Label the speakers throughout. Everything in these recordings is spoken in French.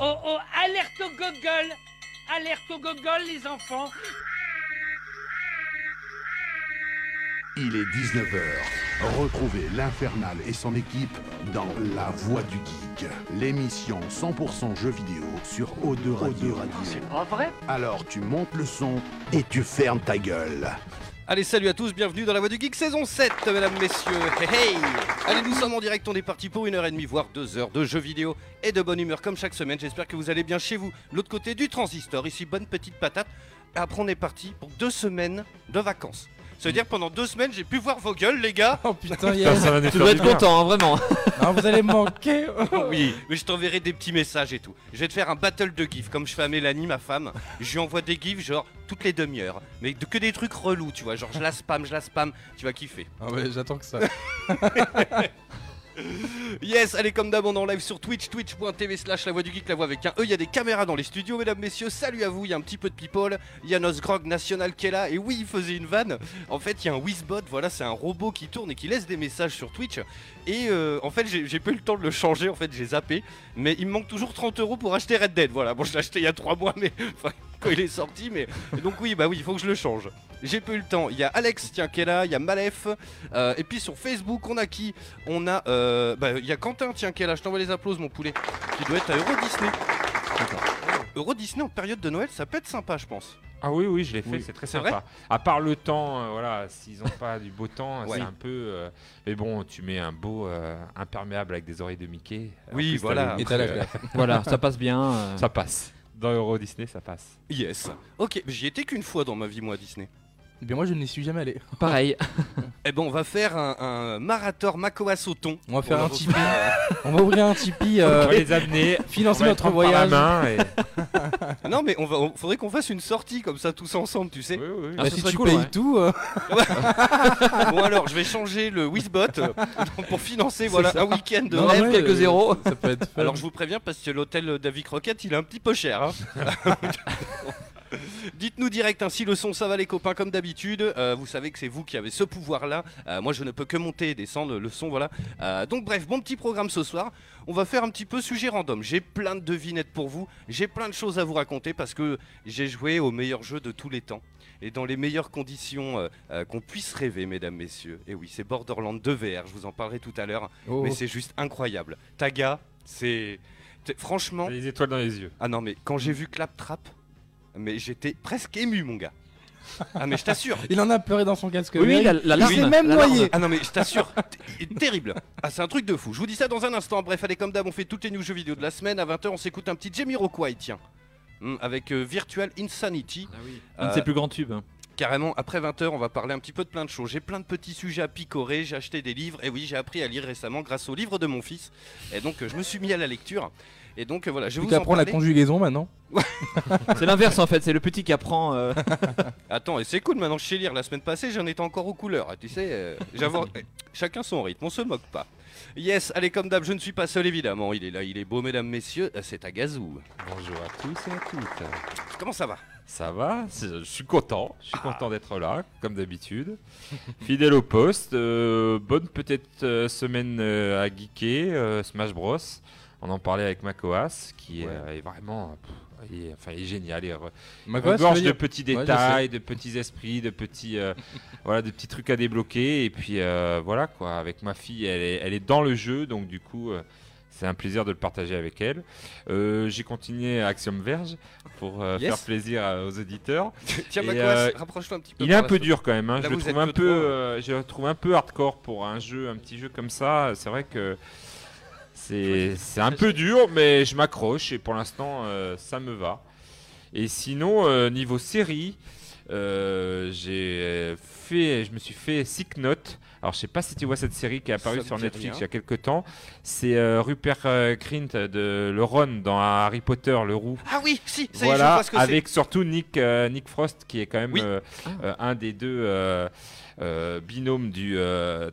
Speaker 1: Oh oh, alerte au gogol Alerte au gogol, les enfants
Speaker 2: Il est 19h. Retrouvez l'Infernal et son équipe dans La Voix du Geek, l'émission 100% jeux vidéo sur O2 Radio. Ah,
Speaker 1: pas vrai
Speaker 2: Alors tu montes le son et tu fermes ta gueule.
Speaker 3: Allez, salut à tous, bienvenue dans la Voix du Geek saison 7, mesdames, messieurs. Hey, hey Allez, nous sommes en direct, on est parti pour une heure et demie, voire deux heures de jeux vidéo et de bonne humeur comme chaque semaine. J'espère que vous allez bien chez vous. L'autre côté du transistor, ici, bonne petite patate. Après, on est parti pour deux semaines de vacances. Ça veut dire pendant deux semaines, j'ai pu voir vos gueules, les gars.
Speaker 4: Oh putain,
Speaker 5: Putain,
Speaker 4: yes.
Speaker 5: ça va nous
Speaker 6: Tu
Speaker 5: faire
Speaker 6: dois
Speaker 5: du
Speaker 6: être
Speaker 5: bien.
Speaker 6: content, hein, vraiment.
Speaker 4: Ah, vous allez me manquer.
Speaker 3: Oui, mais je t'enverrai des petits messages et tout. Je vais te faire un battle de gifs, comme je fais à Mélanie, ma femme. Je lui envoie des gifs, genre, toutes les demi-heures. Mais de- que des trucs relous, tu vois. Genre, je la spam, je la spam. Tu vas kiffer.
Speaker 4: Ah ouais, j'attends que ça.
Speaker 3: Yes, allez, comme d'hab, on est en live sur Twitch, twitch.tv slash la voix du geek, la voix avec un E. Il y a des caméras dans les studios, mesdames, messieurs. Salut à vous, il y a un petit peu de people. Il y a notre grog national qui est là. Et oui, il faisait une vanne. En fait, il y a un Wizbot, voilà, c'est un robot qui tourne et qui laisse des messages sur Twitch. Et euh, en fait, j'ai j'ai pas eu le temps de le changer, en fait, j'ai zappé. Mais il me manque toujours 30 euros pour acheter Red Dead. Voilà, bon, je l'ai acheté il y a 3 mois, mais enfin, quand il est sorti. Mais et donc, oui, bah oui, il faut que je le change. J'ai pas eu le temps. Il y a Alex, tiens, qui est là. Il y a Malef. Euh, et puis sur Facebook, on a qui on a. euh, bah, Il y a Quentin, tiens, qui est là. Je t'envoie les applauses, mon poulet. Qui doit être à Euro Disney. Euro Disney en période de Noël, ça peut être sympa, je pense.
Speaker 5: Ah oui, oui, je l'ai fait,
Speaker 3: Oui.
Speaker 5: c'est très
Speaker 3: C'est vrai
Speaker 5: sympa. À part le temps, euh, voilà, s'ils n'ont pas du beau temps,
Speaker 3: Ouais.
Speaker 5: c'est un peu. euh, mais bon, tu mets un beau euh, imperméable avec des oreilles de Mickey. En
Speaker 3: Oui,
Speaker 5: plus, t'as
Speaker 3: voilà.
Speaker 5: le-
Speaker 4: Et t'as la classe.
Speaker 6: euh, voilà, ça passe bien. euh.
Speaker 5: euh. Ça passe. Dans Euro Disney, ça passe.
Speaker 3: Yes. Ok, j'y étais qu'une fois dans ma vie, moi, à Disney.
Speaker 4: Eh bien, moi, je n'y suis jamais allé.
Speaker 6: Pareil.
Speaker 3: Eh ben, on va faire un, un marathon Makoa Sauton.
Speaker 4: On va faire
Speaker 3: Pour
Speaker 4: un
Speaker 3: le-
Speaker 4: Tipeee. On va ouvrir un Tipeee.
Speaker 5: On
Speaker 6: Ah,
Speaker 5: va
Speaker 4: Euh,
Speaker 5: les amener.
Speaker 4: financer
Speaker 5: on va les
Speaker 4: notre
Speaker 5: prendre par la
Speaker 4: voyage.
Speaker 5: main et-
Speaker 3: Non, mais on va, on- faudrait qu'on fasse une sortie comme ça, tous ensemble, tu sais.
Speaker 5: Oui, oui, oui.
Speaker 6: Ah,
Speaker 4: bah,
Speaker 6: ce
Speaker 4: si
Speaker 6: serait
Speaker 4: tu
Speaker 6: cool,
Speaker 4: payes
Speaker 6: ouais.
Speaker 4: tout. euh,
Speaker 3: Bon, alors, je vais changer le Wizbot euh, pour financer voilà,
Speaker 4: ça.
Speaker 3: un week-end de
Speaker 4: Non,
Speaker 3: rêve.
Speaker 4: ouais,
Speaker 6: quelques
Speaker 4: euh,
Speaker 6: zéros.
Speaker 4: Ça peut être fun.
Speaker 3: Alors je vous préviens parce que l'hôtel David Croquette il est un petit peu cher. hein. Dites-nous direct hein, si le son ça va les copains comme d'habitude. Euh, vous savez que c'est vous qui avez ce pouvoir là. moi je ne peux que monter et descendre le son voilà. Euh, donc bref bon petit programme ce soir. On va faire un petit peu sujet random. J'ai plein de devinettes pour vous. J'ai plein de choses à vous raconter parce que j'ai joué au meilleur jeu de tous les temps et dans les meilleures conditions euh, euh, qu'on puisse rêver mesdames messieurs. Et oui c'est Borderlands 2 VR. Je vous en parlerai tout à l'heure.
Speaker 4: Oh.
Speaker 3: Mais c'est juste incroyable. Taga, c'est. t'es- Franchement.
Speaker 5: T'as les étoiles dans les yeux.
Speaker 3: Ah non, mais quand j'ai vu Claptrap, mais j'étais presque ému, mon gars. Ah, mais je t'assure.
Speaker 4: Il en a pleuré dans son casque.
Speaker 6: Oui, oui,
Speaker 4: Mais
Speaker 6: la, la larme.
Speaker 4: Il s'est même
Speaker 6: la larme.
Speaker 4: noyé.
Speaker 3: Ah non, mais je t'assure. t- Terrible. Ah, c'est un truc de fou. Je vous dis ça dans un instant. Bref, allez, comme d'hab, on fait toutes les news jeux vidéo de la semaine. À 20h, on s'écoute un petit Jamie Rockway, tiens. Hum, Avec euh, Virtual Insanity. Euh,
Speaker 6: Un de
Speaker 5: Euh,
Speaker 6: ses plus grands tubes. hein.
Speaker 3: Carrément, après 20h, on va parler un petit peu de plein de choses. J'ai plein de petits sujets à picorer, j'ai acheté des livres, et oui, j'ai appris à lire récemment grâce au livre de mon fils. Et donc, euh, je me suis mis à la lecture. Et donc, euh, voilà, je vais
Speaker 4: Tu
Speaker 3: vous en
Speaker 4: t'apprends la
Speaker 3: parler.
Speaker 4: conjugaison maintenant.
Speaker 6: C'est l'inverse en fait, c'est le petit qui apprend. euh,
Speaker 3: Attends, et c'est cool, maintenant je sais lire. La semaine passée, j'en étais encore aux couleurs. Tu sais, euh, j'avais- eh, chacun son rythme, on se moque pas. Yes, allez, comme d'hab, je ne suis pas seul, évidemment. Il est là, il est beau, mesdames, messieurs, euh, c'est Agazou.
Speaker 5: Bonjour à tous et à toutes.
Speaker 3: Comment ça va
Speaker 5: Ça va, c'est- je suis content, je suis content d'être là, comme d'habitude. Fidèle au poste, euh, bonne petite euh, semaine euh, à geeker, euh, Smash Bros. On en parlait avec Makoas, qui est,
Speaker 3: Ouais.
Speaker 5: euh, est vraiment... pff, il est, enfin, il est génial, il re-
Speaker 4: Macoas, tu
Speaker 5: regorge
Speaker 4: veux
Speaker 5: de
Speaker 4: dire
Speaker 5: petits
Speaker 4: Ouais, je
Speaker 5: détails, de petits esprits, de petits, euh, voilà, de petits trucs à débloquer. Et puis euh, voilà quoi. Avec ma fille, elle est, elle est dans le jeu, donc du coup, euh, c'est un plaisir de le partager avec elle. Euh, J'ai continué Axiom Verge pour euh,
Speaker 3: Yes.
Speaker 5: faire plaisir euh, aux auditeurs.
Speaker 3: Tiens,
Speaker 5: Et,
Speaker 3: Macoas,
Speaker 5: euh,
Speaker 3: rapproche-toi un petit peu.
Speaker 5: Il est un
Speaker 3: par
Speaker 5: peu
Speaker 3: la-
Speaker 5: dur quand même. hein.
Speaker 3: Là,
Speaker 5: Je le
Speaker 3: vous
Speaker 5: trouve
Speaker 3: êtes que
Speaker 5: un peu,
Speaker 3: trois.
Speaker 5: euh, je le trouve un peu hardcore pour un jeu, un petit jeu comme ça. C'est vrai que. C'est c'est un peu dur, mais je m'accroche et pour l'instant, euh, ça me va. Et sinon, euh, niveau série, euh, j'ai fait, je me suis fait Sick Note. Alors, je sais pas si tu vois cette série qui est apparue
Speaker 3: Ça me
Speaker 5: sur
Speaker 3: dit rien.
Speaker 5: Netflix il y a quelques temps. C'est euh, Rupert euh, Grint de Le Ron dans Harry Potter, Le Roux
Speaker 3: Ah oui, si, ça y est, je
Speaker 5: voilà,
Speaker 3: vois ce que c'est.
Speaker 5: avec surtout Nick, euh, Nick Frost qui est quand même
Speaker 3: Oui.
Speaker 5: euh, euh, un des deux euh, euh, binômes du euh,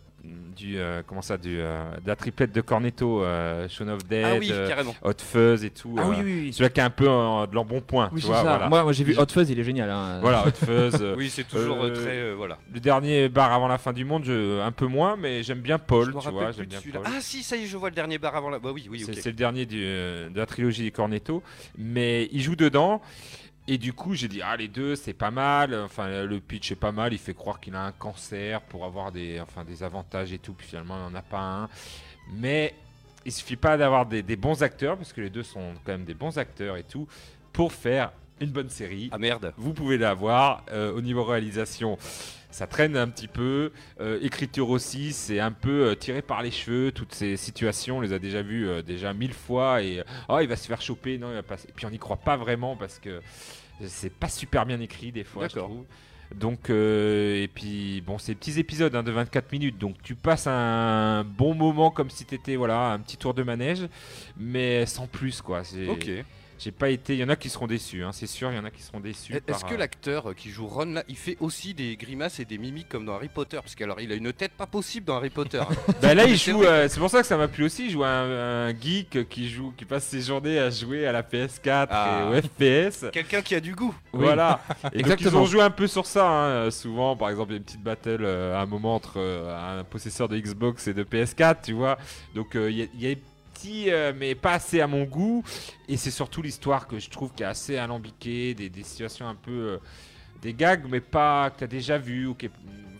Speaker 5: du euh, comment ça du euh, de la triplette de Cornetto, euh, Shaun of Dead,
Speaker 3: Ah oui,
Speaker 5: euh,
Speaker 3: carrément.
Speaker 5: Hot Fuzz et tout.
Speaker 6: Ah oui,
Speaker 5: euh,
Speaker 6: oui, oui.
Speaker 5: Celui qui a un peu euh, de l'embonpoint, tu
Speaker 6: Oui, c'est
Speaker 5: vois,
Speaker 6: ça.
Speaker 5: voilà.
Speaker 6: Ah, Moi, moi, j'ai vu Hot Fuzz, il est génial. hein.
Speaker 5: Voilà, Hot Fuzz. euh,
Speaker 3: Oui, c'est toujours
Speaker 5: euh,
Speaker 3: euh, très euh, voilà.
Speaker 5: Le dernier bar avant la fin du monde, je- un peu moins, mais j'aime bien Paul,
Speaker 3: Je me
Speaker 5: tu
Speaker 3: rappelle
Speaker 5: vois,
Speaker 3: plus
Speaker 5: j'aime
Speaker 3: de
Speaker 5: bien
Speaker 3: celui-là.
Speaker 5: Paul.
Speaker 3: Ah si, ça y est, je vois le dernier bar avant la. Bah oui, oui,
Speaker 5: C'est
Speaker 3: ok.
Speaker 5: c'est le dernier du, euh, de la trilogie des Cornetto, mais il joue dedans. Et du coup, j'ai dit, ah, les deux, c'est pas mal. Enfin, le pitch est pas mal. Il fait croire qu'il a un cancer pour avoir des, enfin, des avantages et tout. Puis finalement, il n'en a pas un. Mais il suffit pas d'avoir des, des bons acteurs, parce que les deux sont quand même des bons acteurs et tout, pour faire une bonne série.
Speaker 3: Ah merde.
Speaker 5: Vous pouvez l'avoir. Euh, au niveau réalisation, ça traîne un petit peu. Euh, écriture aussi, c'est un peu euh, tiré par les cheveux. Toutes ces situations, on les a déjà vues euh, déjà mille fois. Et euh, oh, il va se faire choper. Non, il va pas. Et puis on n'y croit pas vraiment parce que c'est pas super bien écrit des fois, je
Speaker 3: D'accord.
Speaker 5: trouve. Donc, euh, et puis, bon, c'est petits épisodes hein, de 24 minutes, donc tu passes un bon moment comme si t'étais, voilà, un petit tour de manège, mais sans plus, quoi. C'est-
Speaker 3: Ok.
Speaker 5: j'ai pas été. Il y en a qui seront déçus, hein, c'est sûr. Il y en a qui seront déçus.
Speaker 3: Est-ce
Speaker 5: par,
Speaker 3: que
Speaker 5: euh,
Speaker 3: l'acteur qui joue Ron là, il fait aussi des grimaces et des mimiques comme dans Harry Potter Parce qu'alors il a une tête pas possible dans Harry Potter. hein.
Speaker 5: Bah là, il
Speaker 3: C'est
Speaker 5: joue.
Speaker 3: vrai.
Speaker 5: euh, c'est pour ça que ça m'a plu aussi. Il joue un, un geek qui joue, qui passe ses journées à jouer à la PS4
Speaker 3: Ah.
Speaker 5: et au FPS.
Speaker 3: Quelqu'un qui a du goût.
Speaker 5: Voilà. Et donc, ils
Speaker 6: Exactement.
Speaker 5: ont joué un peu sur ça. hein, euh, Souvent, par exemple, il y a une petite battle euh, à un moment entre euh, un possesseur de Xbox et de PS4, tu vois. Donc, euh, il y a- il y a des petits, euh, mais pas assez à mon goût. Et c'est surtout l'histoire que je trouve qui est assez alambiquée, des, des situations un peu. euh, des gags, mais pas que t'as déjà vu. Ou qui est-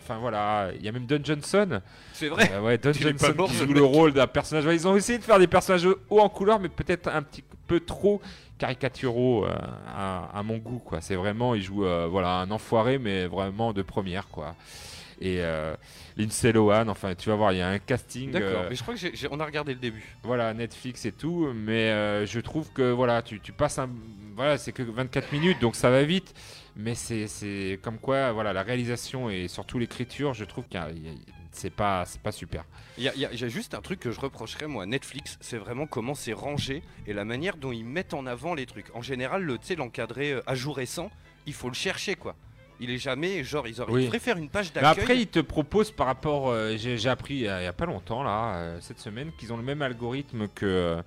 Speaker 5: Enfin voilà, il y a même Don Johnson.
Speaker 3: C'est vrai.
Speaker 5: Ah ouais, Don
Speaker 3: Il est
Speaker 5: Johnson
Speaker 3: pas mort,
Speaker 5: qui
Speaker 3: ce
Speaker 5: joue
Speaker 3: mec.
Speaker 5: le rôle d'un personnage. Ouais, Ils ont essayé de faire des personnages hauts en couleur, mais peut-être un petit peu trop caricaturaux euh, à, à mon goût. quoi. C'est vraiment, il joue euh, voilà, un enfoiré, mais vraiment de première. quoi. Et euh, Lindsay Lohan, enfin, tu vas voir, il y a un casting.
Speaker 3: D'accord.
Speaker 5: euh,
Speaker 3: Mais je crois que j'ai- j'ai- on a regardé le début.
Speaker 5: voilà, Netflix et tout, mais euh, je trouve que voilà, tu, tu passes un. Voilà, c'est que 24 minutes, donc ça va vite. Mais c'est- c'est comme quoi, voilà, la réalisation et surtout l'écriture, je trouve que c'est pas, c'est pas super.
Speaker 3: Il y a, il y a- il y a juste un truc que je reprocherais moi à Netflix, c'est vraiment comment c'est rangé et la manière dont ils mettent en avant les trucs. En général, le tu sais l'encadré euh, à jour récent, il faut le chercher quoi. Il est jamais genre ils auraient
Speaker 5: Oui.
Speaker 3: ils devraient faire une page
Speaker 5: Mais
Speaker 3: d'accueil.
Speaker 5: Bah, après, ils te proposent par rapport. euh, J'ai j'ai appris euh, il n'y a pas longtemps, là, euh, cette semaine, qu'ils ont le même algorithme que. euh,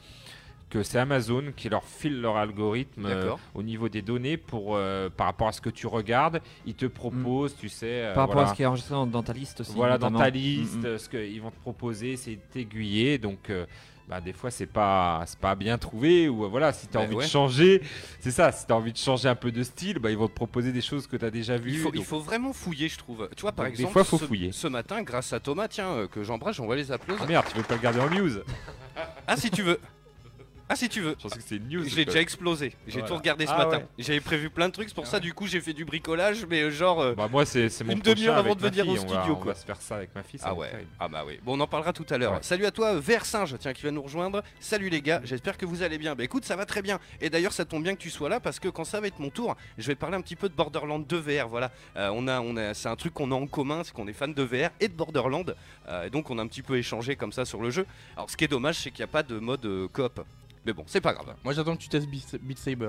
Speaker 5: que c'est Amazon qui leur file leur algorithme euh,
Speaker 3: D'accord.
Speaker 5: au niveau des données pour euh, par rapport à ce que tu regardes, ils te proposent, tu sais, euh,
Speaker 6: Mm. Par rapport
Speaker 5: voilà.
Speaker 6: à ce qui est enregistré dans- dans ta liste aussi.
Speaker 5: voilà dans
Speaker 6: notamment.
Speaker 5: ta liste
Speaker 6: Mm, mm.
Speaker 5: euh, ce qu'ils vont te proposer c'est t'aiguiller donc euh, bah, des fois c'est pas c'est pas bien trouvé ou euh, voilà si tu as
Speaker 3: Ben
Speaker 5: envie
Speaker 3: ouais.
Speaker 5: de changer c'est ça si tu as envie de changer un peu de style bah, ils vont te proposer des choses que tu as déjà vues
Speaker 3: Il faut, il
Speaker 5: donc-
Speaker 3: faut vraiment fouiller, je trouve. Tu vois, par
Speaker 5: Donc, des
Speaker 3: exemple,
Speaker 5: fois, faut
Speaker 3: ce,
Speaker 5: fouiller.
Speaker 3: ce matin, grâce à Thomas, tiens, euh, que j'embrasse, j'envoie les
Speaker 5: Ah
Speaker 3: applaudissements.
Speaker 5: merde tu veux pas le garder en news
Speaker 3: Ah, si tu veux. Ah, si tu veux.
Speaker 5: je pensais que c'était une news
Speaker 3: Je l'ai déjà explosé. J'ai
Speaker 5: Voilà.
Speaker 3: tout regardé ce
Speaker 5: Ah
Speaker 3: matin.
Speaker 5: ouais. Ah,
Speaker 3: J'avais prévu plein de trucs, c'est pour ça, du coup, j'ai fait du bricolage, mais euh, genre. euh,
Speaker 5: bah moi c'est c'est mon
Speaker 3: Une demi-heure
Speaker 5: prochain
Speaker 3: avant
Speaker 5: avec
Speaker 3: de
Speaker 5: ma
Speaker 3: venir au
Speaker 5: fille, on va-
Speaker 3: studio,
Speaker 5: on
Speaker 3: quoi.
Speaker 5: va se faire ça avec ma fille
Speaker 3: Ah
Speaker 5: ça va
Speaker 3: ouais,
Speaker 5: être terrible.
Speaker 3: ah bah oui. Bon, on en parlera tout à l'heure.
Speaker 5: Ouais.
Speaker 3: Salut à toi, Versinge, tiens, qui va nous rejoindre. Salut les gars, j'espère que vous allez bien. Bah écoute, ça va très bien. Et d'ailleurs, ça tombe bien que tu sois là parce que quand ça va être mon tour, je vais parler un petit peu de Borderland 2 VR. Voilà, Euh, on a, on a, c'est un truc qu'on a en commun, c'est qu'on est fan de VR et de Borderland. Euh, et donc, on a un petit peu échangé comme ça sur le jeu. Alors, ce qui est dommage, c'est qu'il n'y a pas de mode euh, coop. Mais bon, c'est pas grave.
Speaker 4: Moi j'attends que tu testes Beat Beat Saber.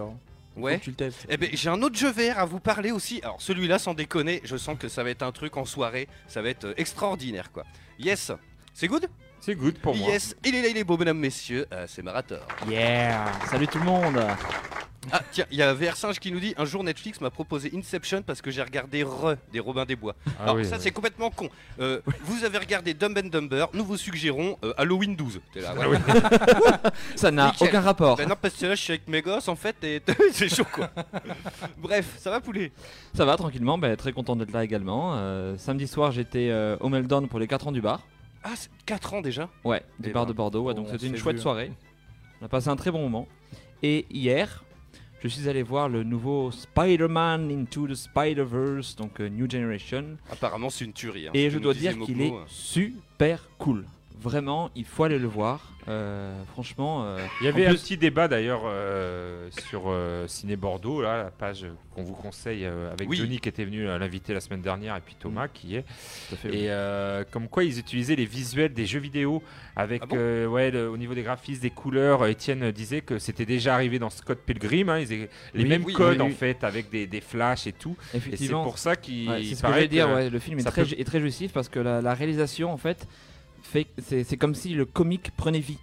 Speaker 4: Faut
Speaker 3: Ouais.
Speaker 4: que tu le testes.
Speaker 3: Eh ben, j'ai un autre jeu VR à vous parler aussi. Alors celui-là, sans déconner, je sens que ça va être un truc en soirée. Ça va être euh, extraordinaire, quoi. Yes, c'est good.
Speaker 5: c'est good pour moi
Speaker 3: yes, il est là, il est beau, mesdames, messieurs. Euh, c'est Marator.
Speaker 6: Yeah Salut tout le monde
Speaker 3: Ah tiens, il y a VR Singe qui nous dit un jour Netflix m'a proposé Inception parce que j'ai regardé Re des Robins des Bois.
Speaker 5: Ah
Speaker 3: Alors
Speaker 5: oui,
Speaker 3: ça,
Speaker 5: oui.
Speaker 3: c'est complètement con. Euh, vous avez regardé Dumb and Dumber. Nous vous suggérons euh, Halloween 12. T'es
Speaker 5: Ah
Speaker 3: là, ouais.
Speaker 6: Ça n'a
Speaker 3: Nickel.
Speaker 6: aucun rapport.
Speaker 3: Ben non, parce que là, je suis avec mes gosses en fait et c'est chaud quoi. Bref, ça va poulet.
Speaker 6: Ça va tranquillement, ben, très content d'être là également. Euh, samedi soir, j'étais euh, au Meldon pour les 4 ans du bar.
Speaker 3: Ah, c'est 4 ans déjà.
Speaker 6: Ouais, du
Speaker 3: Eh
Speaker 6: bar
Speaker 3: ben,
Speaker 6: de Bordeaux. ouais,
Speaker 4: on
Speaker 6: donc c'était une
Speaker 4: s'est
Speaker 6: chouette
Speaker 4: vu.
Speaker 6: soirée. On a passé un très bon moment. Et hier, je suis allé voir le nouveau Spider-Man Into the Spider-Verse, donc euh, New Generation.
Speaker 3: Apparemment, c'est une tuerie. hein.
Speaker 6: Et
Speaker 3: Ce
Speaker 6: je
Speaker 3: que
Speaker 6: dois
Speaker 3: nous disait
Speaker 6: dire qu'il est
Speaker 3: Mogmo, euh.
Speaker 6: super cool. Vraiment, il faut aller le voir. Euh, franchement, euh,
Speaker 5: Il y avait
Speaker 6: En
Speaker 5: un
Speaker 6: plus-
Speaker 5: petit débat d'ailleurs euh, sur euh, Ciné Bordeaux, là, la page qu'on vous conseille euh, avec
Speaker 3: Oui. Mm.
Speaker 5: Johnny qui était venu à l'inviter la semaine dernière et puis Thomas qui est.
Speaker 6: tout à fait.
Speaker 5: Et euh, comme quoi ils utilisaient les visuels des jeux vidéo avec
Speaker 3: Ah bon
Speaker 5: euh, ouais, le- au niveau des graphismes, des couleurs. Euh, Étienne disait que c'était déjà arrivé dans Scott Pilgrim, hein, ils avaient les
Speaker 6: Oui,
Speaker 5: mêmes
Speaker 3: oui,
Speaker 5: codes
Speaker 6: oui,
Speaker 5: en
Speaker 6: oui.
Speaker 5: fait avec des, des flashs et tout. Et c'est
Speaker 6: effectivement.
Speaker 5: pour ça qu'il
Speaker 6: Ouais, c'est ce que
Speaker 5: paraît
Speaker 6: j'allais dire.
Speaker 5: que-
Speaker 6: ouais, le film est
Speaker 5: ça
Speaker 6: très,
Speaker 5: peut-
Speaker 6: ju- est très jouissif parce que la, la réalisation, en fait, fait que c'est c'est comme si le comique prenait vie.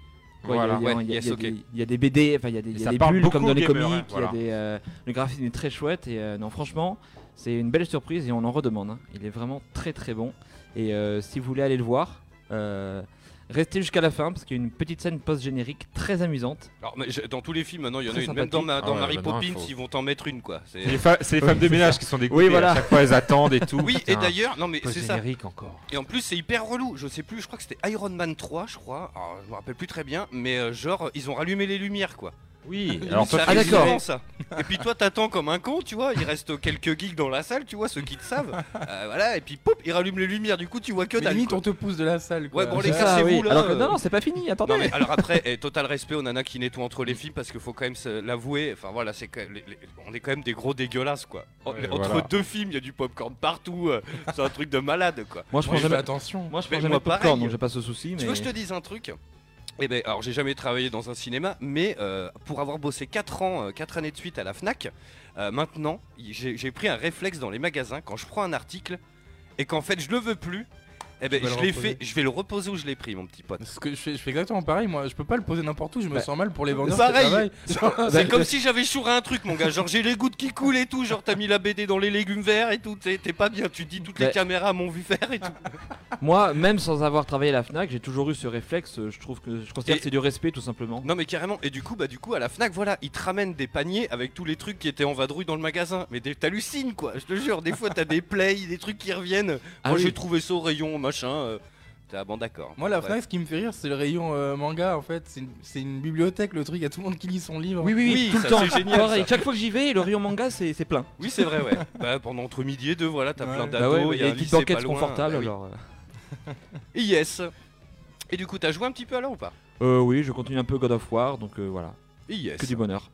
Speaker 6: Quoi, il y
Speaker 5: Voilà.
Speaker 6: a- il y a-
Speaker 3: Ouais,
Speaker 6: il y a-
Speaker 3: yes,
Speaker 6: il y a
Speaker 3: ok.
Speaker 6: des- il y a des BD, enfin il y a des, il y a
Speaker 5: ça
Speaker 6: des
Speaker 5: parle
Speaker 6: bulles comme
Speaker 5: beaucoup
Speaker 6: dans
Speaker 5: aux
Speaker 6: les
Speaker 5: gamers, hein,
Speaker 6: comics. il y a
Speaker 5: voilà.
Speaker 6: des, euh, le graphisme est très chouette et euh, non, franchement, c'est une belle surprise et on en redemande. hein. Il est vraiment très très bon. Et euh, si vous voulez aller le voir, euh, restez jusqu'à la fin parce qu'il y a une petite scène post générique très amusante.
Speaker 3: Alors, mais je- dans tous les films, maintenant, il y en a
Speaker 6: Très
Speaker 3: une. Même dans, ma-
Speaker 5: sympathique.
Speaker 3: dans
Speaker 5: Ah ouais,
Speaker 3: Mary
Speaker 5: bah non,
Speaker 3: Poppins,
Speaker 5: faut-
Speaker 3: ils vont t'en mettre une, quoi. C'est-
Speaker 5: Les fa- C'est les femmes de ménage qui sont dégoûtées.
Speaker 6: voilà.
Speaker 5: À chaque fois, elles attendent et tout.
Speaker 3: Oui, et
Speaker 5: Putain,
Speaker 3: d'ailleurs, non mais c'est ça.
Speaker 5: post-générique encore.
Speaker 3: Et en plus, c'est hyper relou. Je sais plus, je crois que c'était Iron Man 3, je crois. Alors, je me rappelle plus très bien, mais euh, genre, ils ont rallumé les lumières, quoi.
Speaker 5: Oui,
Speaker 6: Ah,
Speaker 5: alors toi,
Speaker 3: Ça
Speaker 5: tu-
Speaker 3: arrive
Speaker 6: d'accord.
Speaker 3: souvent, ça. Et puis toi, t'attends comme un con, tu vois. Il reste quelques geeks dans la salle, tu vois, ceux qui te savent. Euh, voilà, et puis pop, ils rallument les lumières. Du coup, tu vois que
Speaker 4: Mais
Speaker 3: dalle.
Speaker 4: limite,
Speaker 3: quoi.
Speaker 4: on te pousse de la salle. Quoi.
Speaker 3: Ouais, bon, les
Speaker 6: C'est ça,
Speaker 3: cassez-vous,
Speaker 6: oui.
Speaker 3: là,
Speaker 6: Alors que-
Speaker 3: euh.
Speaker 6: non, non, c'est pas fini. Attendez.
Speaker 3: Non mais alors après, eh, total respect aux nanas qui nettoient entre les films parce qu'il faut quand même se l'avouer. Enfin voilà, c'est quand même- les- les- on est quand même des gros dégueulasses quoi. En-
Speaker 5: Ouais,
Speaker 3: entre
Speaker 5: voilà.
Speaker 3: deux films, il y a du popcorn partout. euh, c'est un truc de malade quoi.
Speaker 6: Moi je
Speaker 4: Moi, je
Speaker 6: prends
Speaker 4: fais
Speaker 6: jamais.
Speaker 4: attention.
Speaker 6: Moi je
Speaker 3: Mais
Speaker 6: prends jamais
Speaker 3: moi,
Speaker 6: de popcorn,
Speaker 3: pareil.
Speaker 6: donc j'ai pas ce souci.
Speaker 3: Tu
Speaker 6: mais-
Speaker 3: veux que je te dise un truc Eh ben, alors j'ai jamais travaillé dans un cinéma, mais euh, pour avoir bossé 4 ans, euh, quatre années de suite à la Fnac, euh, maintenant y- j'ai j'ai pris un réflexe dans les magasins quand je prends un article et qu'en fait je le veux plus. Eh ben,
Speaker 4: Tu vas le
Speaker 3: je l'ai
Speaker 4: reposer.
Speaker 3: fait, je vais le reposer où je l'ai pris, mon petit pote.
Speaker 4: Parce que je fais, je fais exactement pareil, moi. Je peux pas le poser n'importe où, je me
Speaker 6: Bah,
Speaker 4: sens mal pour les vendeurs.
Speaker 3: pareil.
Speaker 4: c'est pareil.
Speaker 3: C'est comme si j'avais chouré un truc, mon gars. Genre, j'ai les gouttes qui coulent et tout. Genre, t'as mis la BD dans les légumes verts et tout. T'es t'es pas bien. Tu dis, toutes
Speaker 4: Bah,
Speaker 3: les
Speaker 6: Ouais.
Speaker 3: caméras m'ont vu faire et tout.
Speaker 6: Moi, même sans avoir travaillé à la Fnac, j'ai toujours eu ce réflexe. euh, Je trouve que je considère
Speaker 3: Et-
Speaker 6: que c'est du respect, tout simplement.
Speaker 3: Non, mais carrément. Et du coup, bah, du coup, à la Fnac, voilà, ils te ramènent des paniers avec tous les trucs qui étaient en vadrouille dans le magasin. Mais des- t'hallucines, quoi. Je te jure. Des fois, t'as des plays, des trucs qui reviennent.
Speaker 6: Ah
Speaker 3: Moi,
Speaker 6: oui.
Speaker 3: j'ai trouvé ça au rayon, machin. euh, T'es ah, bon, d'accord.
Speaker 4: Moi, la
Speaker 3: Ouais.
Speaker 4: Fnac, ce qui me fait rire, c'est le rayon euh, manga en fait. C'est une, c'est une bibliothèque, le truc, il y a tout le monde qui lit son livre.
Speaker 3: oui, Oui, tout le ça, temps. c'est génial,
Speaker 6: Pareil,
Speaker 3: ça.
Speaker 6: chaque fois que j'y vais, le rayon manga, c'est c'est plein.
Speaker 3: Oui, c'est vrai, ouais. bah, pendant entre midi et deux, voilà, t'as
Speaker 4: Ouais.
Speaker 3: plein
Speaker 4: Bah
Speaker 3: d'ados.
Speaker 6: il y a
Speaker 3: un
Speaker 6: une petite
Speaker 3: lycée pas
Speaker 6: banquette
Speaker 3: loin.
Speaker 6: confortable.
Speaker 3: Bah oui.
Speaker 6: alors,
Speaker 3: Et Yes. Et du coup, t'as joué un petit peu alors ou pas
Speaker 6: euh. Euh, oui, je continue un peu God of War, donc euh, voilà,
Speaker 3: Et Yes.
Speaker 6: que du bonheur.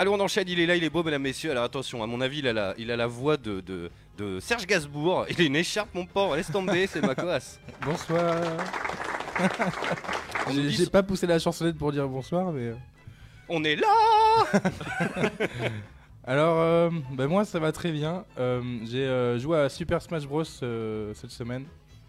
Speaker 3: Allez, on enchaîne, il est là, il est beau, mesdames, messieurs. Alors attention, à mon avis, il a la, il a la voix de, de, de Serge Gainsbourg. Il a une écharpe, mon porc, laisse tomber, c'est ma coasse.
Speaker 4: Bonsoir.
Speaker 3: On, nous
Speaker 4: J'ai
Speaker 3: dit-
Speaker 4: j'ai pas poussé la chansonnette pour dire bonsoir, mais. euh.
Speaker 3: on est là
Speaker 4: Alors, euh, bah, moi, ça va très bien. Euh, j'ai euh, joué à Super Smash Bros euh, cette semaine.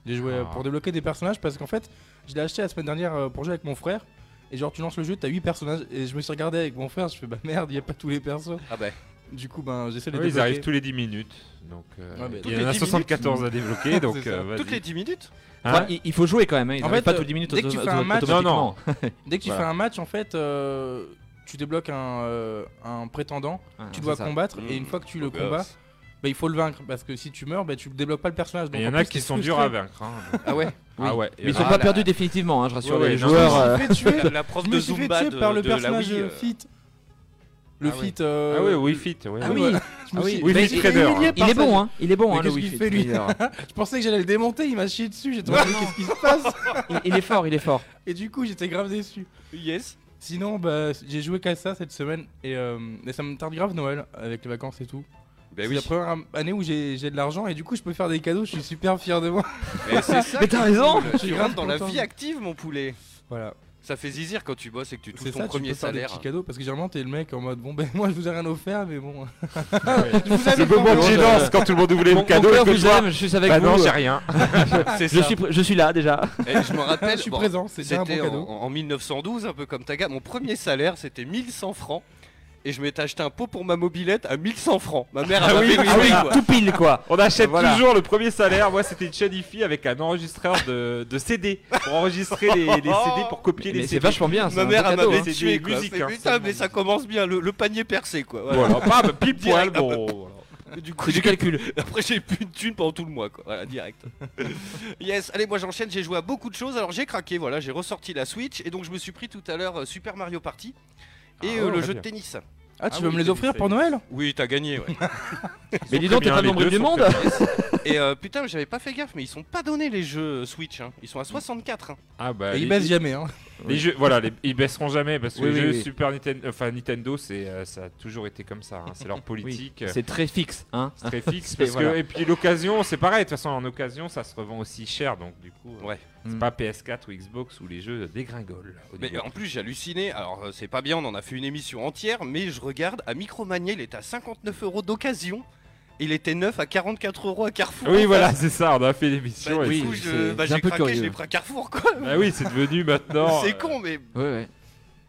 Speaker 4: J'ai joué euh,
Speaker 5: Ah.
Speaker 4: pour débloquer des personnages parce qu'en fait, je l'ai acheté la semaine dernière euh, pour jouer avec mon frère. Et genre, tu lances le jeu, t'as 8 personnages. Et je me suis regardé avec mon frère, je fais bah merde, y a pas tous les persos.
Speaker 3: Ah bah,
Speaker 4: Du coup, ben, j'essaie de
Speaker 5: Ouais,
Speaker 4: les
Speaker 5: Ah ils
Speaker 4: débloquer.
Speaker 5: arrivent tous les 10 minutes. Donc, euh,
Speaker 4: Ouais, mais
Speaker 5: il
Speaker 3: toutes
Speaker 5: y en
Speaker 3: les
Speaker 5: a
Speaker 3: 10
Speaker 5: 74 à débloquer. donc,
Speaker 4: C'est ça.
Speaker 5: euh, vas-y.
Speaker 3: toutes les 10 minutes
Speaker 5: Hein
Speaker 6: Enfin, il, il faut jouer quand même, hein, ils
Speaker 4: En
Speaker 6: arrivent
Speaker 4: fait,
Speaker 6: pas toutes les minutes
Speaker 4: dès que tu
Speaker 6: auto-
Speaker 4: fais un
Speaker 6: auto-
Speaker 4: match-
Speaker 5: Non, non.
Speaker 6: automatiquement.
Speaker 4: Dès que tu
Speaker 5: Voilà.
Speaker 4: fais un match, en fait, euh, tu débloques un, euh, un prétendant,
Speaker 6: Ah,
Speaker 4: tu dois
Speaker 6: c'est ça.
Speaker 4: combattre, et
Speaker 3: Mmh,
Speaker 4: une fois que tu
Speaker 3: beau
Speaker 4: le combats,
Speaker 3: gosse.
Speaker 4: bah, il faut le vaincre, parce que si tu meurs, bah, tu débloques pas le personnage.
Speaker 5: Mais
Speaker 4: donc
Speaker 5: il y en
Speaker 4: en
Speaker 5: a
Speaker 4: plus,
Speaker 5: qui
Speaker 4: t'es
Speaker 5: sont
Speaker 4: frustré.
Speaker 5: durs à vaincre. hein.
Speaker 4: Ah ouais
Speaker 5: Ah ouais.
Speaker 6: Mais ils sont
Speaker 3: Ah
Speaker 6: pas
Speaker 3: là.
Speaker 6: perdus définitivement, hein, je rassure
Speaker 5: Ouais, ouais,
Speaker 6: les
Speaker 5: non,
Speaker 6: joueurs.
Speaker 5: non,
Speaker 6: euh,
Speaker 4: Je me suis fait tuer,
Speaker 3: La, la prof
Speaker 4: je
Speaker 3: de
Speaker 4: me suis fait
Speaker 3: Zumba
Speaker 4: tuer
Speaker 3: de,
Speaker 4: par le
Speaker 3: de la
Speaker 4: personnage
Speaker 3: Wii,
Speaker 4: euh,
Speaker 3: euh,
Speaker 4: Fit. Le
Speaker 3: Ah ouais.
Speaker 4: Fit. euh,
Speaker 5: Ah ouais, Wii Fit. ouais,
Speaker 6: Ah
Speaker 5: ouais.
Speaker 6: oui,
Speaker 4: je me
Speaker 6: ah oui.
Speaker 4: suis-
Speaker 5: Oui,
Speaker 4: mais
Speaker 5: Fit
Speaker 4: j'ai été
Speaker 5: Trader.
Speaker 4: humilié
Speaker 6: il
Speaker 4: par
Speaker 6: est
Speaker 4: ça,
Speaker 6: bon, hein, il est bon,
Speaker 4: Mais
Speaker 6: hein, le
Speaker 4: qu'est-ce
Speaker 6: Wii
Speaker 4: qu'il
Speaker 6: Fit,
Speaker 4: fait, lui
Speaker 6: d'ailleurs.
Speaker 4: j'ai- Je pensais que j'allais le démonter, il m'a chié dessus, j'étais en mode, qu'est-ce qui se passe
Speaker 6: il, il est fort, il est fort.
Speaker 4: Et du coup, j'étais grave déçu.
Speaker 3: Yes.
Speaker 4: Sinon, bah, j'ai joué qu'à ça cette semaine et, euh, et ça me tarde grave Noël avec les vacances et tout.
Speaker 3: Bah
Speaker 4: C'est
Speaker 3: oui,
Speaker 4: la première année où j'ai j'ai de l'argent et du coup je peux faire des cadeaux, je suis super fier de moi.
Speaker 3: mais c'est ça.
Speaker 6: Mais
Speaker 3: qui
Speaker 6: t'as
Speaker 3: est
Speaker 6: raison.
Speaker 3: cool.
Speaker 4: Je suis
Speaker 3: Tu
Speaker 4: grave
Speaker 3: rentres dans la
Speaker 4: content.
Speaker 3: vie active, mon poulet.
Speaker 4: Voilà,
Speaker 3: Ça fait zizir quand tu bosses et que tu touches
Speaker 4: c'est
Speaker 3: ton
Speaker 4: ça, tu
Speaker 3: premier
Speaker 4: peux faire des
Speaker 3: salaire.
Speaker 4: petits cadeaux parce que généralement t'es le mec en mode bon ben moi je vous ai rien offert mais bon.
Speaker 5: C'est le moment de
Speaker 6: compris.
Speaker 5: gênance quand tout le monde ouvre les
Speaker 6: Mon- mon
Speaker 5: cadeaux et
Speaker 6: cœur
Speaker 5: que
Speaker 6: vous
Speaker 5: toi.
Speaker 6: aime, je suis avec
Speaker 5: Bah
Speaker 6: vous.
Speaker 5: non, j'ai rien.
Speaker 3: C'est
Speaker 6: je
Speaker 3: ça.
Speaker 6: suis, je suis là déjà.
Speaker 3: Et je me rappelle.
Speaker 4: Ah, je suis
Speaker 3: bon,
Speaker 4: présent, c'est déjà un bon
Speaker 3: C'était en,
Speaker 4: cadeau.
Speaker 3: en 1912, un peu comme ta gars. Mon premier salaire, c'était 1100 francs. Et je m'étais acheté un pot pour ma mobilette à 1100 francs. Ma mère, elle m'avait
Speaker 6: Ah oui,
Speaker 3: mis, quoi.
Speaker 6: tout pile quoi.
Speaker 5: On achète
Speaker 6: Voilà.
Speaker 5: toujours le premier salaire. Moi, c'était une chaîne IFI avec un enregistreur de, de CD pour enregistrer les, les CD pour copier
Speaker 6: Mais
Speaker 5: les
Speaker 6: c'est
Speaker 5: CD.
Speaker 6: vachement bien. Ah, c'est
Speaker 3: Ma
Speaker 6: un
Speaker 3: mère,
Speaker 6: beau
Speaker 3: elle
Speaker 6: cadeau,
Speaker 3: m'avait
Speaker 5: hein.
Speaker 3: tué,
Speaker 5: C'est
Speaker 3: quoi.
Speaker 5: musique,
Speaker 3: Fait,
Speaker 5: hein,
Speaker 3: Putain,
Speaker 5: c'est
Speaker 3: mais ça commence bien. Le, le panier percé, quoi. Voilà.
Speaker 5: Voilà, bam, pile poil.
Speaker 3: Direct.
Speaker 5: Bon, voilà.
Speaker 3: Du coup,
Speaker 6: C'est du
Speaker 3: j'ai-
Speaker 6: calcul.
Speaker 3: Après, j'ai plus de thunes pendant tout le mois, quoi. Voilà, direct. yes, allez, moi j'enchaîne. J'ai joué à beaucoup de choses. Alors, j'ai craqué, voilà. J'ai ressorti la Switch. Et donc, je me suis pris tout à l'heure euh, Super Mario Party et
Speaker 5: Ah,
Speaker 3: euh,
Speaker 5: ouais,
Speaker 3: le
Speaker 5: très
Speaker 3: jeu de
Speaker 5: bien.
Speaker 3: tennis.
Speaker 4: Ah tu
Speaker 5: Ah
Speaker 4: veux
Speaker 5: oui,
Speaker 4: me les
Speaker 5: c'est-
Speaker 4: offrir
Speaker 5: c'est-
Speaker 4: pour Noël
Speaker 3: Oui, t'as gagné, ouais.
Speaker 6: Mais dis donc, t'es
Speaker 5: bien,
Speaker 6: pas
Speaker 5: les
Speaker 6: nombreux
Speaker 5: deux
Speaker 6: du
Speaker 5: sont
Speaker 6: monde.
Speaker 5: très bien.
Speaker 3: Et euh, putain, mais j'avais pas fait gaffe, mais ils sont pas donnés les jeux Switch. hein. Ils sont à 64. hein.
Speaker 5: Ah bah,
Speaker 4: Et
Speaker 5: les-
Speaker 4: il baisse jamais, hein.
Speaker 5: les jeux, voilà, les- ils baisseront jamais parce que
Speaker 6: Oui,
Speaker 5: les
Speaker 6: oui,
Speaker 5: jeux
Speaker 6: oui.
Speaker 5: Super Nintendo, enfin Nintendo, c'est euh, ça a toujours été comme ça. hein. C'est leur politique. euh,
Speaker 6: C'est très fixe, hein.
Speaker 5: C'est très fixe
Speaker 6: C'est-
Speaker 5: parce que
Speaker 6: voilà.
Speaker 5: et puis l'occasion c'est pareil de toute façon en occasion ça se revend aussi cher donc du coup euh,
Speaker 3: Ouais.
Speaker 5: c'est
Speaker 6: Mm.
Speaker 5: pas PS4 ou Xbox où les jeux dégringolent. au
Speaker 3: Mais
Speaker 5: niveau.
Speaker 3: en plus, j'ai halluciné. Alors, euh, c'est pas bien, on en a fait une émission entière, mais je regarde à Micromania, il était à 59 euros d'occasion. Il était neuf à 44 euros à Carrefour.
Speaker 5: Ah oui voilà c'est ça on a fait l'émission
Speaker 3: hein. Bah,
Speaker 5: et
Speaker 3: du
Speaker 6: oui,
Speaker 5: tout.
Speaker 3: coup,
Speaker 6: c'est-
Speaker 3: je- bah,
Speaker 6: c'est un
Speaker 3: j'ai
Speaker 6: peu
Speaker 3: craqué, je
Speaker 6: curieux.
Speaker 3: l'ai pris à Carrefour, quoi.
Speaker 5: Bah oui c'est devenu
Speaker 4: Oh.
Speaker 5: maintenant.
Speaker 3: c'est
Speaker 5: euh,
Speaker 3: con, mais
Speaker 6: Ouais, ouais.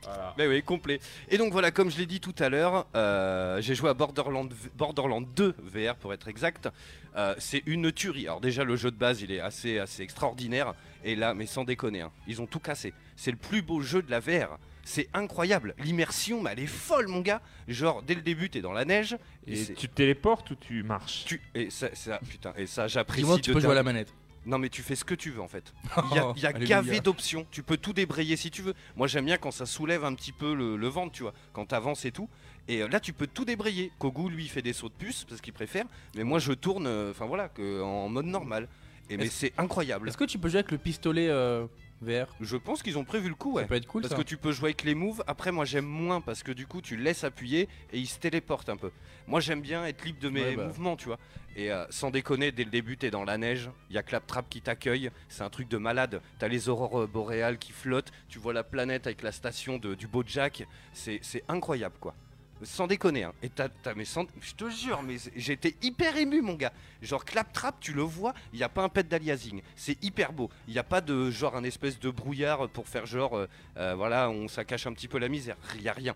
Speaker 5: voilà.
Speaker 3: Mais oui, complet. Et donc voilà, comme je l'ai dit tout à l'heure, euh, j'ai joué à Borderland- Borderlands 2 VR pour être exact. Euh, c'est une tuerie. Alors déjà, le jeu de base, il est assez, assez extraordinaire. Et là, mais sans déconner, hein, ils ont tout cassé. C'est le plus beau jeu de la VR. C'est incroyable. L'immersion, mais elle est folle, mon gars. Genre, dès le début, t'es dans la neige. Et,
Speaker 5: Et
Speaker 3: c'est-
Speaker 5: tu te téléportes ou tu marches
Speaker 3: tu- et ça, ça- putain, et ça, j'apprécie.
Speaker 4: Dis-moi, tu
Speaker 3: de
Speaker 4: peux jouer à
Speaker 3: dingue.
Speaker 4: la manette.
Speaker 3: Non, mais tu fais ce que tu veux en fait. Il y a, il y a
Speaker 4: Oh, Alléluia.
Speaker 3: gavé d'options, tu peux tout débrayer si tu veux. Moi j'aime bien quand ça soulève un petit peu le, le ventre, tu vois, quand t'avances et tout. Et euh, là tu peux tout débrayer. Kogu lui il fait des sauts de puce parce qu'il préfère, mais moi je tourne, euh, enfin voilà, que, en mode normal. Et mais
Speaker 4: Est-ce-
Speaker 3: c'est incroyable.
Speaker 4: Est-ce que tu peux jouer avec le pistolet euh, VR
Speaker 3: Je pense qu'ils ont prévu le coup,
Speaker 4: Ça
Speaker 3: ouais.
Speaker 4: peut être cool,
Speaker 3: Parce
Speaker 4: ça.
Speaker 3: que tu peux jouer avec les moves, après moi j'aime moins parce que du coup tu laisses appuyer et il se téléporte un peu. Moi j'aime bien être libre de mes
Speaker 4: Ouais, bah.
Speaker 3: mouvements, tu vois. Et euh, sans déconner, dès le début t'es dans la neige, il y a Claptrap qui t'accueille, c'est un truc de malade. T'as les aurores euh, boréales qui flottent, tu vois la planète avec la station de, du Bojack, c'est c'est incroyable quoi. Sans déconner, hein. Et t'as, t'as- mais sans- je te jure, mais c'est- j'étais hyper ému, mon gars. Genre, claptrap, tu le vois, il n'y a pas un pet d'aliasing. C'est hyper beau. Il n'y a pas de genre un espèce de brouillard pour faire genre, euh, euh, voilà, on, ça cache un petit peu la misère. Il n'y a rien.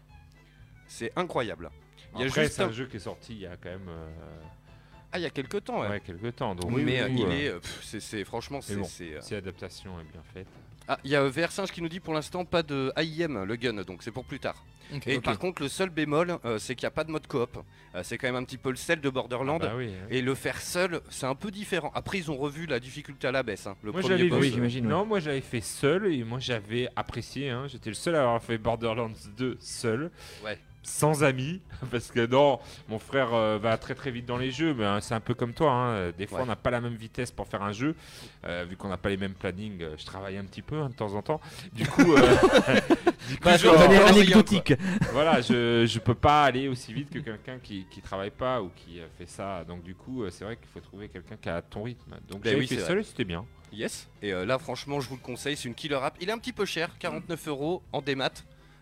Speaker 3: C'est incroyable. hein. Il y a
Speaker 5: Après
Speaker 3: juste
Speaker 5: c'est un
Speaker 3: un-
Speaker 5: jeu qui est sorti il y a quand même euh,
Speaker 3: Ah, il y a quelques temps, ouais.
Speaker 5: ouais, quelques temps donc
Speaker 3: mais euh,
Speaker 5: du coup,
Speaker 3: il
Speaker 5: euh,
Speaker 3: est. euh, pff, c'est, c'est- franchement, c'est.
Speaker 5: bon.
Speaker 3: c'est, euh,
Speaker 5: si l'adaptation est bien faite.
Speaker 3: Ah, il y a euh, VR Singe qui nous dit pour l'instant pas de AIM, le gun, donc c'est pour plus tard.
Speaker 4: Ok.
Speaker 3: Et par contre, le seul bémol, euh, c'est qu'il n'y a pas de mode coop. Euh, c'est quand même un petit peu le sel de Borderlands.
Speaker 5: Ah bah oui, hein.
Speaker 3: Et le faire seul, c'est un peu différent. Après, ils ont revu la difficulté à la baisse. hein. Le
Speaker 5: Moi
Speaker 3: premier
Speaker 5: j'avais
Speaker 3: boss,
Speaker 5: vu,
Speaker 6: oui, j'imagine, ouais.
Speaker 5: non moi j'avais fait seul et moi j'avais apprécié, hein. j'étais le seul à avoir fait Borderlands 2 seul,
Speaker 3: Ouais.
Speaker 5: sans amis, parce que non, mon frère euh, va très très vite dans les jeux, mais hein, c'est un peu comme toi, hein. des fois
Speaker 3: Ouais.
Speaker 5: on n'a pas la même vitesse pour faire un jeu, Euh, vu qu'on n'a pas les mêmes plannings, euh, je travaille un petit peu hein, de temps en temps, du coup, euh, du coup,
Speaker 3: Bah,
Speaker 5: genre,
Speaker 6: De manière
Speaker 3: rien, quoi.
Speaker 6: anecdotique.
Speaker 5: voilà, je, je peux pas aller aussi vite que quelqu'un qui, qui travaille pas ou qui euh, fait ça, donc du coup euh, c'est vrai qu'il faut trouver quelqu'un qui a ton rythme, donc
Speaker 3: Ben
Speaker 5: j'avais
Speaker 3: oui,
Speaker 5: fait
Speaker 3: c'est
Speaker 5: seul et c'était bien.
Speaker 3: Yes. Et euh, là, franchement, je vous le conseille. C'est une killer app. Il est un petit peu cher, 49 euros en démat.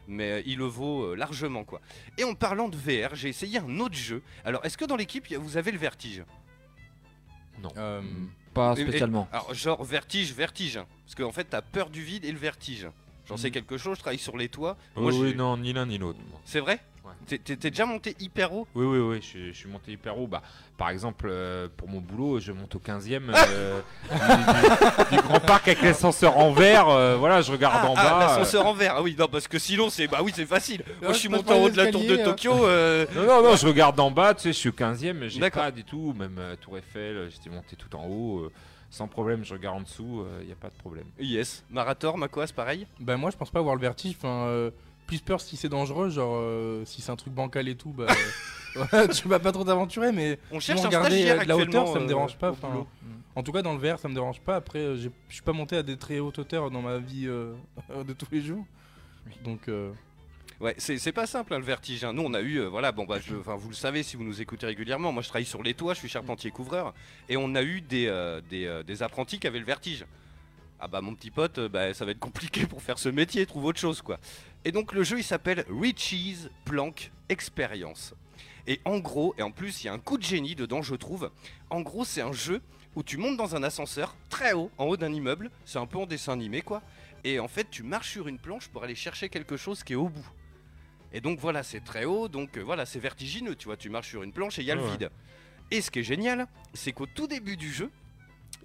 Speaker 3: Mais euh, il le vaut euh, largement, quoi. Et en parlant de VR, j'ai essayé un autre jeu. Alors, est-ce que dans l'équipe, y a- vous avez le vertige
Speaker 4: Euh,
Speaker 6: Pas
Speaker 3: Et- et-
Speaker 6: spécialement.
Speaker 3: Alors, genre vertige, vertige. hein. Parce qu'en fait, t'as peur du vide et le vertige. J'en sais
Speaker 5: Mhm.
Speaker 3: quelque chose, je travaille sur les toits.
Speaker 5: Oh
Speaker 3: j'ai-
Speaker 5: oui, non, ni l'un ni l'autre. moi.
Speaker 3: C'est vrai
Speaker 5: Ouais.
Speaker 3: T'es- T'es t'es déjà monté hyper haut
Speaker 5: Oui, oui, oui, je, suis- je suis monté hyper haut. Bah, par exemple, euh, pour mon boulot, je monte au 15e euh, du, du- du grand parc avec l'ascenseur en verre. euh, voilà, je regarde
Speaker 3: Ah,
Speaker 5: en
Speaker 3: ah,
Speaker 5: bas. euh.
Speaker 3: l'ascenseur en verre. Ah oui, non, parce que sinon, c'est bah oui, c'est facile. Moi, je suis
Speaker 4: je passe
Speaker 3: monté
Speaker 4: par
Speaker 3: en haut
Speaker 4: les
Speaker 3: de la tour de
Speaker 4: escaliers, euh.
Speaker 3: Tokyo. euh,
Speaker 5: Non, non, non, je regarde en bas, tu sais, je suis au 15e, mais j'ai
Speaker 3: D'accord.
Speaker 5: pas du tout, même euh, Tour Eiffel, euh, j'étais monté tout en haut. euh, sans problème, je regarde en dessous, il n'y a pas de problème.
Speaker 3: Yes, Marator, Makoas, pareil.
Speaker 4: Bah, moi, je pense pas avoir le vertige. Enfin, euh, plus peur si c'est dangereux, genre euh, si c'est un truc bancal et tout, bah. euh, tu vas pas trop t'aventurer, mais
Speaker 3: On cherche un
Speaker 4: regarder,
Speaker 3: stagiaire
Speaker 4: euh, de la hauteur,
Speaker 3: actuellement,
Speaker 4: ça me
Speaker 3: euh,
Speaker 4: dérange pas,
Speaker 3: au
Speaker 4: enfin,
Speaker 3: boulot.
Speaker 4: en tout cas dans le VR, ça me dérange pas. Après, euh, j'ai- je suis pas monté à des très hautes hauteurs dans ma vie euh, de tous les jours. Donc, euh,
Speaker 3: Ouais, c'est c'est pas simple hein, le vertige. hein. Nous, on a eu, euh, voilà, bon bah, je- enfin, vous le savez si vous nous écoutez régulièrement. Moi, je travaille sur les toits, je suis charpentier couvreur, et on a eu des euh, des, euh, des apprentis qui avaient le vertige. Ah bah mon petit pote, euh, bah, ça va être compliqué pour faire ce métier, trouve autre chose quoi. Et donc le jeu il s'appelle Richie's Plank Experience. Et en gros, et en plus il y a un coup de génie dedans je trouve, en gros c'est un jeu où tu montes dans un ascenseur très haut, en haut d'un immeuble, c'est un peu en dessin animé quoi, et en fait tu marches sur une planche pour aller chercher quelque chose qui est au bout. Et donc voilà, c'est très haut, donc euh, voilà, c'est vertigineux, tu vois, tu marches sur une planche et il y a le
Speaker 5: Ouais, ouais.
Speaker 3: vide. Et ce qui est génial, c'est qu'au tout début du jeu,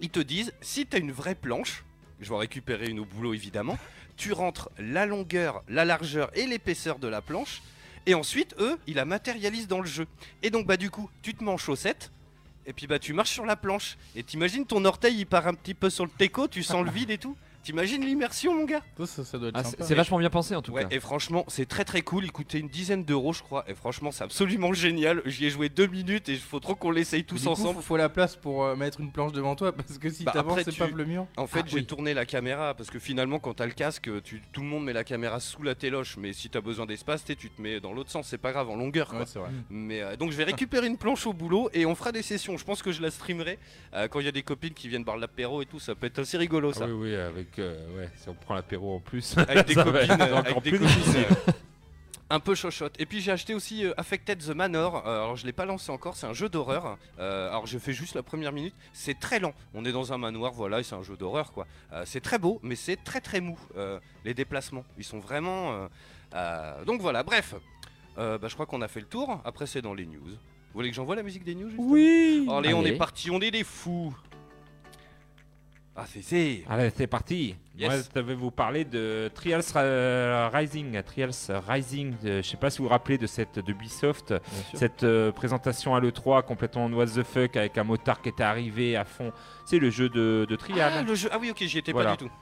Speaker 3: ils te disent, si t'as une vraie planche, je vais en récupérer une au boulot évidemment, tu rentres la longueur, la largeur et l'épaisseur de la planche, et ensuite, eux, ils la matérialisent dans le jeu. Et donc, bah, du coup, tu te mets en chaussette, et puis, bah, tu marches sur la planche, et t'imagines ton orteil, il part un petit peu sur le teco, tu sens le vide et tout. T'imagines l'immersion, mon gars
Speaker 4: Ça, ça, ça doit être
Speaker 6: Ah, c'est
Speaker 4: sympa.
Speaker 6: c'est vachement bien pensé en tout
Speaker 3: Ouais,
Speaker 6: cas.
Speaker 3: et franchement, c'est très très cool. Il coûtait une dizaine d'euros, je crois. Et franchement, c'est absolument génial. J'y ai joué deux minutes et il faut trop qu'on l'essaye
Speaker 4: Mais
Speaker 3: tous
Speaker 4: du coup,
Speaker 3: ensemble.
Speaker 4: faut- faut la place pour euh, mettre une planche devant toi parce que si
Speaker 3: Bah,
Speaker 4: t'avances,
Speaker 3: après,
Speaker 4: c'est
Speaker 3: tu-
Speaker 4: pas le mur.
Speaker 3: En fait,
Speaker 6: Ah,
Speaker 3: j'ai
Speaker 6: oui.
Speaker 3: tourné la caméra parce que finalement, quand t'as le casque, tu, tout le monde met la caméra sous la téloche. Mais si t'as besoin d'espace, t'es- tu te mets dans l'autre sens. C'est pas grave, en longueur. Quoi.
Speaker 4: Ouais, c'est vrai.
Speaker 3: Mais euh, donc, je vais récupérer une planche au boulot et on fera des sessions. Je pense que je la streamerai euh, quand il y a des copines qui viennent boire l'apéro et tout. Ça peut être assez rigolo, ça.
Speaker 5: Ah oui, oui, avec. euh, ouais, si on prend l'apéro en plus.
Speaker 3: avec des
Speaker 5: Ça va
Speaker 3: copines,
Speaker 5: être
Speaker 3: euh,
Speaker 5: encore
Speaker 3: avec des
Speaker 5: plus
Speaker 3: copines, euh, un peu chochotte. Et puis j'ai acheté aussi euh, Affected the Manor. Euh, alors je l'ai pas lancé encore, c'est un jeu d'horreur. Euh, alors je fais juste la première minute. C'est très lent. On est dans un manoir, voilà, et c'est un jeu d'horreur quoi. Euh, c'est très beau, mais c'est très très mou. Euh, les déplacements, ils sont vraiment. euh, euh, donc voilà, bref. Euh, bah, je crois qu'on a fait le tour. Après c'est dans les news. Vous voulez que j'envoie la musique des news justement
Speaker 6: Oui
Speaker 3: Allez, on
Speaker 6: Allez.
Speaker 3: est parti, on est des fous. Ah c'est c'est.
Speaker 5: Allez, c'est parti.
Speaker 3: Yes.
Speaker 5: Moi, je vais vous parler de Trials euh, Rising. Trials Rising, euh, je sais pas si vous vous rappelez de cette de Ubisoft, cette euh, présentation à l'E3 complètement what the fuck avec un motard qui était arrivé à fond. C'est le jeu de, de Trials.
Speaker 3: Ah, le jeu. ah oui ok j'y étais
Speaker 5: Voilà.
Speaker 3: pas du tout.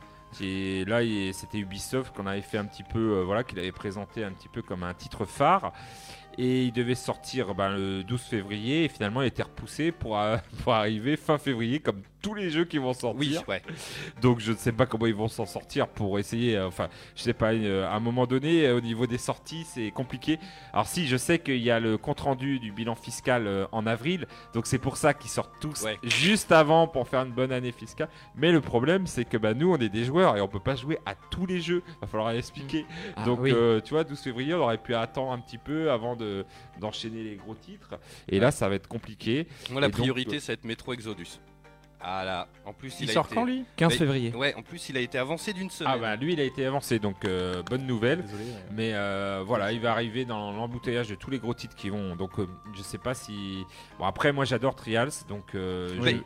Speaker 5: Et là, il- c'était Ubisoft qu'on avait fait un petit peu, euh, voilà, qu'il avait présenté un petit peu comme un titre phare. Et il devait sortir ben, le 12 février. Et finalement, il était repoussé pour, euh, pour arriver fin février, comme tous les jeux qui vont sortir.
Speaker 3: Oui ouais.
Speaker 5: Donc je ne sais pas comment ils vont s'en sortir pour essayer. euh, enfin, je sais pas. euh, à un moment donné, euh, au niveau des sorties, c'est compliqué. Alors si, je sais qu'il y a le compte rendu du bilan fiscal euh, en avril. Donc c'est pour ça qu'ils sortent tous
Speaker 3: Ouais.
Speaker 5: juste avant pour faire une bonne année fiscale. Mais le problème, c'est que bah, nous, on est des joueurs et on peut pas jouer à tous les jeux. Va falloir expliquer.
Speaker 6: Ah,
Speaker 5: Donc
Speaker 6: oui.
Speaker 5: euh, tu vois, 12 février, on aurait pu attendre un petit peu avant de d'enchaîner les gros titres. Et là, ça va être compliqué.
Speaker 3: Moi, la
Speaker 5: Et donc,
Speaker 3: priorité,
Speaker 5: euh,
Speaker 3: ça va être Metro Exodus. Ah là, en plus, il,
Speaker 4: Il
Speaker 3: a
Speaker 4: sort
Speaker 3: été...
Speaker 4: quand lui
Speaker 6: 15
Speaker 3: Mais-
Speaker 6: février.
Speaker 3: Ouais, en plus, il a été avancé d'une semaine.
Speaker 5: Ah bah lui, il a été avancé. Donc euh, bonne nouvelle.
Speaker 4: Désolé.
Speaker 5: Mais euh, voilà, il va arriver dans l'embouteillage de tous les gros titres qui vont. Donc euh, je sais pas si. Bon après moi j'adore Trials, donc euh,
Speaker 3: Oui.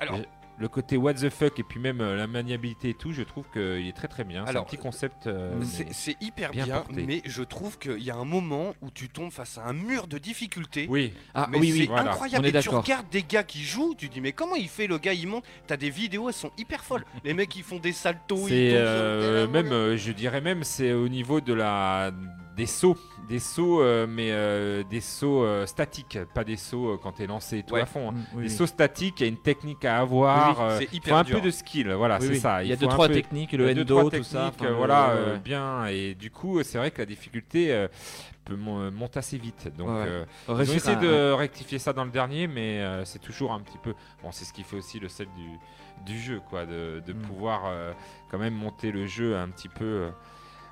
Speaker 5: je-
Speaker 3: Alors-
Speaker 5: je- le côté what the fuck et puis même euh, la maniabilité et tout, je trouve qu'il est très très bien. C'est un
Speaker 3: Alors,
Speaker 5: petit concept. euh,
Speaker 3: C'est
Speaker 5: mais-
Speaker 3: c'est hyper bien,
Speaker 5: bien porté.
Speaker 3: mais je trouve qu'il y a un moment où tu tombes face à un mur de difficulté.
Speaker 5: Oui,
Speaker 6: Ah
Speaker 3: Mais
Speaker 6: oui,
Speaker 3: c'est
Speaker 6: oui.
Speaker 5: voilà,
Speaker 3: incroyable.
Speaker 6: on est
Speaker 3: Et tu
Speaker 6: d'accord.
Speaker 3: regardes des gars qui jouent, tu dis mais comment il fait le gars Il monte. T'as des vidéos, elles sont hyper folles. Les mecs ils font des saltos. ils tombent
Speaker 5: c'est
Speaker 3: sur-
Speaker 5: euh, même, euh, je dirais même, c'est au niveau de la des sauts, des sauts, euh, mais euh, des sauts euh, statiques, pas des sauts euh, quand t'es lancé et tout
Speaker 3: Ouais.
Speaker 5: à fond. hein.
Speaker 6: Mm, oui,
Speaker 5: des
Speaker 6: oui.
Speaker 5: sauts statiques, il y a une technique à avoir.
Speaker 3: Oui, oui,
Speaker 5: euh,
Speaker 3: c'est
Speaker 5: faut
Speaker 3: hyper
Speaker 5: un
Speaker 3: dur.
Speaker 5: peu de skill, voilà,
Speaker 6: Oui,
Speaker 5: c'est
Speaker 6: oui.
Speaker 5: ça.
Speaker 6: Il y a
Speaker 5: faut
Speaker 6: deux
Speaker 5: un
Speaker 6: trois
Speaker 5: peu-
Speaker 6: techniques, le
Speaker 5: Il y a deux,
Speaker 6: endo,
Speaker 5: trois
Speaker 6: tout ça.
Speaker 5: techniques,
Speaker 6: enfin,
Speaker 5: euh, voilà,
Speaker 6: ouais, ouais,
Speaker 5: euh,
Speaker 6: ouais.
Speaker 5: bien. Et du coup, c'est vrai que la difficulté euh, peut mon- euh, monte assez vite. Donc,
Speaker 6: Ouais, ouais.
Speaker 5: euh, ils ont
Speaker 6: Réussir
Speaker 5: essayé
Speaker 6: à-
Speaker 5: de rectifier ça dans le dernier, mais euh, c'est toujours un petit peu. Bon, c'est ce qui fait aussi le sel du, du jeu, quoi, de, de
Speaker 6: Mm.
Speaker 5: pouvoir euh, quand même monter le jeu un petit peu. euh,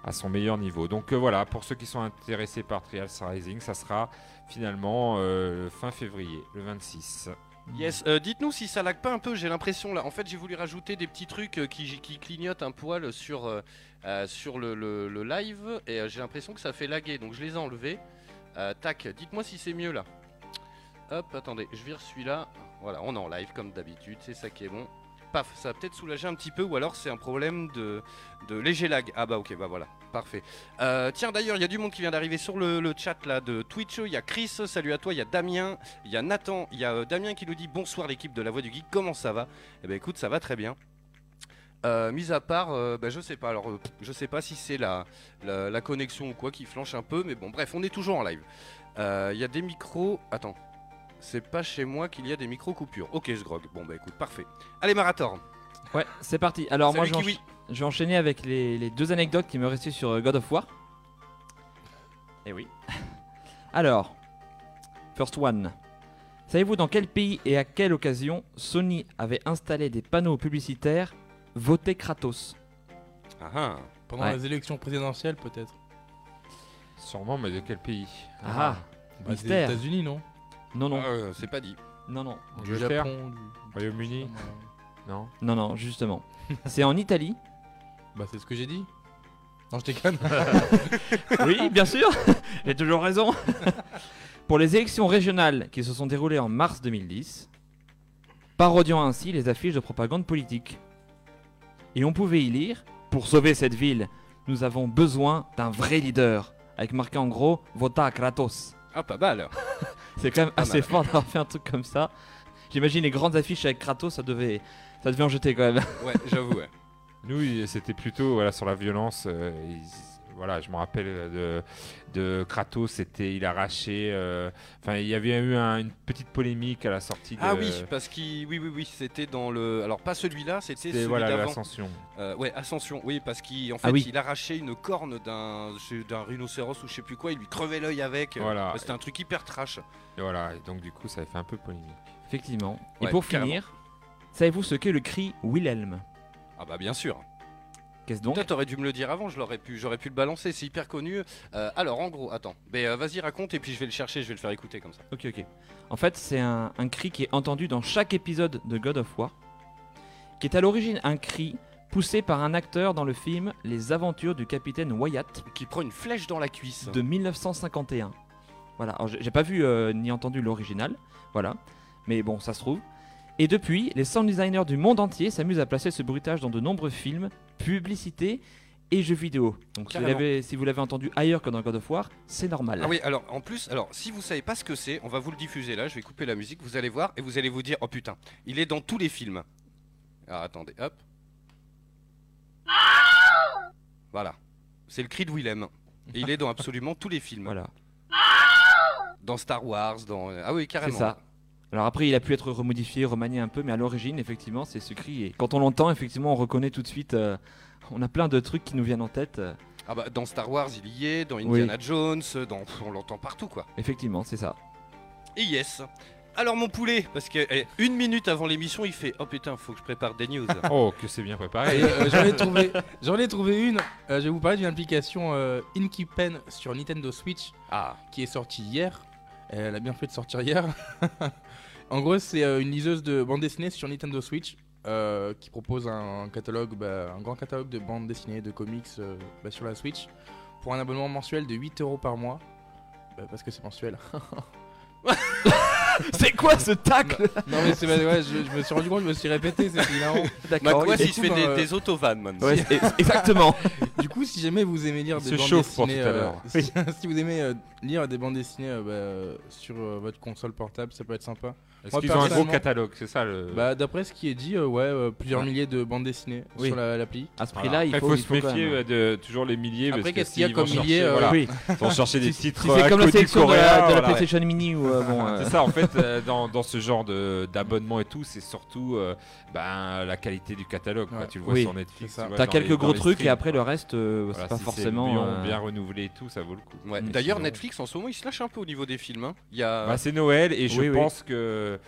Speaker 5: à son meilleur niveau. Donc euh, voilà, pour ceux qui sont intéressés par Trials Rising, ça sera finalement euh, fin février, le 26.
Speaker 3: Yes, euh, dites-nous si ça lag pas un peu, j'ai l'impression là. En fait, j'ai voulu rajouter des petits trucs euh, qui, qui clignotent un poil sur, euh, euh, sur le, le- le live et euh, j'ai l'impression que ça fait laguer, donc je les ai enlevés. Euh, tac, dites-moi si c'est mieux là. Hop, attendez, je vire celui-là. Voilà, on est en live comme d'habitude, c'est ça qui est bon. Paf, ça va peut-être soulager un petit peu, ou alors c'est un problème de, de léger lag. Ah bah ok, bah voilà, parfait. Euh, tiens d'ailleurs, il y a du monde qui vient d'arriver sur le, le chat là de Twitch. Il y a Chris, salut à toi, il y a Damien, il y a Nathan, il y a euh, Damien qui nous dit bonsoir l'équipe de la Voix du Geek, comment ça va Eh ben écoute, ça va très bien. Euh, mis à part, euh, bah, je sais pas, alors euh, je sais pas si c'est la, la, la connexion ou quoi qui flanche un peu, mais bon, bref, on est toujours en live. Euh, Il y a des micros. Attends, c'est pas chez moi qu'il y a des micros coupures. Ok, je grog. Bon, bah écoute, parfait. Allez, Marator.
Speaker 6: Ouais, c'est parti. Alors moi,
Speaker 3: Salut,
Speaker 6: je vais
Speaker 3: Kiwi.
Speaker 6: encha- je vais enchaîner avec les, les deux anecdotes qui me restaient sur euh, God of War. Et oui. Alors, first one. Savez-vous dans quel pays et à quelle occasion Sony avait installé des panneaux publicitaires Votez Kratos
Speaker 3: Ah, ah.
Speaker 4: Pendant
Speaker 6: Ouais.
Speaker 4: les élections présidentielles, peut-être.
Speaker 5: Sûrement, mais de quel pays
Speaker 4: Bah,
Speaker 6: Ah,
Speaker 4: des
Speaker 6: Mystère.
Speaker 4: États-Unis, non
Speaker 6: Non, non,
Speaker 3: Ah, euh, c'est pas dit.
Speaker 6: non, non,
Speaker 5: Du
Speaker 4: Du
Speaker 5: Japon,
Speaker 4: Japon, du
Speaker 5: Ah, Royaume-Uni Non
Speaker 6: non, non, justement. c'est en Italie.
Speaker 4: Bah, c'est ce que j'ai dit. Non, je déconne.
Speaker 6: Oui, bien sûr, j'ai toujours raison. Pour les élections régionales qui se sont déroulées en mars 2010, parodiant ainsi les affiches de propagande politique. Et on pouvait y lire Pour sauver cette ville, nous avons besoin d'un vrai leader. Avec marqué en gros Vota Kratos.
Speaker 3: Ah, pas mal.
Speaker 6: C'est quand même
Speaker 3: Pas
Speaker 6: assez fort d'avoir fait un truc comme ça. J'imagine les grandes affiches avec Kratos, ça devait, ça devait en jeter quand même.
Speaker 3: ouais, j'avoue. ouais.
Speaker 5: Nous, il- c'était plutôt voilà, sur la violence. euh, ils- voilà, je me rappelle de, de Kratos, c'était il arrachait. euh, Enfin, il y avait eu un- une petite polémique à la sortie de.
Speaker 3: Ah oui, parce qu'il. Oui, oui, oui, c'était dans le. Alors, pas celui-là, c'était
Speaker 5: c'était
Speaker 3: celui
Speaker 5: voilà
Speaker 3: d'avant.
Speaker 5: l'ascension.
Speaker 3: Euh, ouais, Ascension, oui, parce qu'il en fait,
Speaker 6: Ah oui.
Speaker 3: il arrachait une corne d'un d'un rhinocéros ou je sais plus quoi, il lui crevait l'œil avec. Euh,
Speaker 5: Voilà.
Speaker 3: C'était un truc hyper trash.
Speaker 5: Et voilà, et donc du coup, ça avait fait un peu polémique.
Speaker 6: Effectivement.
Speaker 3: Ouais,
Speaker 6: Et pour
Speaker 3: carrément.
Speaker 6: finir, savez-vous ce qu'est le cri Wilhelm
Speaker 3: Ah bah bien sûr.
Speaker 6: Qu'est-ce donc
Speaker 3: Toi, t'aurais dû me le dire avant, je l'aurais pu, j'aurais pu le balancer, c'est hyper connu. Euh, alors en gros, attends, mais euh, vas-y raconte et puis je vais le chercher, je vais le faire écouter comme ça.
Speaker 6: Ok, ok. En fait, c'est un, un cri qui est entendu dans chaque épisode de God of War, qui est à l'origine un cri poussé par un acteur dans le film Les Aventures du capitaine Wyatt
Speaker 3: Qui prend une flèche dans la cuisse.
Speaker 6: de 1951. Voilà, alors j'ai j'ai pas vu euh, ni entendu l'original, voilà, mais bon, ça se trouve. Et depuis, les sound designers du monde entier s'amusent à placer ce bruitage dans de nombreux films, publicités et jeux vidéo. Donc si vous
Speaker 3: Carrément.
Speaker 6: l'avez- si vous l'avez entendu ailleurs que dans God of War, c'est normal.
Speaker 3: Ah oui, alors en plus, alors si vous savez pas ce que c'est, on va vous le diffuser là, je vais couper la musique, vous allez voir et vous allez vous dire oh putain, il est dans tous les films. Alors attendez, hop. Voilà. C'est le cri de Willem. Et il est dans absolument tous les films.
Speaker 6: Voilà.
Speaker 3: Dans Star Wars, dans Ah oui, carrément.
Speaker 6: C'est ça. Alors après, il a pu être remodifié, remanié un peu, mais à l'origine, effectivement, c'est ce cri. Et quand on l'entend, effectivement, on reconnaît tout de suite. euh, on a plein de trucs qui nous viennent en tête. euh,
Speaker 3: Ah bah dans Star Wars, il y est, dans
Speaker 6: Oui.
Speaker 3: Indiana Jones, dans pff, on l'entend partout quoi.
Speaker 6: effectivement, c'est ça.
Speaker 3: Et yes. Alors mon poulet, parce que eh, une minute avant l'émission, il fait oh putain, faut que je prépare des news.
Speaker 5: Oh, que c'est bien préparé.
Speaker 4: Et, euh, j'en ai trouvé, j'en ai trouvé une. Euh, je vais vous parler d'une application euh, Inkipen sur Nintendo Switch
Speaker 3: ah,
Speaker 4: qui est sortie hier. Elle a bien fait de sortir hier. en gros, c'est euh, une liseuse de bande dessinée sur Nintendo Switch euh, qui propose un catalogue, bah, un grand catalogue de bandes dessinées, de comics euh, bah, sur la Switch pour un abonnement mensuel de 8 euros par mois. Bah, parce que c'est mensuel.
Speaker 6: c'est quoi ce tacle
Speaker 4: non mais c'est ouais, je, je me suis rendu compte, je me suis répété, c'est hilarant.
Speaker 6: D'accord.
Speaker 3: Macross,
Speaker 4: et
Speaker 3: il
Speaker 4: du
Speaker 3: se
Speaker 4: coup,
Speaker 3: fait
Speaker 4: ben,
Speaker 3: des,
Speaker 4: euh,
Speaker 3: des autovannes maintenant.
Speaker 6: Ouais, c'est- exactement.
Speaker 4: Du coup, si jamais vous aimez lire
Speaker 5: Il
Speaker 4: des
Speaker 5: se
Speaker 4: bandes
Speaker 5: chauffe pour
Speaker 4: dessinées,
Speaker 5: tout à
Speaker 4: euh,
Speaker 5: l'heure.
Speaker 4: si, si vous aimez euh, lire des bandes dessinées euh, bah, euh, sur euh, votre console portable, ça peut être sympa.
Speaker 5: Est-ce
Speaker 4: Moi,
Speaker 5: qu'ils ont un gros
Speaker 4: personnellement-
Speaker 5: catalogue C'est ça le.
Speaker 4: Bah, d'après ce qui est dit, euh, ouais, euh, plusieurs
Speaker 6: Ouais.
Speaker 4: milliers de bandes dessinées
Speaker 6: Oui.
Speaker 4: sur la- l'appli.
Speaker 6: À ce
Speaker 5: Voilà.
Speaker 6: prix-là, il
Speaker 5: Après,
Speaker 6: faut, il
Speaker 5: se
Speaker 6: faut quand
Speaker 5: méfier
Speaker 6: même, euh,
Speaker 5: ouais, de toujours les milliers.
Speaker 4: Après,
Speaker 5: parce que
Speaker 4: qu'est-ce qu'il y a
Speaker 5: s'ils
Speaker 4: comme
Speaker 5: vont chercher,
Speaker 4: milliers, euh,
Speaker 5: voilà,
Speaker 6: Oui.
Speaker 5: Ils vont chercher des
Speaker 6: Si-
Speaker 5: titres.
Speaker 6: si c'est
Speaker 5: à
Speaker 6: comme la
Speaker 5: côté du
Speaker 6: sélection de la, de la
Speaker 5: Coréen, voilà.
Speaker 6: PlayStation Mini ou euh, bon, euh,
Speaker 5: C'est ça en fait euh, dans, dans ce genre de d'abonnement et tout c'est surtout euh, ben, la qualité du catalogue quoi.
Speaker 4: Ouais.
Speaker 5: tu le vois
Speaker 6: Oui,
Speaker 5: sur Netflix
Speaker 4: c'est ça.
Speaker 5: tu vois
Speaker 6: t'as
Speaker 5: dans
Speaker 6: quelques
Speaker 5: les- dans
Speaker 6: gros
Speaker 5: les
Speaker 6: trucs
Speaker 5: streams.
Speaker 6: et après le reste, euh,
Speaker 5: Voilà,
Speaker 6: c'est pas
Speaker 5: si
Speaker 6: forcément.
Speaker 5: bien,
Speaker 6: euh,
Speaker 5: bien renouvelé et tout ça vaut le coup
Speaker 3: Ouais.
Speaker 6: Mais
Speaker 3: D'ailleurs,
Speaker 6: sinon-
Speaker 3: Netflix en ce moment, il se lâche un peu au niveau des films. hein. Il y a.
Speaker 5: Bah, c'est Noël et je
Speaker 6: Oui, oui.
Speaker 5: pense que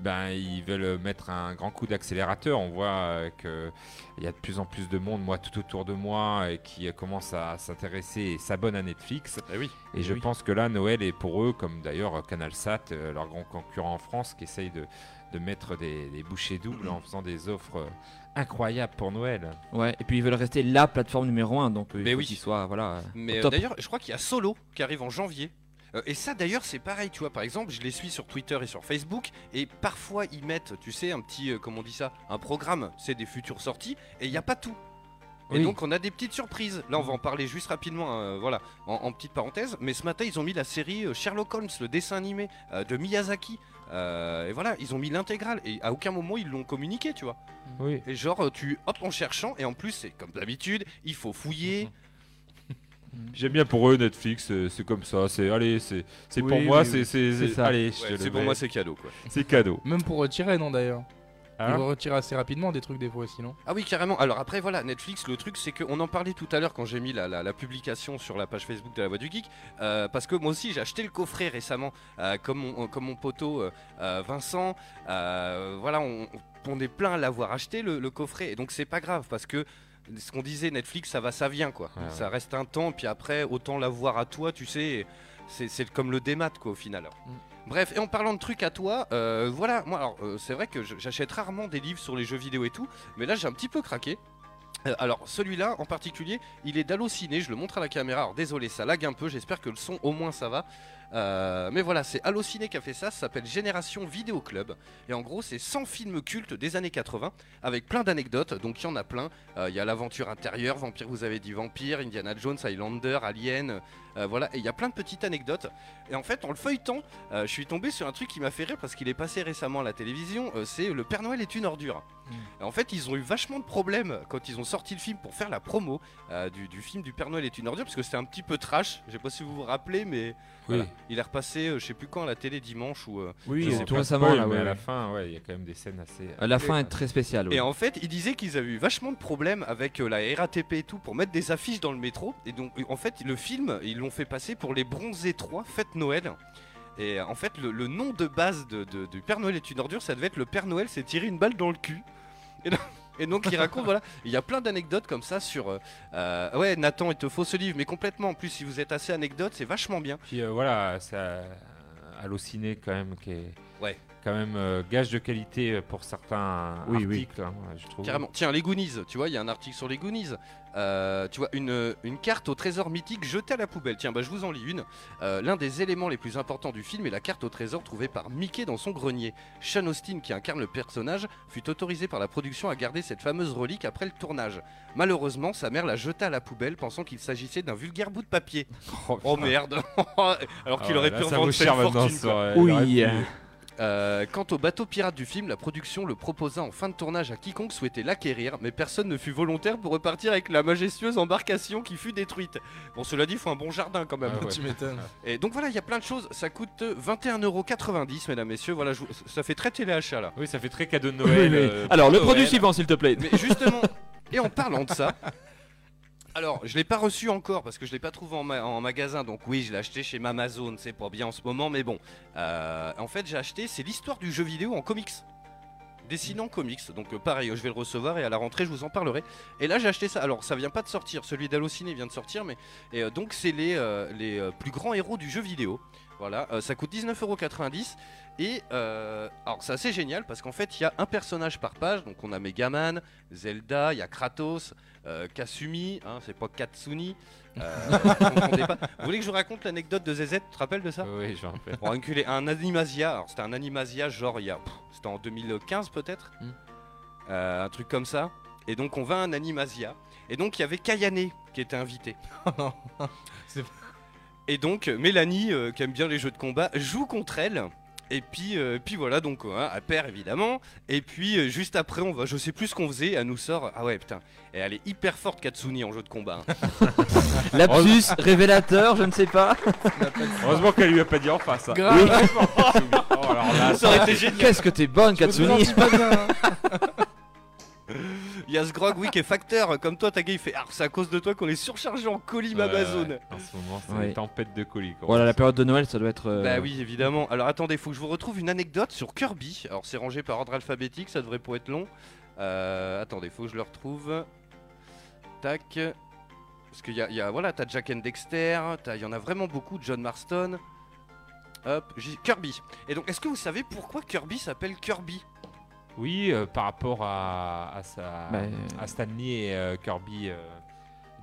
Speaker 5: ben ils veulent mettre un grand coup d'accélérateur on voit euh, que il y a de plus en plus de monde moi tout autour de moi et qui euh, commence à s'intéresser et s'abonne à Netflix
Speaker 6: Bah
Speaker 3: Eh oui.
Speaker 5: Et je pense que là, Noël est pour eux, comme d'ailleurs euh, CanalSat, euh, leur grand concurrent en France, qui essaye de, de mettre des, des bouchées doubles en faisant des offres euh, incroyables pour Noël.
Speaker 6: Ouais. Et puis ils veulent rester la plateforme numéro 1 donc euh, il
Speaker 3: Mais
Speaker 6: faut
Speaker 3: oui.
Speaker 6: qu'ils soient voilà. euh,
Speaker 3: Mais
Speaker 6: au
Speaker 3: euh,
Speaker 6: top.
Speaker 3: d'ailleurs, je crois qu'il y a Solo qui arrive en janvier. Euh, et ça, d'ailleurs, c'est pareil. Tu vois, par exemple, je les suis sur Twitter et sur Facebook. Et parfois, ils mettent, tu sais, un petit, euh, comment on dit ça, un programme. C'est des futures sorties. Et il n'y a pas tout. Et
Speaker 6: Oui.
Speaker 3: donc, on a des petites surprises. Là, on va en parler juste rapidement, euh, voilà, en, en petite parenthèse. Mais ce matin, ils ont mis la série euh, Sherlock Holmes, le dessin animé euh, de Miyazaki. Euh, et voilà, ils ont mis l'intégrale. Et à aucun moment, ils l'ont communiqué, tu vois.
Speaker 5: Oui.
Speaker 3: Et genre, euh, tu hop en cherchant, et en plus, c'est comme d'habitude, il faut fouiller.
Speaker 5: J'aime bien pour eux Netflix, euh, c'est comme ça. C'est allez, c'est c'est
Speaker 6: Oui,
Speaker 5: pour moi,
Speaker 6: oui,
Speaker 5: c'est
Speaker 6: oui.
Speaker 5: c'est
Speaker 6: C'est
Speaker 5: c'est-
Speaker 6: ça.
Speaker 5: allez, je te le
Speaker 3: c'est pour
Speaker 5: mets.
Speaker 3: moi, c'est cadeau quoi.
Speaker 5: c'est cadeau.
Speaker 4: Même pour retirer, non d'ailleurs.
Speaker 5: Hein
Speaker 4: Ils vont retirer assez rapidement des trucs des fois, sinon.
Speaker 3: Ah oui, carrément. Alors après, voilà, Netflix, le truc, c'est qu'on en parlait tout à l'heure quand j'ai mis la, la- la publication sur la page Facebook de la Voix du Geek. euh, parce que moi aussi, j'ai acheté le coffret récemment, euh, comme, mon, comme mon poteau euh, euh, Vincent. Euh, voilà, on, on est plein à l'avoir acheté, le, le coffret. Et donc, c'est pas grave, parce que ce qu'on disait, Netflix, ça va, ça vient, quoi.
Speaker 5: Ouais, ouais.
Speaker 3: ça reste un temps, puis après, autant l'avoir à toi, tu sais. C'est c'est comme le démat, quoi, au final. Bref, et en parlant de trucs à toi, euh, voilà, moi, alors, euh, c'est vrai que je- j'achète rarement des livres sur les jeux vidéo et tout, mais là, j'ai un petit peu craqué. Euh, alors, celui-là, en particulier, il est d'Hallociné, je le montre à la caméra, alors désolé, ça lag un peu, j'espère que le son, au moins, ça va. Euh, mais voilà, c'est Allociné qui a fait ça, ça s'appelle Génération Vidéo Club, et en gros, c'est 100 films cultes des années 80, avec plein d'anecdotes, donc il y en a plein. Euh, Il y a l'aventure intérieure, Vampire, vous avez dit Vampire, Indiana Jones, Highlander, Alien, Euh, voilà, et il y a plein de petites anecdotes. Et en fait, en le feuilletant, euh, je suis tombé sur un truc qui m'a fait rire parce qu'il est passé récemment à la télévision. euh, c'est Le Père Noël est une ordure. Et En fait, ils ont eu vachement de problèmes quand ils ont sorti le film pour faire la promo euh, du, du film du Père Noël est une ordure parce que c'était un petit peu trash. Je sais pas si vous vous rappelez, mais voilà. il est repassé, euh, je sais plus quand, à la télé dimanche ou. euh,
Speaker 5: Je
Speaker 6: Oui,
Speaker 5: sais
Speaker 6: tout
Speaker 5: pas
Speaker 6: récemment.
Speaker 5: spoil,
Speaker 6: là,
Speaker 5: mais
Speaker 6: ouais,
Speaker 5: à la
Speaker 6: ouais.
Speaker 5: fin, ouais, il y a quand même des scènes assez.
Speaker 6: Euh, La fin est très spéciale. ouais.
Speaker 3: Et en fait, ils disaient qu'ils avaient eu vachement de problèmes avec euh, la RATP et tout pour mettre des affiches dans le métro. Et donc, en fait, le film, ils l'ont fait passer pour les Bronzés 3, Fête Noël. Et euh, en fait, le, le nom de base de, de- du Père Noël est une ordure, ça devait être le Père Noël s'est tiré une balle dans le cul. Et donc, et donc, il raconte, voilà, il y a plein d'anecdotes comme ça sur. euh, euh, ouais, Nathan, il te faut ce livre, mais complètement. En plus, si vous êtes assez anecdote, c'est vachement bien.
Speaker 5: Puis euh, voilà, ça. Allociné quand même, qui est.
Speaker 3: Ouais.
Speaker 5: Quand même euh, gage de qualité pour certains
Speaker 6: Oui, oui.
Speaker 5: articles, hein, je trouve.
Speaker 3: Carrément. Tiens, les Goonies, tu vois, il y a un article sur les Goonies. Euh, tu vois, une, une carte au trésor mythique jetée à la poubelle. Tiens, bah, je vous en lis une. Euh, L'un des éléments les plus importants du film est la carte au trésor trouvée par Mickey dans son grenier. Sean Austin, qui incarne le personnage, fut autorisé par la production à garder cette fameuse relique après le tournage. Malheureusement, sa mère la jeta à la poubelle pensant qu'il s'agissait d'un vulgaire bout de papier.
Speaker 5: Oh,
Speaker 3: Oh merde Alors
Speaker 5: Ah
Speaker 3: qu'il
Speaker 5: ouais,
Speaker 3: aurait
Speaker 5: là,
Speaker 3: pu
Speaker 5: ça vaut
Speaker 3: revendre cette
Speaker 5: cher maintenant,
Speaker 3: fortune.
Speaker 5: ça,
Speaker 3: quoi.
Speaker 5: ouais,
Speaker 6: Oui.
Speaker 5: il aurait pu-
Speaker 3: Euh, quant au bateau pirate du film, la production le proposa en fin de tournage à quiconque souhaitait l'acquérir, mais personne ne fut volontaire pour repartir avec la majestueuse embarcation qui fut détruite. Bon, cela dit, faut un bon jardin quand même.
Speaker 5: Ah ouais.
Speaker 4: Tu m'étonnes.
Speaker 3: Et donc voilà, il y a plein de choses. Ça coûte 21,90€, mesdames, messieurs. Voilà, je vous- ça fait très téléachat là.
Speaker 5: Oui, ça fait très cadeau de
Speaker 6: Oui,
Speaker 5: Noël.
Speaker 6: oui.
Speaker 5: euh,
Speaker 6: Alors, le
Speaker 5: Noël.
Speaker 6: produit suivant, s'il te plaît.
Speaker 3: Mais justement, et en parlant de ça, alors je l'ai pas reçu encore parce que je l'ai pas trouvé en, ma- en magasin. Donc oui, je l'ai acheté chez Amazon. C'est pas bien en ce moment, mais bon. Euh, en fait, j'ai acheté. C'est l'histoire du jeu vidéo en comics. Dessinant comics, donc euh, pareil, je vais le recevoir et à la rentrée je vous en parlerai. Et là j'ai acheté ça, alors ça vient pas de sortir, celui d'Allociné vient de sortir, mais et, euh, donc c'est les, euh, les euh, plus grands héros du jeu vidéo. Voilà, euh, ça coûte 19,90€ et euh, alors c'est assez génial parce qu'en fait il y a un personnage par page, donc on a Megaman, Zelda, il y a Kratos, euh, Kasumi, hein, c'est pas Katsuni. euh, vous comprenez pas. Vous voulez que je vous raconte l'anecdote de ZZ Tu te rappelles de ça
Speaker 5: Oui, je me rappelle.
Speaker 3: Bon, enculé, un Animasia, alors c'était un Animasia genre il y a. pff, C'était en 2015 peut-être
Speaker 4: Mm.
Speaker 3: Euh, Un truc comme ça. Et donc on va à un Animasia. Et donc il y avait Kayane qui était invité.
Speaker 4: non. C'est-
Speaker 3: Et donc euh, Mélanie, euh, qui aime bien les jeux de combat, joue contre elle. Et puis, euh, puis voilà, donc hein, elle perd évidemment. Et puis euh, juste après, on va, je sais plus ce qu'on faisait, elle nous sort. Ah ouais, putain, et elle est hyper forte Katsuni en jeu de combat. hein.
Speaker 6: Lapsus, révélateur, je ne sais pas.
Speaker 5: Heureusement qu'elle lui a pas dit en face. hein.
Speaker 6: Grave. Oui.
Speaker 5: Vraiment. Oh, alors là,
Speaker 3: Ça aurait été génial.
Speaker 6: Qu'est-ce que t'es bonne, Katsuni
Speaker 3: Il y a ce grog, oui, qui est facteur. Comme toi, Tagay, il fait Ah, c'est à cause de toi qu'on est surchargé en colis
Speaker 5: Ouais,
Speaker 3: Amazon.
Speaker 5: ouais. euh, En ce moment, c'est
Speaker 6: Ouais.
Speaker 5: une tempête de colis. quoi.
Speaker 6: Voilà, la période de Noël, ça doit être. euh,
Speaker 3: Bah oui, évidemment. Alors attendez, faut que je vous retrouve une anecdote sur Kirby. Alors c'est rangé par ordre alphabétique, ça devrait pas être long. Euh, attendez, faut que je le retrouve. Tac. Parce qu'il y a, il y a- voilà, t'as Jack and Dexter, t'as- il y en a vraiment beaucoup, John Marston. Hop, j'ai- Kirby. Et donc, est-ce que vous savez pourquoi Kirby s'appelle Kirby
Speaker 5: Oui, euh, par rapport à, à, sa,
Speaker 6: Bah, euh,
Speaker 5: à Stanley et euh, Kirby euh,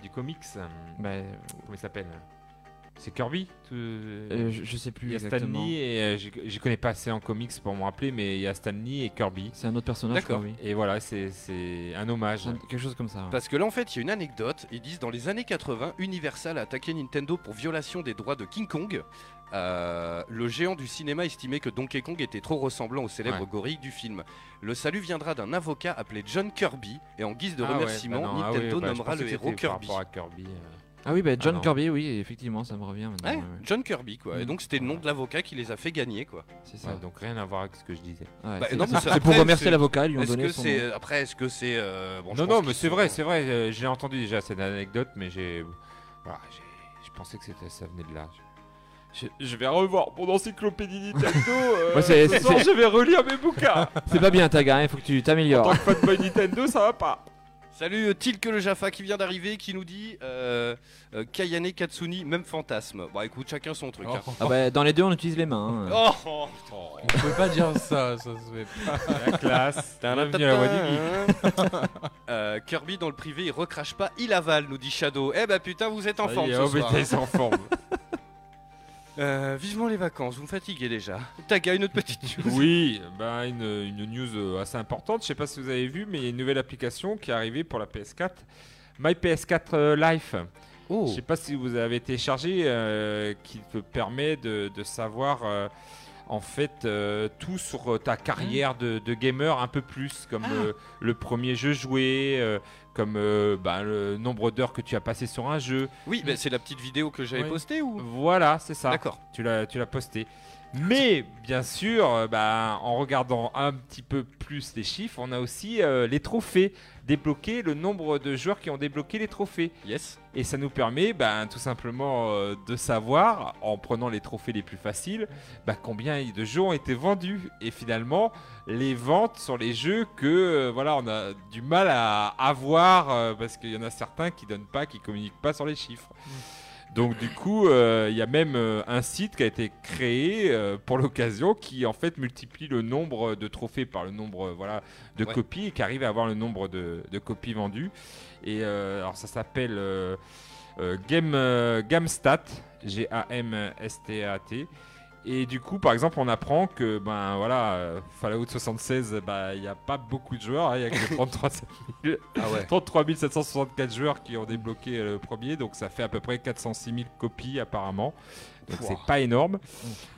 Speaker 5: du comics. euh,
Speaker 6: bah, euh,
Speaker 5: Comment il s'appelle euh, C'est Kirby tout- Euh,
Speaker 6: euh, je, je sais
Speaker 5: Il
Speaker 6: plus
Speaker 5: y a
Speaker 6: exactement.
Speaker 5: Stanley et euh, je je connais pas assez en comics pour me rappeler, mais il y a Stanley et Kirby.
Speaker 6: C'est un autre personnage, je crois, oui.
Speaker 5: Et voilà, c'est- c'est un hommage.
Speaker 6: Un- Quelque chose comme ça. hein.
Speaker 3: Parce que là, en fait, il y a une anecdote. Ils disent dans les années 80, Universal a attaqué Nintendo pour violation des droits de King Kong. Euh, le géant du cinéma estimait que Donkey Kong était trop ressemblant au célèbre
Speaker 5: Ouais.
Speaker 3: gorille du film. Le salut viendra d'un avocat appelé John Kirby, et en guise de remerciement,
Speaker 5: Ah ouais, bah non, ah
Speaker 3: Nintendo
Speaker 5: oui, bah, je
Speaker 3: nommera
Speaker 5: pensais
Speaker 3: le
Speaker 5: que
Speaker 3: héros
Speaker 5: c'était par
Speaker 3: Kirby.
Speaker 5: rapport à Kirby, euh.
Speaker 6: Ah oui, bah John
Speaker 5: non.
Speaker 6: Kirby, oui, effectivement, ça me revient maintenant.
Speaker 3: Ouais,
Speaker 6: ouais, ouais.
Speaker 3: John Kirby, quoi. Et
Speaker 6: Mm.
Speaker 3: donc, c'était le nom de l'avocat qui les a fait gagner, quoi.
Speaker 6: C'est
Speaker 5: Ouais,
Speaker 6: ça.
Speaker 5: donc rien à voir avec ce que je disais.
Speaker 6: Ouais,
Speaker 3: Bah,
Speaker 6: c'est-
Speaker 3: non, mais
Speaker 6: c'est
Speaker 3: ça-
Speaker 6: pour
Speaker 3: après,
Speaker 6: remercier
Speaker 3: c'est-
Speaker 6: l'avocat, ils lui ont
Speaker 3: Est-ce
Speaker 6: donné
Speaker 3: que
Speaker 6: son
Speaker 3: c'est.
Speaker 6: nom.
Speaker 3: Après, est-ce que c'est. euh, bon, je
Speaker 5: non,
Speaker 3: pense
Speaker 5: non, mais
Speaker 3: qu'ils
Speaker 5: c'est
Speaker 3: sont-
Speaker 5: vrai, c'est vrai. euh, je l'ai entendu déjà cette anecdote, mais j'ai. Voilà, j'ai- je pensais que c'était ça venait de là. Je, je vais revoir mon encyclopédie Nintendo. euh,
Speaker 6: Ouais, c'est-
Speaker 5: ce
Speaker 6: c'est-
Speaker 5: soir,
Speaker 6: c'est-
Speaker 5: je vais relire mes bouquins.
Speaker 6: C'est pas bien, Taga, il faut que tu
Speaker 5: En tant
Speaker 6: t'améliores.
Speaker 5: que fanboy Nintendo, ça va pas.
Speaker 3: Salut euh, Tilk le Jaffa qui vient d'arriver, qui nous dit euh, euh, Kayane Katsuni, même fantasme. Bah écoute, chacun son
Speaker 5: Oh,
Speaker 3: truc. hein.
Speaker 6: Ah bah, dans les deux, on utilise les mains. hein.
Speaker 3: Oh, oh, oh.
Speaker 4: On pouvait pas dire ça, ça se fait pas.
Speaker 5: La classe. Bienvenue à la voix du geek.
Speaker 3: Euh, Kirby dans le privé, il recrache pas, il avale, nous dit Shadow. Eh bah putain, vous êtes en
Speaker 5: Ça y
Speaker 3: forme
Speaker 5: est,
Speaker 3: ce
Speaker 5: oh, mais
Speaker 3: soir.
Speaker 5: t'es en forme.
Speaker 3: Euh, vivement les vacances, vous me fatiguez déjà. Taga, une autre petite news.
Speaker 5: Oui, bah, une, une news euh, assez importante. Je sais pas si vous avez vu, mais il y a une nouvelle application qui est arrivée pour la PS4. My PS4 euh, Life.
Speaker 4: Oh.
Speaker 5: Je sais pas si vous avez téléchargé, euh, qui te permet de, de savoir euh, en fait euh, tout sur ta carrière de, de gamer un peu plus, comme
Speaker 1: Ah.
Speaker 5: euh, le premier jeu joué, euh, comme euh, bah, le nombre d'heures que tu as passé sur un jeu.
Speaker 3: Oui, bah, c'est la petite vidéo que j'avais
Speaker 4: Oui.
Speaker 3: postée ou
Speaker 5: Voilà, c'est ça.
Speaker 3: D'accord.
Speaker 5: Tu l'as, tu l'as posté. Mais bien sûr, euh, bah, en regardant un petit peu plus les chiffres, on a aussi euh, les trophées débloqués, le nombre de joueurs qui ont débloqué les trophées.
Speaker 3: Yes.
Speaker 5: Et ça nous permet ben, tout simplement euh, de savoir, en prenant les trophées les plus faciles, bah, combien de jeux ont été vendus. Et finalement, les ventes sur les jeux que euh, voilà, on a du mal à avoir euh, parce qu'il y en a certains qui donnent pas, qui communiquent pas sur les chiffres. Donc du coup, euh, il y a même euh, un site qui a été créé euh, pour l'occasion qui en fait multiplie le nombre de trophées par le nombre euh, voilà, de
Speaker 3: Ouais.
Speaker 5: copies et qui arrive à avoir le nombre de, de copies vendues. Et euh, alors ça s'appelle euh, euh, Game, euh, GameStat, G-A-M-S-T-A-T. Et du coup, par exemple, on apprend que ben voilà, euh, Fallout 76, bah, il n'y a pas beaucoup de joueurs, hein, il y a que 33,
Speaker 3: Ah ouais.
Speaker 5: 33 764 joueurs qui ont débloqué euh, le premier, donc ça fait à peu près 406 000 copies apparemment. Donc
Speaker 3: Pouah.
Speaker 5: c'est pas énorme,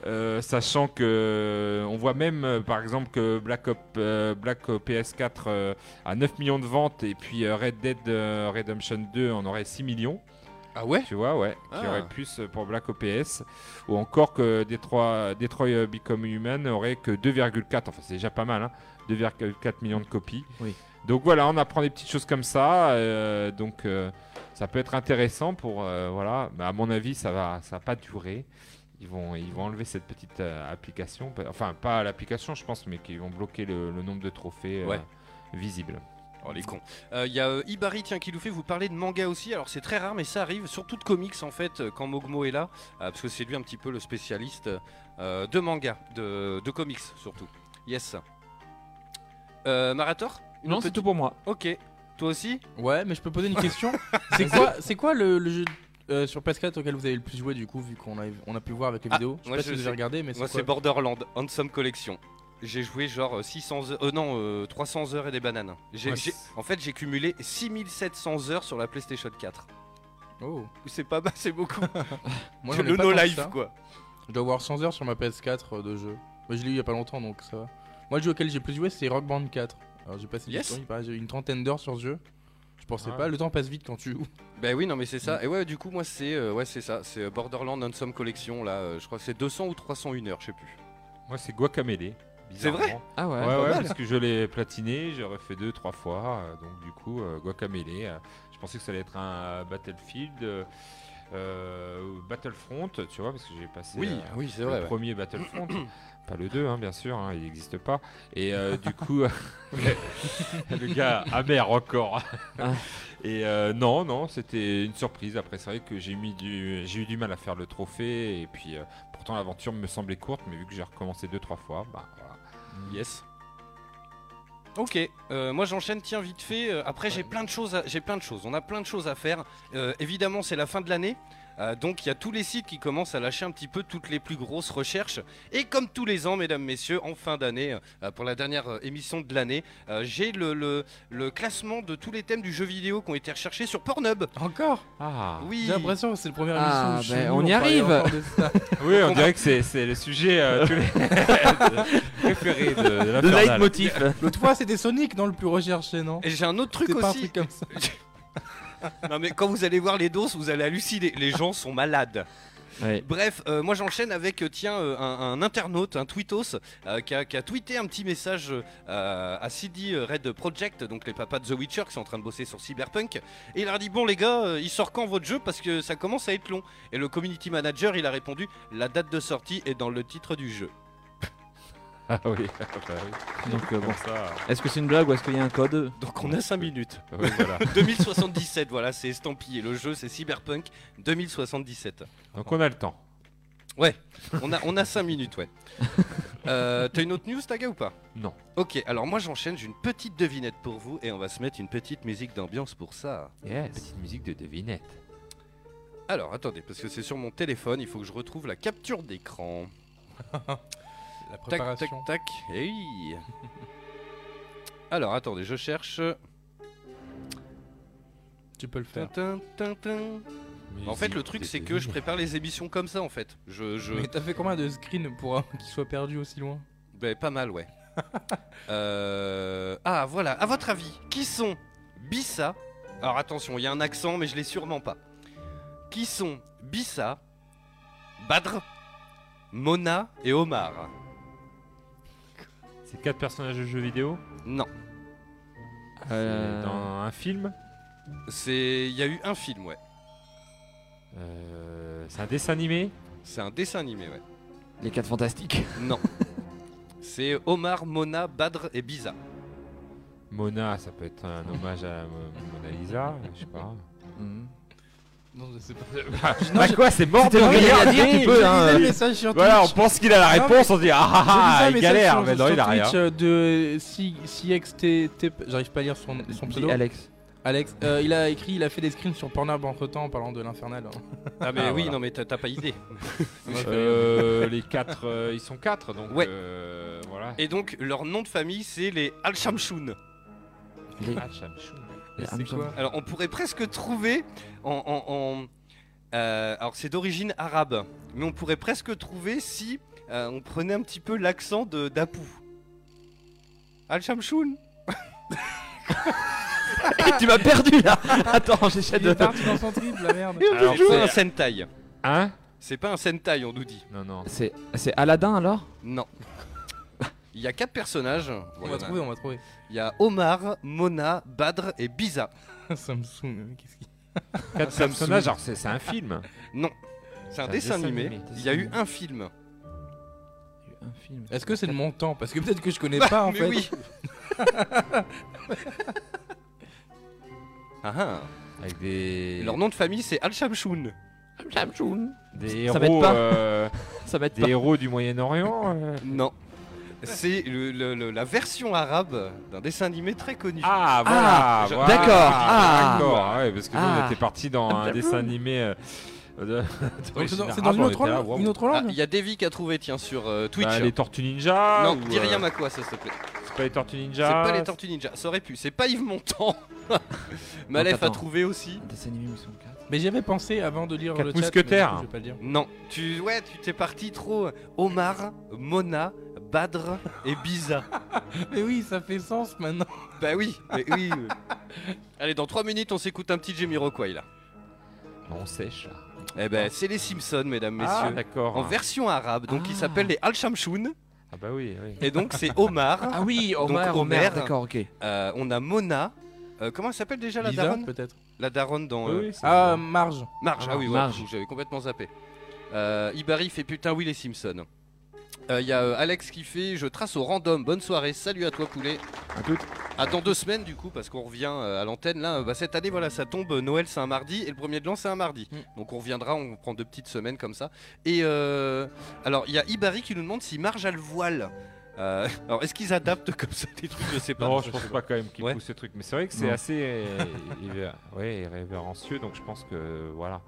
Speaker 5: Euh, sachant que euh, on voit même euh, par exemple que Black Ops, euh, Black Ops PS4 euh, a 9 millions de ventes et puis euh, Red Dead euh, Redemption 2 en aurait 6 millions.
Speaker 4: Ah ouais
Speaker 5: Tu vois, ouais. Qui
Speaker 3: Ah.
Speaker 5: aurait plus euh, pour Black OPS. Ou encore que Detroit, Detroit euh, Become Human aurait que 2,4. Enfin, c'est déjà pas mal, hein. 2,4 millions de copies.
Speaker 6: Oui.
Speaker 5: Donc voilà, on apprend des petites choses comme ça. euh, donc euh, ça peut être intéressant pour. euh, voilà. Mais à mon avis, ça va, ça va pas durer. Ils vont, ils vont enlever cette petite euh, application. Enfin, pas l'application, je pense, mais qu'ils vont bloquer le, le nombre de trophées euh,
Speaker 3: Ouais.
Speaker 5: visibles.
Speaker 3: Oh les cons. Il y a euh, Ibari tiens qui nous fait vous parler de manga aussi. Alors c'est très rare mais ça arrive, surtout de comics en fait euh, quand Mogmo est là, euh, parce que c'est lui un petit peu le spécialiste euh, de manga, de, de comics surtout. Yes. Euh, Marator Une
Speaker 6: Non,
Speaker 3: autre
Speaker 6: c'est
Speaker 3: petite-
Speaker 6: tout pour moi.
Speaker 3: Ok. Toi aussi
Speaker 4: Ouais, mais je peux poser une question. c'est quoi, c'est quoi le, le jeu euh, sur PS4 auquel vous avez le plus joué du coup, vu qu'on a, on a pu voir avec les
Speaker 3: Ah,
Speaker 4: vidéos Je sais
Speaker 3: moi,
Speaker 4: pas
Speaker 3: je
Speaker 4: si vous
Speaker 3: sais.
Speaker 4: avez regardé, mais
Speaker 3: Moi
Speaker 4: c'est
Speaker 3: c'est
Speaker 4: quoi
Speaker 3: Borderland, Handsome Collection. J'ai joué genre euh, 600 heures, euh, non euh, 300 heures et des bananes. J'ai-
Speaker 4: Ouais,
Speaker 3: j'ai- en fait j'ai cumulé 6700 heures sur la PlayStation 4.
Speaker 4: Oh.
Speaker 3: C'est pas mal, c'est beaucoup.
Speaker 4: Moi,
Speaker 3: c'est
Speaker 4: j'en ai
Speaker 3: le
Speaker 4: pas
Speaker 3: no
Speaker 4: tant que
Speaker 3: life
Speaker 4: ça.
Speaker 3: quoi.
Speaker 4: Je dois avoir 100 heures sur ma PS4 euh, de jeu. Moi, je l'ai eu il y a pas longtemps, donc ça va. Moi, le jeu auquel j'ai plus joué, c'est Rock Band 4. Alors, j'ai passé du
Speaker 3: Yes.
Speaker 4: temps, il paraît, j'ai eu une trentaine d'heures sur ce jeu. Je pensais
Speaker 5: Ah.
Speaker 4: pas, le temps passe vite quand tu joues.
Speaker 3: Bah oui, non, mais c'est ça. Et ouais, du coup, moi, c'est euh, ouais, c'est ça. C'est euh, Borderland Unsum Collection, là. euh, je crois que c'est 200 ou 301 heures, je sais plus.
Speaker 5: Moi, c'est Guacamele.
Speaker 3: C'est vrai
Speaker 5: bizarrement.
Speaker 6: Ah ouais,
Speaker 5: Ouais,
Speaker 6: pas
Speaker 5: ouais,
Speaker 6: mal.
Speaker 5: parce que je l'ai platiné, j'ai refait deux, trois fois. euh, donc, du coup, euh, Guacamele, euh, je pensais que ça allait être un euh, Battlefield, euh, euh, ou Battlefront, tu vois, parce que j'ai passé euh,
Speaker 3: oui, c'est
Speaker 5: le premier Battlefront. pas le 2, hein, bien sûr, hein, il n'existe pas. Et euh, du coup, le gars amer encore.
Speaker 6: Ah.
Speaker 5: Et euh, non, non, c'était une surprise. Après, c'est vrai que j'ai mis du- j'ai eu du mal à faire le trophée. Et puis, euh, pourtant, l'aventure me semblait courte, mais vu que j'ai recommencé deux, trois fois, bah voilà.
Speaker 3: Yes. Ok, euh, moi j'enchaîne, tiens vite fait. Euh, après j'ai plein de choses, à- j'ai plein de choses. On a plein de choses à faire. Euh, évidemment c'est la fin de l'année, Euh, donc il y a tous les sites qui commencent à lâcher un petit peu toutes les plus grosses recherches. Et comme tous les ans, mesdames messieurs, en fin d'année, euh, pour la dernière euh, émission de l'année, euh, j'ai le, le- le classement de tous les thèmes du jeu vidéo qui ont été recherchés sur Pornhub.
Speaker 4: Encore
Speaker 5: Ah
Speaker 3: Oui.
Speaker 4: J'ai l'impression que c'est le premier émission
Speaker 6: Ah,
Speaker 4: où je suis
Speaker 6: ben,
Speaker 4: nul,
Speaker 6: on y
Speaker 4: parlait
Speaker 6: arrive.
Speaker 4: encore de ça.
Speaker 5: Oui, on dirait que c'est- c'est le sujet euh, tous les- préféré de, de
Speaker 6: Le
Speaker 5: l'infernal.
Speaker 6: leitmotiv.
Speaker 4: L'autre fois, c'était Sonic dans le plus recherché, non
Speaker 3: Et j'ai un autre truc
Speaker 4: C'est pas un
Speaker 3: aussi.
Speaker 4: truc comme ça.
Speaker 3: Non mais quand vous allez voir les doses, vous allez halluciner. Les gens sont malades.
Speaker 6: Ouais.
Speaker 3: Bref, euh, moi j'enchaîne avec euh, tiens euh, un, un internaute, un tweetos, euh, qui, a, qui a tweeté un petit message euh, à CD Red Project, donc les papas de The Witcher qui sont en train de bosser sur Cyberpunk, et il leur a dit bon les gars, euh, il sort quand votre jeu parce que ça commence à être long. Et le community manager il a répondu la date de sortie est dans le titre du jeu.
Speaker 5: Ah oui, ah bah oui.
Speaker 6: Donc
Speaker 5: Comme
Speaker 6: euh, bon.
Speaker 5: ça.
Speaker 6: Est-ce que c'est une blague ou est-ce qu'il y a un code
Speaker 3: Donc on a 5 minutes.
Speaker 5: Oui, voilà.
Speaker 3: 2077 voilà, c'est estampillé. Le jeu c'est Cyberpunk 2077.
Speaker 5: Donc on a le temps.
Speaker 3: On a, on a 5 minutes, ouais. Euh, T'as une autre news, Taga, ou pas
Speaker 5: Non.
Speaker 3: Ok, alors moi j'enchaîne, j'ai une petite devinette pour vous et on va se mettre une petite musique d'ambiance pour ça.
Speaker 5: Petite musique de devinette.
Speaker 3: Alors attendez, parce que c'est sur mon téléphone, il faut que je retrouve la capture d'écran.
Speaker 4: La
Speaker 3: Tac,
Speaker 4: préparation.
Speaker 3: tac, tac. Hey. alors attendez, je cherche.
Speaker 4: Tu peux le faire.
Speaker 3: Tin, tin, tin, tin.
Speaker 4: Mais
Speaker 3: En fait,
Speaker 4: c'est-
Speaker 3: le truc, c'est que je prépare les émissions comme ça, en fait. Je, je...
Speaker 4: Mais t'as fait combien de screens pour un- qu'il soit perdu aussi loin
Speaker 3: Ben, pas mal, ouais. Euh, Ah, voilà. À votre avis, qui sont Bissa Alors attention, il y a un accent, mais je l'ai sûrement pas. Qui sont Bissa, Badr, Mona et Omar
Speaker 5: C'est quatre personnages de jeux vidéo
Speaker 3: Non,
Speaker 6: Euh,
Speaker 5: C'est dans un film
Speaker 3: c'est. Il y a eu un film, ouais.
Speaker 5: Euh, C'est un dessin animé
Speaker 3: C'est un dessin animé, ouais.
Speaker 6: Les 4 fantastiques.
Speaker 3: Non. c'est Omar, Mona, Badr et Biza.
Speaker 5: Mona, ça peut être un hommage à la Mo- Mona Lisa, je sais pas.
Speaker 4: Non, je sais pas.
Speaker 5: bah quoi, c'est mort de
Speaker 6: C'était
Speaker 5: rire
Speaker 6: rien à dire, tu peux, hein.
Speaker 4: J'ai
Speaker 5: euh,
Speaker 4: vu ça, message sur
Speaker 5: Voilà, on
Speaker 4: Twitch.
Speaker 5: pense qu'il a la
Speaker 4: Non,
Speaker 5: réponse, on se dit ah
Speaker 4: J'ai vu
Speaker 5: ah
Speaker 4: ça,
Speaker 5: ah,
Speaker 4: un
Speaker 5: il
Speaker 4: message
Speaker 5: galère,
Speaker 4: sur-
Speaker 5: mais non,
Speaker 4: sur
Speaker 5: il a rien.
Speaker 4: Twitch, euh, de si CXTT j'arrive pas à lire son, son pseudo.
Speaker 6: Dis Alex.
Speaker 4: Alex, euh, il a écrit, il a fait des screens sur Pornhub entre temps en parlant de l'infernal. hein.
Speaker 3: Ah, mais
Speaker 5: Ah,
Speaker 3: oui,
Speaker 5: voilà.
Speaker 3: non, mais t'as t'as pas idée.
Speaker 5: Euh, les quatre, euh, ils sont quatre, donc
Speaker 3: Ouais.
Speaker 5: euh, voilà.
Speaker 3: Et donc, leur nom de famille, c'est les Al-Shamshun.
Speaker 6: Les-
Speaker 5: Ah, Chamchou.
Speaker 6: les
Speaker 4: C'est
Speaker 6: Hamza.
Speaker 4: quoi
Speaker 3: Alors, on pourrait presque trouver en. en- en- euh, alors, c'est d'origine arabe, mais on pourrait presque trouver si euh, on prenait un petit peu l'accent de d'Apu. Al-Shamshun
Speaker 6: tu m'as perdu là Attends, j'essaie
Speaker 4: Il
Speaker 6: de.
Speaker 4: est parti dans son trip, la merde.
Speaker 5: Alors,
Speaker 3: C'est un
Speaker 5: c'est
Speaker 3: Sentai.
Speaker 5: un
Speaker 3: C'est pas un Sentai, on nous dit.
Speaker 5: Non, non.
Speaker 6: C'est c'est Aladdin alors
Speaker 3: Non. Il y a quatre personnages.
Speaker 4: On va trouver, on va trouver.
Speaker 3: Il y a Omar, Mona, Badr et Biza.
Speaker 4: Samsung, mais qu'est-ce qu'il.
Speaker 5: Quatre
Speaker 3: Samsung.
Speaker 5: personnages, alors c'est c'est un film.
Speaker 3: Non. C'est un dessin, animé. Il y a eu un film.
Speaker 6: Un film.
Speaker 4: Est-ce que c'est le montant Parce que peut-être que je connais pas en
Speaker 3: Mais
Speaker 4: fait.
Speaker 3: oui. ah ah.
Speaker 5: Avec des.
Speaker 3: Leur nom de famille c'est Al-Shamshun.
Speaker 5: Des
Speaker 6: Ça m'aide
Speaker 5: héros.
Speaker 6: pas.
Speaker 5: euh,
Speaker 6: Ça va être
Speaker 5: des héros du Moyen-Orient. euh.
Speaker 3: Non. C'est le- le- le- la version arabe d'un dessin animé très connu.
Speaker 5: Ah, voilà,
Speaker 3: je-
Speaker 5: voilà,
Speaker 6: d'accord, ah.
Speaker 5: d'accord, ouais, parce que nous, on
Speaker 6: Ah.
Speaker 5: était parti dans un dessin animé. euh, de-
Speaker 4: Donc, c'est dans, c'est
Speaker 5: d'origine
Speaker 4: dans
Speaker 5: arabe,
Speaker 4: une,
Speaker 5: on
Speaker 4: autre
Speaker 5: était là,
Speaker 4: langue,
Speaker 5: waouh.
Speaker 4: une autre
Speaker 3: Ah,
Speaker 4: langue
Speaker 3: Il y a Davy qui a trouvé tiens sur euh, Twitch.
Speaker 5: Bah, les Tortues Ninja.
Speaker 3: non,
Speaker 5: ou,
Speaker 3: dis
Speaker 5: euh,
Speaker 3: rien à quoi ça s'il te plaît.
Speaker 5: C'est pas les Tortues Ninja.
Speaker 3: C'est pas les Tortues Ninja, ça aurait pu. C'est pas Yves Montand. Malef a
Speaker 6: t'attends.
Speaker 3: trouvé aussi.
Speaker 6: Un dessin animé où ils sont quatre.
Speaker 4: Mais j'avais pensé avant de lire
Speaker 5: Quatre
Speaker 4: le chat. mais
Speaker 5: mousquetaires.
Speaker 4: du coup, Je vais pas le dire.
Speaker 3: Non, tu ouais, tu t'es parti trop. Omar, Mona, Badr et Biza.
Speaker 4: Mais oui, ça fait sens maintenant.
Speaker 3: bah oui, mais oui. Allez, dans 3 minutes, on s'écoute un petit Jamiroquai là.
Speaker 5: On sèche. là.
Speaker 3: Eh ben, c'est les Simpsons, mesdames,
Speaker 5: Ah,
Speaker 3: messieurs.
Speaker 5: d'accord.
Speaker 3: en version arabe, donc il
Speaker 6: Ah.
Speaker 3: s'appelle les Al-Shamshun.
Speaker 5: Ah, bah oui, oui.
Speaker 3: Et donc, c'est Omar.
Speaker 6: Ah oui,
Speaker 3: Homer,
Speaker 6: Homer,
Speaker 3: Homer.
Speaker 6: Homer. D'accord, ok.
Speaker 3: euh, on a Mona. euh, comment elle s'appelle déjà la
Speaker 4: Lisa,
Speaker 3: daronne
Speaker 4: peut-être.
Speaker 3: La daronne dans. euh,
Speaker 5: bah Oui, oui, c'est
Speaker 4: Ah,
Speaker 5: ça.
Speaker 4: Marge.
Speaker 3: Marge, ah oui, ouais,
Speaker 6: Marge.
Speaker 3: j'avais complètement zappé. Euh, Ibarri fait putain oui les Simpsons. Il y a euh, Alex qui fait je trace au random. Bonne soirée, salut à toi poulet.
Speaker 5: À toutes.
Speaker 3: À dans deux semaines du coup parce qu'on revient euh, à l'antenne là. euh, bah, cette année voilà ça tombe euh, Noël c'est un mardi et le premier de l'an c'est un mardi.
Speaker 4: Mm.
Speaker 3: Donc on reviendra, on prend deux petites semaines comme ça. Et euh, alors il y a Ibarri qui nous demande si Marge a le voile. Euh, alors est-ce qu'ils adaptent comme ça des trucs je sais pas.
Speaker 5: Non, je pense pas quand même qu'il
Speaker 3: Ouais.
Speaker 5: pousse ce truc. Mais c'est vrai que c'est
Speaker 6: Non.
Speaker 5: assez euh, irré- ouais, révérencieux, donc je pense que voilà.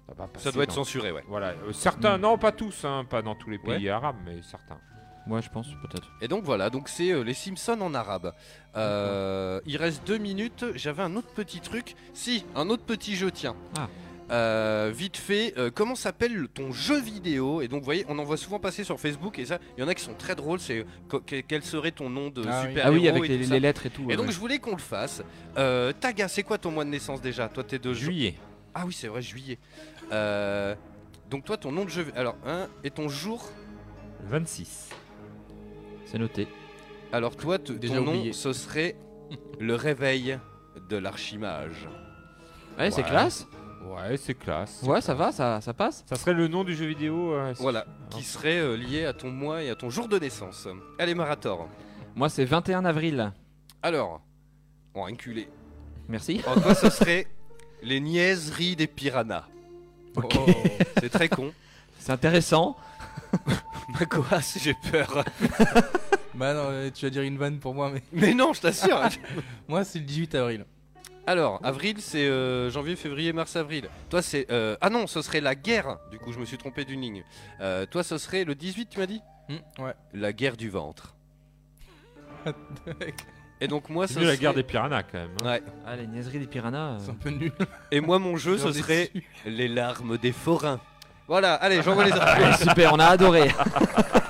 Speaker 5: Ça, va
Speaker 3: Ça
Speaker 5: passer
Speaker 3: doit être Hmm.
Speaker 5: dans-
Speaker 3: censuré ouais.
Speaker 5: Voilà, euh, certains, non pas tous, hein, pas dans tous les pays arabes, mais certains.
Speaker 6: Moi, je pense peut-être.
Speaker 3: Et donc voilà, donc c'est euh, les Simpsons en arabe. Euh, il reste deux minutes. J'avais un autre petit truc. Si, un autre petit jeu, tiens.
Speaker 6: Ah.
Speaker 3: Euh, vite fait, euh, comment s'appelle le- ton jeu vidéo Et donc, vous voyez, on en voit souvent passer sur Facebook et ça, il y en a qui sont très drôles. C'est co- que- quel serait ton nom de
Speaker 4: Ah oui.
Speaker 3: super
Speaker 6: Ah oui,
Speaker 3: héros
Speaker 6: avec
Speaker 3: et
Speaker 6: les,
Speaker 3: tout
Speaker 6: les
Speaker 3: ça.
Speaker 6: lettres et tout.
Speaker 3: Et
Speaker 6: ouais,
Speaker 3: donc,
Speaker 6: ouais.
Speaker 3: je voulais qu'on le fasse. Euh, Taga, c'est quoi ton mois de naissance déjà Toi, t'es de ju-
Speaker 5: Juillet.
Speaker 3: Ah oui, c'est vrai, juillet. Euh, donc, toi, ton nom de jeu. Alors, hein, et ton jour
Speaker 5: 26.
Speaker 6: c'est noté.
Speaker 3: Alors toi, te-
Speaker 4: Déjà
Speaker 3: ton nom,
Speaker 4: oublié.
Speaker 3: ce serait le réveil de l'archimage.
Speaker 6: Ouais, c'est
Speaker 5: Ouais.
Speaker 6: classe.
Speaker 5: Ouais, c'est classe.
Speaker 6: Ouais, ça va, ça, ça passe.
Speaker 5: Ça serait le nom du jeu vidéo. euh, si-
Speaker 3: Voilà, qui serait euh, lié à ton mois et à ton jour de naissance. Allez, Marator.
Speaker 6: Moi, c'est 21 avril.
Speaker 3: Alors, oh, enculé.
Speaker 6: Merci.
Speaker 3: En toi, ce serait les niaiseries des piranhas. Oh,
Speaker 6: Ok.
Speaker 4: Oh.
Speaker 3: C'est très con.
Speaker 6: C'est intéressant.
Speaker 3: Makoas, j'ai peur.
Speaker 4: Bah non, euh, tu vas dire une vanne pour moi, mais
Speaker 3: Mais non, je t'assure.
Speaker 4: moi c'est le 18 avril.
Speaker 3: Alors, avril, c'est euh, janvier, février, mars, avril. Toi, c'est... euh, Ah non, ce serait la guerre. Du coup, je me suis trompé d'une ligne. Euh, toi, ce serait
Speaker 4: Hum,
Speaker 3: le 18, tu m'as dit
Speaker 4: Hmm, ouais.
Speaker 3: La guerre du ventre. Et donc moi,
Speaker 5: C'est
Speaker 3: ça
Speaker 5: mieux la
Speaker 3: serait-
Speaker 5: guerre des piranhas quand même. hein.
Speaker 3: Ouais.
Speaker 6: Ah, les niaiseries des piranhas. euh.
Speaker 4: C'est un peu nul.
Speaker 3: Et moi, mon jeu, ce
Speaker 4: Regardez
Speaker 3: serait
Speaker 4: dessus.
Speaker 3: les larmes des forains. Voilà, allez, j'envoie les autres.
Speaker 6: Ah, super, on a adoré.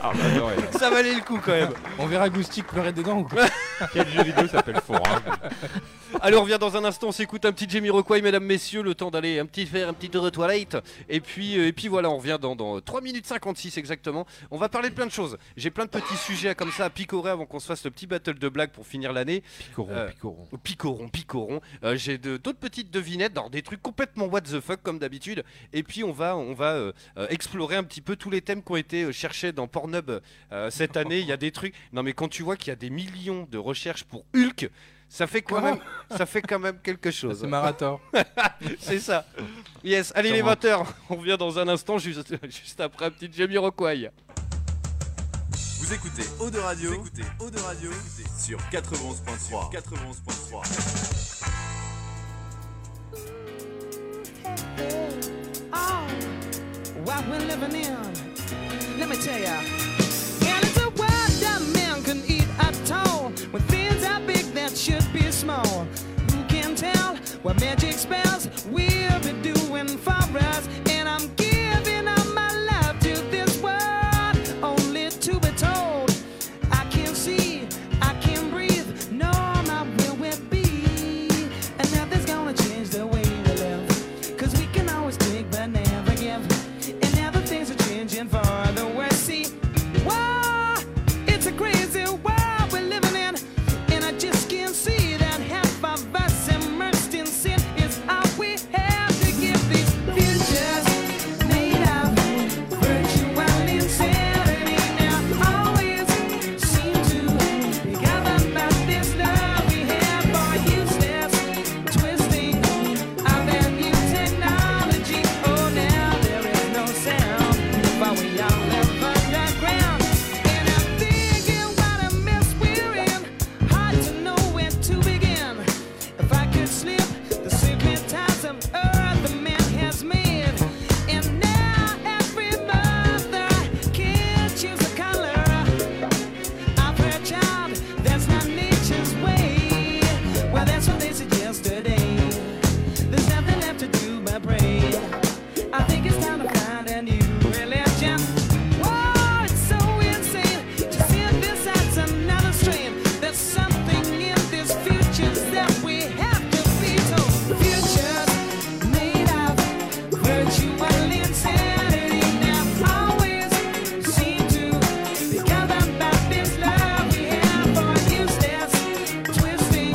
Speaker 5: Ah, bah, ouais.
Speaker 3: Ça valait le coup quand même.
Speaker 4: On verra Goustic pleurer dedans ou quoi
Speaker 5: Quel jeu vidéo s'appelle Forain
Speaker 3: Allez, on revient dans un instant. On s'écoute un petit Jamie Rockway, mesdames, messieurs, le temps d'aller un petit faire un petit tour de toilette. Et puis, euh, et puis voilà, on revient dans, dans 3 minutes 56 exactement. On va parler de plein de choses. J'ai plein de petits sujets à- comme ça à picorer avant qu'on se fasse le petit battle de blagues pour finir l'année.
Speaker 5: Picoron,
Speaker 3: Euh,
Speaker 5: Picoron.
Speaker 3: Picoron, picoron. Euh, J'ai de- d'autres petites devinettes, dans des trucs complètement what the fuck comme d'habitude. Et puis on va, on va euh, euh, explorer un petit peu tous les thèmes qui ont été euh, cherchés dans Pornhub euh, cette année. Il y a des trucs. Non mais quand tu vois qu'il y a des millions de recherches pour Hulk, ça fait quand
Speaker 4: Quoi
Speaker 3: même, ça fait quand même quelque
Speaker 4: Ça,
Speaker 3: chose.
Speaker 4: C'est Marator.
Speaker 3: C'est ça. Yes. Allez les
Speaker 4: Sûrement.
Speaker 3: 20h. On revient dans un instant juste, juste après un petit Jamie Rockway.
Speaker 7: Vous écoutez Eau de Radio, écoutez Eau de Radio sur 91.3. 91.3.
Speaker 8: Oh, what we're living in. Let me tell ya. And it's a world that man can eat at all. When things are big that should be small. Who can tell what magic spells will be doing for us? And I'm giving up my love to this world, only to be told. I can't see, I can't breathe. No, not where we'll be. And nothing's gonna change the way we live. Cause we can always take but never give. And now the things are changing for the worse. See, wow, it's a crazy world we're living in. And I just can't see that half of us immersed in sin is all we have to give these futures made of virtue and insanity. Now, always seem to be governed by this love we have for useless twisting of that new technology. Oh, now there is no sound, but we all live underground. And I'm thinking what a mess we're in. Hard to know where to begin. If I could slip the secret ties of earth the man has made. And now every mother can choose a color of her child. That's not nature's way. Well, that's what they suggest today. There's nothing left to do but pray. I think it's time to find a new religion. Whoa, it's so insane to see if this adds another strain. There's something in this future that we have to be told. Futures made of virtue and insanity. Now always seem to be governed by this love we have for useless twisting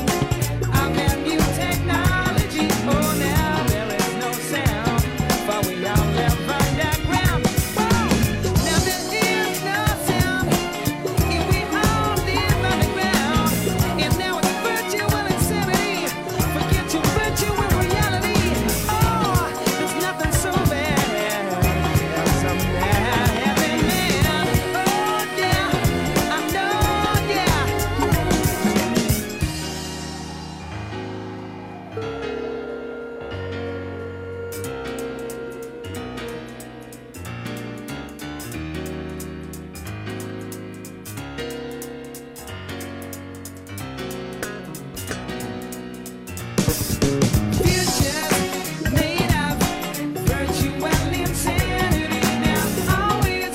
Speaker 8: of that new technology. Oh, now there is no sound, but we all live underground. Whoa, now there is no sound, and we all live underground. And now it's virtual insanity. Forget your virtue and reality. Oh, there's nothing so bad. Oh, Futures made of virtue and insanity now always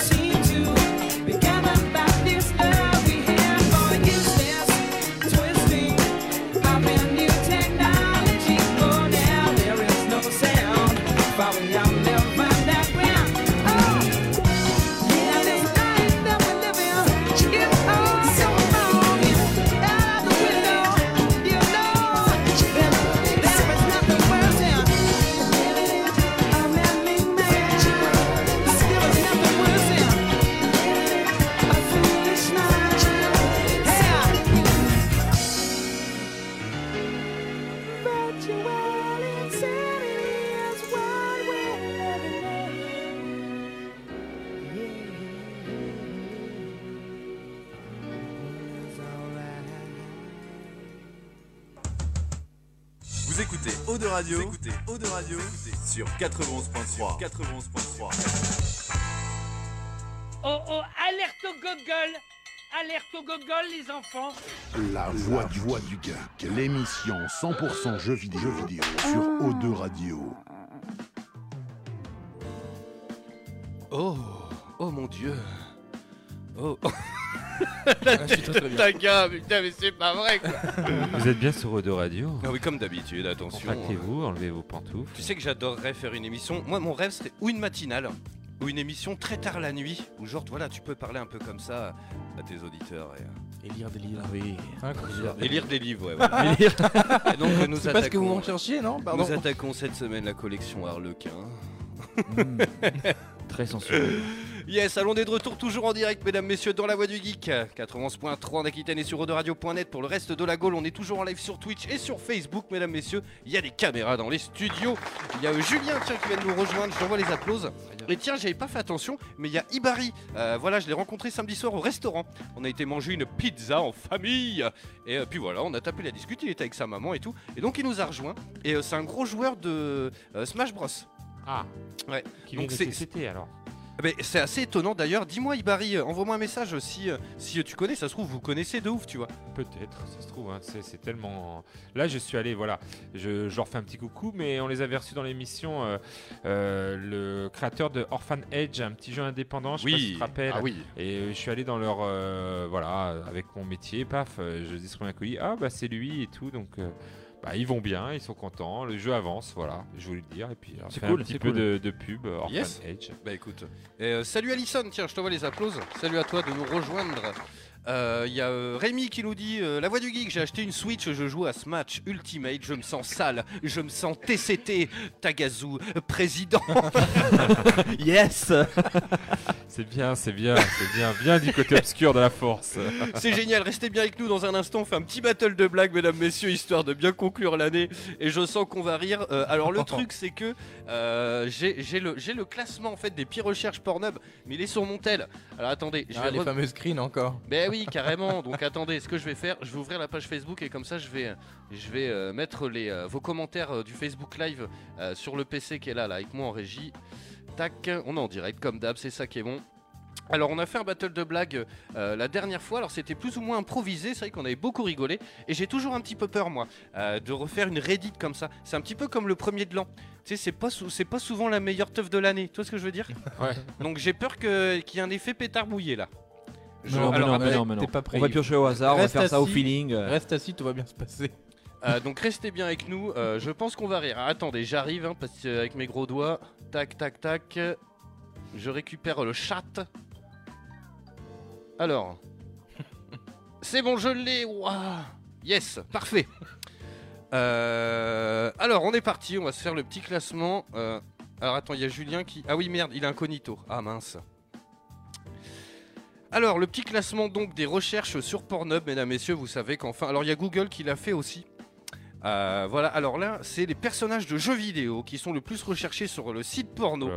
Speaker 8: seem to be governed by this love we have for useless twisting of a new technology. Oh, now there is no sound, but we all live underground. Oh, yeah, this life that we live in is all so wrong. Out the window, you know, there is nothing worse than. I'm not being mad. There was nothing worse than a foolish night. Virtual insanity is what we're living in. It's alright.
Speaker 7: Vous écoutez Eau de Radio, vous écoutez Eau de Radio sur 91.3. 91.3.
Speaker 1: Oh oh, alerte au Google Alerte au gogol, les enfants.
Speaker 2: La voix du, voix du geek, l'émission 100% jeux vidéo, jeux vidéo Ah. sur O2 Radio.
Speaker 3: Oh, oh mon dieu. Oh,
Speaker 4: Ah, Je suis très très bien.
Speaker 3: ta gars, putain, mais c'est pas vrai quoi.
Speaker 5: Vous êtes bien sur Eau de Radio
Speaker 3: Ah oui, comme d'habitude, attention. hein.
Speaker 5: Contractez-vous, enlevez vos pantoufles.
Speaker 3: Tu sais que j'adorerais faire une émission. Moi, mon rêve serait ou une matinale, ou une émission très tard la nuit, où genre, voilà, tu peux parler un peu comme ça à tes auditeurs et, euh,
Speaker 4: Et lire des livres. Oui.
Speaker 3: et lire des livres, ouais. voilà. Et donc, nous
Speaker 4: C'est pas ce que vous
Speaker 3: attaquons-
Speaker 4: recherchiez, non Pardon.
Speaker 3: Nous attaquons cette semaine la collection Harlequin.
Speaker 6: Mm. Très sensuel.
Speaker 3: Yes, allons des de retour toujours en direct, mesdames, messieurs, dans la voie du geek. 91.3 en Aquitaine et sur Radio.net Pour le reste de la Gaule, on est toujours en live sur Twitch et sur Facebook, mesdames, messieurs. Il y a des caméras dans les studios. Il y a euh, Julien, tiens, qui vient de nous rejoindre. Je t'envoie les applauses. Et tiens, j'avais pas fait attention, mais il y a Ibari. Euh, voilà, je l'ai rencontré samedi soir au restaurant. On a été manger une pizza en famille. Et euh, puis voilà, on a tapé la discute. Il était avec sa maman et tout. Et donc, il nous a rejoint. Et euh, c'est un gros joueur de euh, Smash Bros.
Speaker 5: Ah
Speaker 3: Ouais.
Speaker 5: Qui
Speaker 3: Donc
Speaker 5: vient de
Speaker 3: c'est-
Speaker 5: CCT, alors
Speaker 3: Ah ben, c'est assez étonnant d'ailleurs. Dis-moi, Ibari, euh, envoie-moi un message euh, si, euh, si euh, tu connais. Ça se trouve, vous connaissez de ouf, tu vois.
Speaker 5: Peut-être, ça se trouve, hein, c'est c'est tellement... Là, je suis allé, voilà, je, je leur fais un petit coucou, mais on les avait reçus dans l'émission, euh, euh, le créateur de Orphan Edge, un petit jeu indépendant, je sais pas si tu te rappelles.
Speaker 3: oui.
Speaker 5: Et euh, je suis allé dans leur... euh, voilà, avec mon métier, paf, euh, je distribue un colis, ah bah c'est lui et tout, donc... euh, bah, ils vont bien, ils sont contents, le jeu avance, voilà, je voulais le dire, et puis on
Speaker 6: C'est
Speaker 5: fait
Speaker 6: cool,
Speaker 5: un petit
Speaker 6: c'est
Speaker 5: peu
Speaker 6: cool.
Speaker 5: de, de pub, euh, Orphan
Speaker 3: Yes.
Speaker 5: Edge.
Speaker 3: Bah écoute. Et, euh, salut Alison, tiens, je t'envoie les applauses. Salut à toi de nous rejoindre. Euh, Il y a euh, Rémi qui nous dit euh, La voix du geek, j'ai acheté une Switch, je joue à Smash Ultimate, je me sens sale, je me sens TCT, Tagazu, président.
Speaker 6: yes
Speaker 5: C'est bien, c'est bien, c'est bien, bien du côté obscur de la force.
Speaker 3: C'est génial, restez bien avec nous dans un instant, on fait un petit battle de blagues, mesdames, messieurs, histoire de bien conclure l'année. Et je sens qu'on va rire. Euh, alors le truc, c'est que euh, j'ai j'ai le, j'ai le classement en fait des pires recherches Pornhub, mais il est sur mon tel. Alors attendez, je
Speaker 4: Ah,
Speaker 3: vais
Speaker 4: les
Speaker 3: re-
Speaker 4: fameuses screens encore.
Speaker 3: Ben oui, carrément. Donc attendez, ce que je vais faire, je vais ouvrir la page Facebook et comme ça, je vais, je vais euh, mettre les, euh, vos commentaires euh, du Facebook Live euh, sur le PC qui est là, là, avec moi en régie. Tac, on est en direct comme d'hab, c'est ça qui est bon. Alors on a fait un battle de blagues euh, la dernière fois, alors c'était plus ou moins improvisé, c'est vrai qu'on avait beaucoup rigolé, et j'ai toujours un petit peu peur moi euh, de refaire une Reddit comme ça. C'est un petit peu comme le premier de l'an. Tu sais, c'est pas, sou- c'est pas souvent la meilleure teuf de l'année, tu vois ce que je veux dire
Speaker 5: Ouais.
Speaker 3: Donc j'ai peur que- qu'il y ait un effet pétard mouillé là. Je-
Speaker 6: Non, mais
Speaker 3: alors,
Speaker 6: non, mais
Speaker 4: après,
Speaker 6: non, mais non.
Speaker 4: t'es pas prêt,
Speaker 6: On va
Speaker 4: Yves.
Speaker 6: piocher au hasard, on va
Speaker 4: Reste
Speaker 6: faire ça au
Speaker 4: assis.
Speaker 6: feeling. euh.
Speaker 4: Reste assis, tout va bien se passer.
Speaker 3: Euh, donc restez bien avec nous, euh, je pense qu'on va rire. Ah, attendez, j'arrive, hein, parce que euh, avec mes gros doigts, tac, tac, tac, euh, je récupère le chat. Alors, c'est bon, je l'ai. Ouah. Yes, parfait. Euh, alors, on est parti, on va se faire le petit classement. Euh, alors, attends, il y a Julien qui... Ah oui, merde, il est incognito. Ah mince. Alors, le petit classement donc des recherches sur Pornhub, mesdames, messieurs, vous savez qu'enfin... Alors, il y a Google qui l'a fait aussi. Euh, voilà, alors là, c'est les personnages de jeux vidéo qui sont le plus recherchés sur le site porno.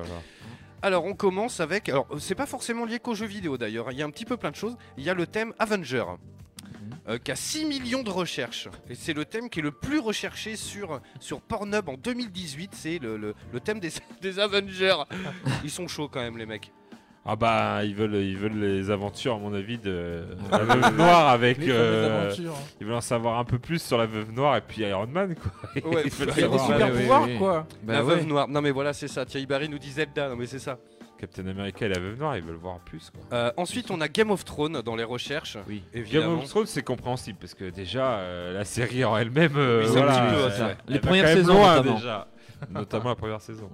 Speaker 3: Alors on commence avec. Alors c'est pas forcément lié qu'aux jeux vidéo d'ailleurs, il y a un petit peu plein de choses. Il y a le thème Avenger. euh,
Speaker 6: Mhm.
Speaker 3: qui a 6 millions de recherches. Et c'est le thème qui est le plus recherché sur, sur Pornhub en 2018. C'est le, le- le thème des, des Avengers. Ils sont chauds quand même, les mecs.
Speaker 5: Ah bah ils veulent ils veeuls les aventures à mon avis de la veuve noire avec
Speaker 4: Les
Speaker 5: euh,
Speaker 4: fameuses aventures. hein.
Speaker 5: ils veulent en savoir un peu plus sur la veuve noire et puis Iron Man quoi.
Speaker 3: Ouais,
Speaker 5: Ils veulent
Speaker 3: faut
Speaker 4: Il y a des
Speaker 5: savoir.
Speaker 6: Ouais,
Speaker 4: super
Speaker 6: ouais,
Speaker 4: pouvoirs,
Speaker 6: ouais, ouais.
Speaker 4: quoi.
Speaker 6: Bah
Speaker 3: la
Speaker 6: ouais.
Speaker 3: veuve noire. Non mais voilà, c'est ça. Thierry Barry nous dit Zelda. Non mais c'est ça.
Speaker 5: Captain America et la veuve noire ils veulent voir plus quoi.
Speaker 3: Euh, ensuite, on a Game of Thrones dans les recherches.
Speaker 6: Oui.
Speaker 3: évidemment.
Speaker 5: Game of Thrones c'est compréhensible parce que déjà euh, la série en elle-même euh,
Speaker 3: Oui, c'est un
Speaker 5: voilà,
Speaker 3: petit peu,
Speaker 5: euh,
Speaker 6: ça.
Speaker 5: elle
Speaker 6: Les
Speaker 5: va
Speaker 6: premières
Speaker 5: quand même
Speaker 6: saisons,
Speaker 5: loin,
Speaker 6: notamment.
Speaker 5: déjà. Notamment la première saison.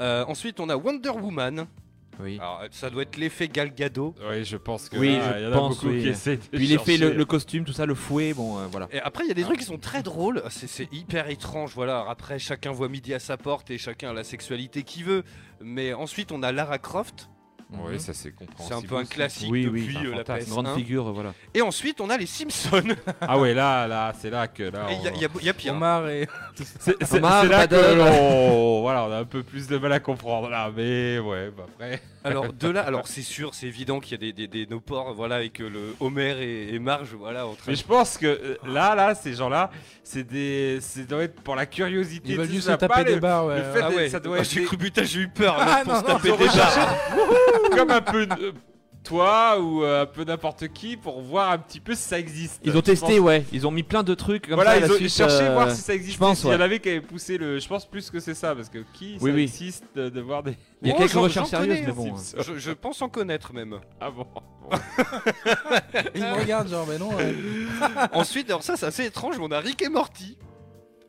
Speaker 3: Euh, ensuite, on a Wonder Woman.
Speaker 6: Oui.
Speaker 3: Alors, ça doit être l'effet Gal Gadot.
Speaker 5: Oui je pense que
Speaker 6: Oui,
Speaker 5: là,
Speaker 6: je
Speaker 5: il y en a
Speaker 6: pense,
Speaker 5: beaucoup
Speaker 6: oui.
Speaker 5: qui essaient de
Speaker 6: Puis l'effet, le,
Speaker 5: chercher.
Speaker 6: le costume, tout ça, le fouet, bon, euh, voilà.
Speaker 3: Et après, il y a des trucs qui sont très drôles. Ah, C'est- C'est hyper étrange, voilà. Alors Après, chacun voit midi à sa porte et chacun a la sexualité qu'il veut. Mais ensuite, on a Lara Croft.
Speaker 5: Oui ça c'est
Speaker 3: C'est
Speaker 5: compréhensible.
Speaker 3: un peu un
Speaker 5: aussi.
Speaker 3: classique
Speaker 6: Oui, oui,
Speaker 3: depuis
Speaker 6: c'est un
Speaker 3: euh, la
Speaker 6: fantasme.
Speaker 3: ps
Speaker 6: Grande figure, euh, voilà.
Speaker 3: Et ensuite, on a les Simpsons.
Speaker 5: Ah ouais là là c'est là que là.
Speaker 3: Et il y, a-
Speaker 5: Ah, on-
Speaker 3: il y a- il y a pire.
Speaker 4: Omar et.
Speaker 5: C'est c'est- c'est
Speaker 6: Omar,
Speaker 5: là que
Speaker 6: Madame.
Speaker 5: l'on- voilà, on a un peu plus de mal à comprendre là, mais ouais, bah après.
Speaker 3: Alors, de là, alors c'est sûr, c'est évident qu'il y a des, des, des no porcs, voilà, avec euh, le Homer et, et Marge, voilà, en train
Speaker 5: Mais
Speaker 3: de-
Speaker 5: je pense que euh, là, là, ces gens-là, c'est des, c'est doit être pour la curiosité.
Speaker 4: Ils veulent
Speaker 5: tu sais,
Speaker 4: juste
Speaker 5: ça
Speaker 4: se
Speaker 5: va pas
Speaker 4: taper des
Speaker 5: le-
Speaker 4: barres, ouais.
Speaker 5: le fait-
Speaker 6: Ah
Speaker 4: ouais.
Speaker 5: ça doit être
Speaker 3: Ah, j'ai
Speaker 5: des-
Speaker 3: cru, putain, j'ai eu peur,
Speaker 4: Ah,
Speaker 3: mec, pour
Speaker 4: non,
Speaker 3: se
Speaker 4: non,
Speaker 3: taper
Speaker 5: ils ont
Speaker 3: des barres.
Speaker 5: Comme un peu euh, toi ou euh, un peu n'importe qui pour voir un petit peu si ça existe.
Speaker 6: Ils ont
Speaker 5: Je pense-
Speaker 6: testé, ouais. Ils ont mis plein de trucs comme
Speaker 5: voilà,
Speaker 6: ça. à
Speaker 5: ils
Speaker 6: la
Speaker 5: ont ils
Speaker 6: suite,
Speaker 5: cherchaient
Speaker 6: euh,
Speaker 5: voir si ça existe.
Speaker 6: pense,
Speaker 5: Il y en
Speaker 6: ouais.
Speaker 5: avait qui avaient poussé le. Je pense plus que c'est ça parce que qui
Speaker 6: Oui,
Speaker 5: ça
Speaker 6: oui.
Speaker 5: existe de, de voir des.
Speaker 6: Il y a
Speaker 3: Oh,
Speaker 6: quelques
Speaker 3: j'en-
Speaker 6: recherches
Speaker 3: j'en connais,
Speaker 6: sérieuses, mais bon.
Speaker 5: Simpsons.
Speaker 3: Je, je pense en connaître même.
Speaker 5: Ah bon. bon.
Speaker 4: Il me regarde, genre, mais non. euh, ouais.
Speaker 3: Ensuite, alors ça, c'est assez étrange, mais on a Rick et Morty.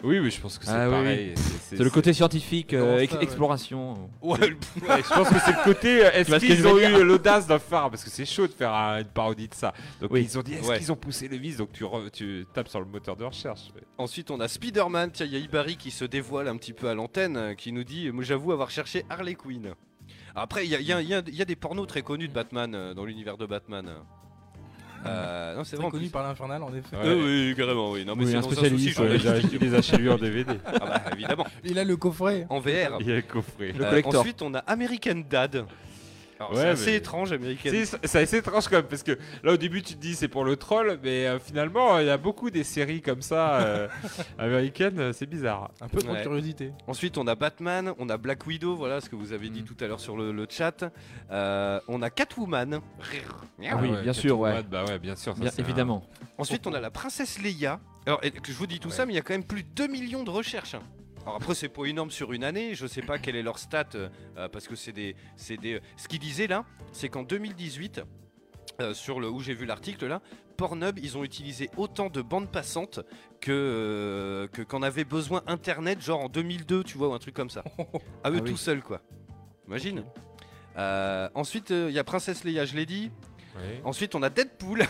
Speaker 5: Oui, oui, je pense que c'est
Speaker 6: Ah oui,
Speaker 5: pareil. c'est-
Speaker 6: C'est le côté scientifique, euh,
Speaker 4: Comment ça,
Speaker 6: ex-
Speaker 4: ouais.
Speaker 6: exploration.
Speaker 3: Ouais,
Speaker 5: c'est- ouais, je pense que c'est le côté. euh,
Speaker 6: vois
Speaker 5: Est-ce
Speaker 6: ce que je
Speaker 5: qu'ils
Speaker 6: veux
Speaker 5: ont
Speaker 6: dire
Speaker 5: eu l'audace d'un phare parce que c'est chaud de faire un- une parodie de ça. Donc
Speaker 6: Oui.
Speaker 5: ils ont dit est-ce
Speaker 3: Ouais.
Speaker 5: qu'ils ont poussé le vis donc tu, re- tu tapes sur le moteur de recherche.
Speaker 3: Ensuite, on a Spider-Man. Tiens, il y a Ibari qui se dévoile un petit peu à l'antenne, euh, qui nous dit Moi, j'avoue avoir cherché Harley Quinn. Après, il y a, il y a- il y a- il y a des pornos très connus de Batman, euh, dans l'univers de Batman. Euh, non, c'est
Speaker 4: Très
Speaker 3: vraiment
Speaker 4: connu par l'infernal, en effet.
Speaker 5: Ouais.
Speaker 3: Euh, oui, carrément, oui. Non, mais
Speaker 6: Oui,
Speaker 3: c'est
Speaker 6: un
Speaker 3: dans un
Speaker 6: spécialiste,
Speaker 3: souci
Speaker 6: ouais.
Speaker 3: journalistique.
Speaker 5: acheté des achats lui en DVD.
Speaker 3: Ah bah, évidemment.
Speaker 4: Il a le coffret.
Speaker 3: En VR.
Speaker 5: Il y a le coffret.
Speaker 6: Le
Speaker 3: Euh,
Speaker 6: collector.
Speaker 3: ensuite, on a American Dad. Alors, c'est
Speaker 5: Ouais,
Speaker 3: assez
Speaker 5: mais-
Speaker 3: étrange, American
Speaker 5: C'est c'est assez étrange quand même parce que là au début tu te dis c'est pour le troll mais euh, finalement il y a beaucoup des séries comme ça euh, américaines euh, c'est bizarre.
Speaker 4: Un peu pour
Speaker 3: Ouais.
Speaker 4: curiosité.
Speaker 3: Ensuite, on a Batman, on a Black Widow, voilà ce que vous avez dit
Speaker 4: Mm.
Speaker 3: tout à l'heure sur le, le chat. Euh, on a Catwoman.
Speaker 6: Ah oui, bien sûr, ouais.
Speaker 5: Catwoman, Bah ouais bien sûr. ça,
Speaker 6: Bien
Speaker 5: c'est un-
Speaker 6: évidemment.
Speaker 3: Ensuite, on a la princesse Leia. Alors, et- que je vous dis tout ça, mais il y a quand même plus de 2 millions de recherches. hein. Alors après, c'est pas énorme sur une année. Je sais pas quelle est leur stat euh, euh, parce que c'est des, c'est des. euh, Ce qu'ils disaient là, c'est qu'en 2018, euh, sur le où j'ai vu l'article là, Pornhub, ils ont utilisé autant de bandes passantes que euh, que qu'en avait besoin Internet, genre en 2002, tu vois, ou un truc comme ça. À eux
Speaker 6: Ah oui.
Speaker 3: tout seuls, quoi. Imagine. Euh, ensuite, euh, il y a Princesse Leia, je l'ai dit.
Speaker 5: Ouais,
Speaker 3: Ensuite, on a Deadpool.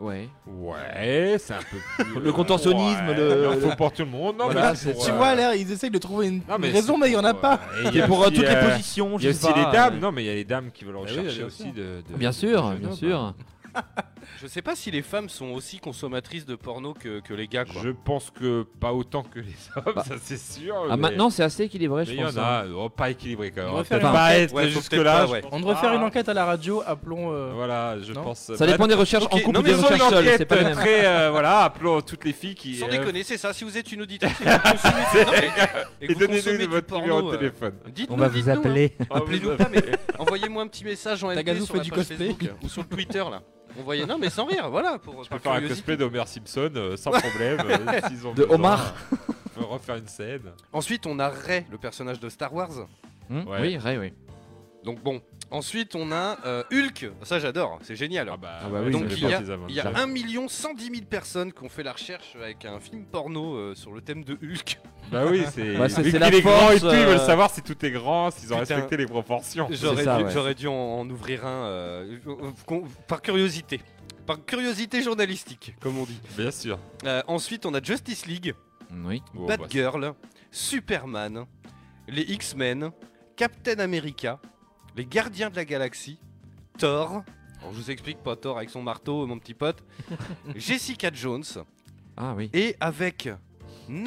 Speaker 6: Ouais.
Speaker 5: Ouais, c'est un peu plus-
Speaker 6: Le contorsionnisme, le-
Speaker 5: mais Faut pour tout le monde. Non,
Speaker 6: Voilà,
Speaker 5: mais c'est
Speaker 6: c'est-
Speaker 5: pour,
Speaker 4: Tu
Speaker 5: euh,
Speaker 4: vois, là, ils essayent de trouver une,
Speaker 5: non, mais
Speaker 4: une raison, mais il n'y en a
Speaker 5: pour,
Speaker 4: pas.
Speaker 5: euh, et il y
Speaker 6: C'est
Speaker 5: a
Speaker 6: pour euh,
Speaker 5: aussi,
Speaker 6: toutes les
Speaker 5: euh,
Speaker 6: positions.
Speaker 5: Il y
Speaker 6: je
Speaker 5: a
Speaker 6: sais
Speaker 5: aussi
Speaker 6: pas,
Speaker 5: les dames,
Speaker 6: euh,
Speaker 5: non mais il y a les dames qui veulent
Speaker 3: Bah
Speaker 4: oui,
Speaker 5: rechercher
Speaker 4: bien
Speaker 5: aussi
Speaker 4: sûr.
Speaker 5: de, de-
Speaker 6: Bien sûr,
Speaker 5: de-
Speaker 6: bien
Speaker 5: de-
Speaker 6: sûr.
Speaker 3: Je sais pas si les femmes sont aussi consommatrices de porno que, que les gars, quoi.
Speaker 5: Je pense que pas autant que les hommes,
Speaker 6: Bah.
Speaker 5: ça c'est sûr.
Speaker 6: Ah,
Speaker 5: mais-
Speaker 6: maintenant, c'est assez équilibré,
Speaker 5: Mais
Speaker 6: je
Speaker 5: il y
Speaker 6: pense.
Speaker 5: en
Speaker 6: hein.
Speaker 5: a, oh, pas équilibré quand même.
Speaker 4: On
Speaker 5: On va
Speaker 4: va faire
Speaker 5: peut-être
Speaker 4: une
Speaker 5: pas
Speaker 3: enquête.
Speaker 5: être
Speaker 3: Ouais, faut
Speaker 5: jusque-là.
Speaker 3: peut-être
Speaker 5: je
Speaker 3: pas, ouais.
Speaker 5: pense
Speaker 4: On devrait faire
Speaker 5: pas.
Speaker 4: une enquête à la radio, appelons. euh,
Speaker 5: Voilà, je
Speaker 4: Non.
Speaker 5: pense. euh,
Speaker 6: Ça dépend des recherches
Speaker 3: ok,
Speaker 6: en couple
Speaker 3: non,
Speaker 6: ou
Speaker 3: mais
Speaker 6: des
Speaker 5: des
Speaker 6: recherches
Speaker 5: recherches
Speaker 6: seules. C'est pas les mêmes.
Speaker 5: très, euh, voilà, appelons toutes les filles qui.
Speaker 3: Sans
Speaker 5: euh,
Speaker 3: déconner, c'est ça. Si vous êtes une auditrice et que vous consommez, non, mais- et que
Speaker 5: Et
Speaker 3: vous
Speaker 5: donnez-nous
Speaker 3: consommez du
Speaker 5: votre numéro
Speaker 3: porno,
Speaker 5: de
Speaker 3: euh,
Speaker 5: téléphone.
Speaker 3: dites-nous,
Speaker 6: On va vous
Speaker 3: dites-nous, hein.
Speaker 6: appeler.
Speaker 3: Appelez-nous pas, mais envoyez-moi un petit message en MP
Speaker 4: Tagazou
Speaker 3: sur
Speaker 4: fait
Speaker 3: la
Speaker 4: du
Speaker 3: page
Speaker 4: cosplay.
Speaker 3: Facebook ou sur le Twitter là. Envoyez, non mais sans rire, voilà pour
Speaker 5: Je peux
Speaker 3: par
Speaker 5: faire un
Speaker 3: curiosité.
Speaker 5: cosplay d'Homer Simpson euh, sans problème. euh, s'ils ont
Speaker 6: De
Speaker 5: besoin,
Speaker 6: Omar.
Speaker 5: euh, On peut refaire une scène.
Speaker 3: Ensuite, on a Ray, le personnage de Star Wars.
Speaker 6: Hmm,
Speaker 5: Ouais.
Speaker 6: Oui, Ray, oui.
Speaker 3: Donc bon. Ensuite, on a euh, Hulk. Ça, j'adore. C'est génial.
Speaker 6: Ah bah oui,
Speaker 3: Donc
Speaker 6: ça
Speaker 3: il y a, il y a 1 110 000 personnes qui ont fait la recherche avec un film porno euh, sur le thème de Hulk.
Speaker 5: Bah oui, c'est.
Speaker 6: Bah, c'est-
Speaker 5: vu
Speaker 6: c'est
Speaker 5: qu'il
Speaker 6: la
Speaker 5: est grand et
Speaker 6: force,
Speaker 5: tout, ils veulent
Speaker 6: euh,
Speaker 5: savoir si tout est grand, s'ils ont
Speaker 3: Putain.
Speaker 5: respecté les proportions.
Speaker 3: J'aurais
Speaker 6: C'est ça,
Speaker 3: dû,
Speaker 6: ouais.
Speaker 3: j'aurais dû en, en ouvrir un euh, euh, con- par curiosité. Par curiosité journalistique, comme on dit.
Speaker 5: Bien sûr.
Speaker 3: Euh, ensuite, on a Justice League,
Speaker 6: Hmm, Oui.
Speaker 5: Bon, bah,
Speaker 3: Batgirl, Superman, les X-Men, Captain America, les Gardiens de la Galaxie, Thor. Alors, je vous explique pas Thor avec son marteau, mon petit pote. Jessica Jones.
Speaker 6: Ah oui.
Speaker 3: Et avec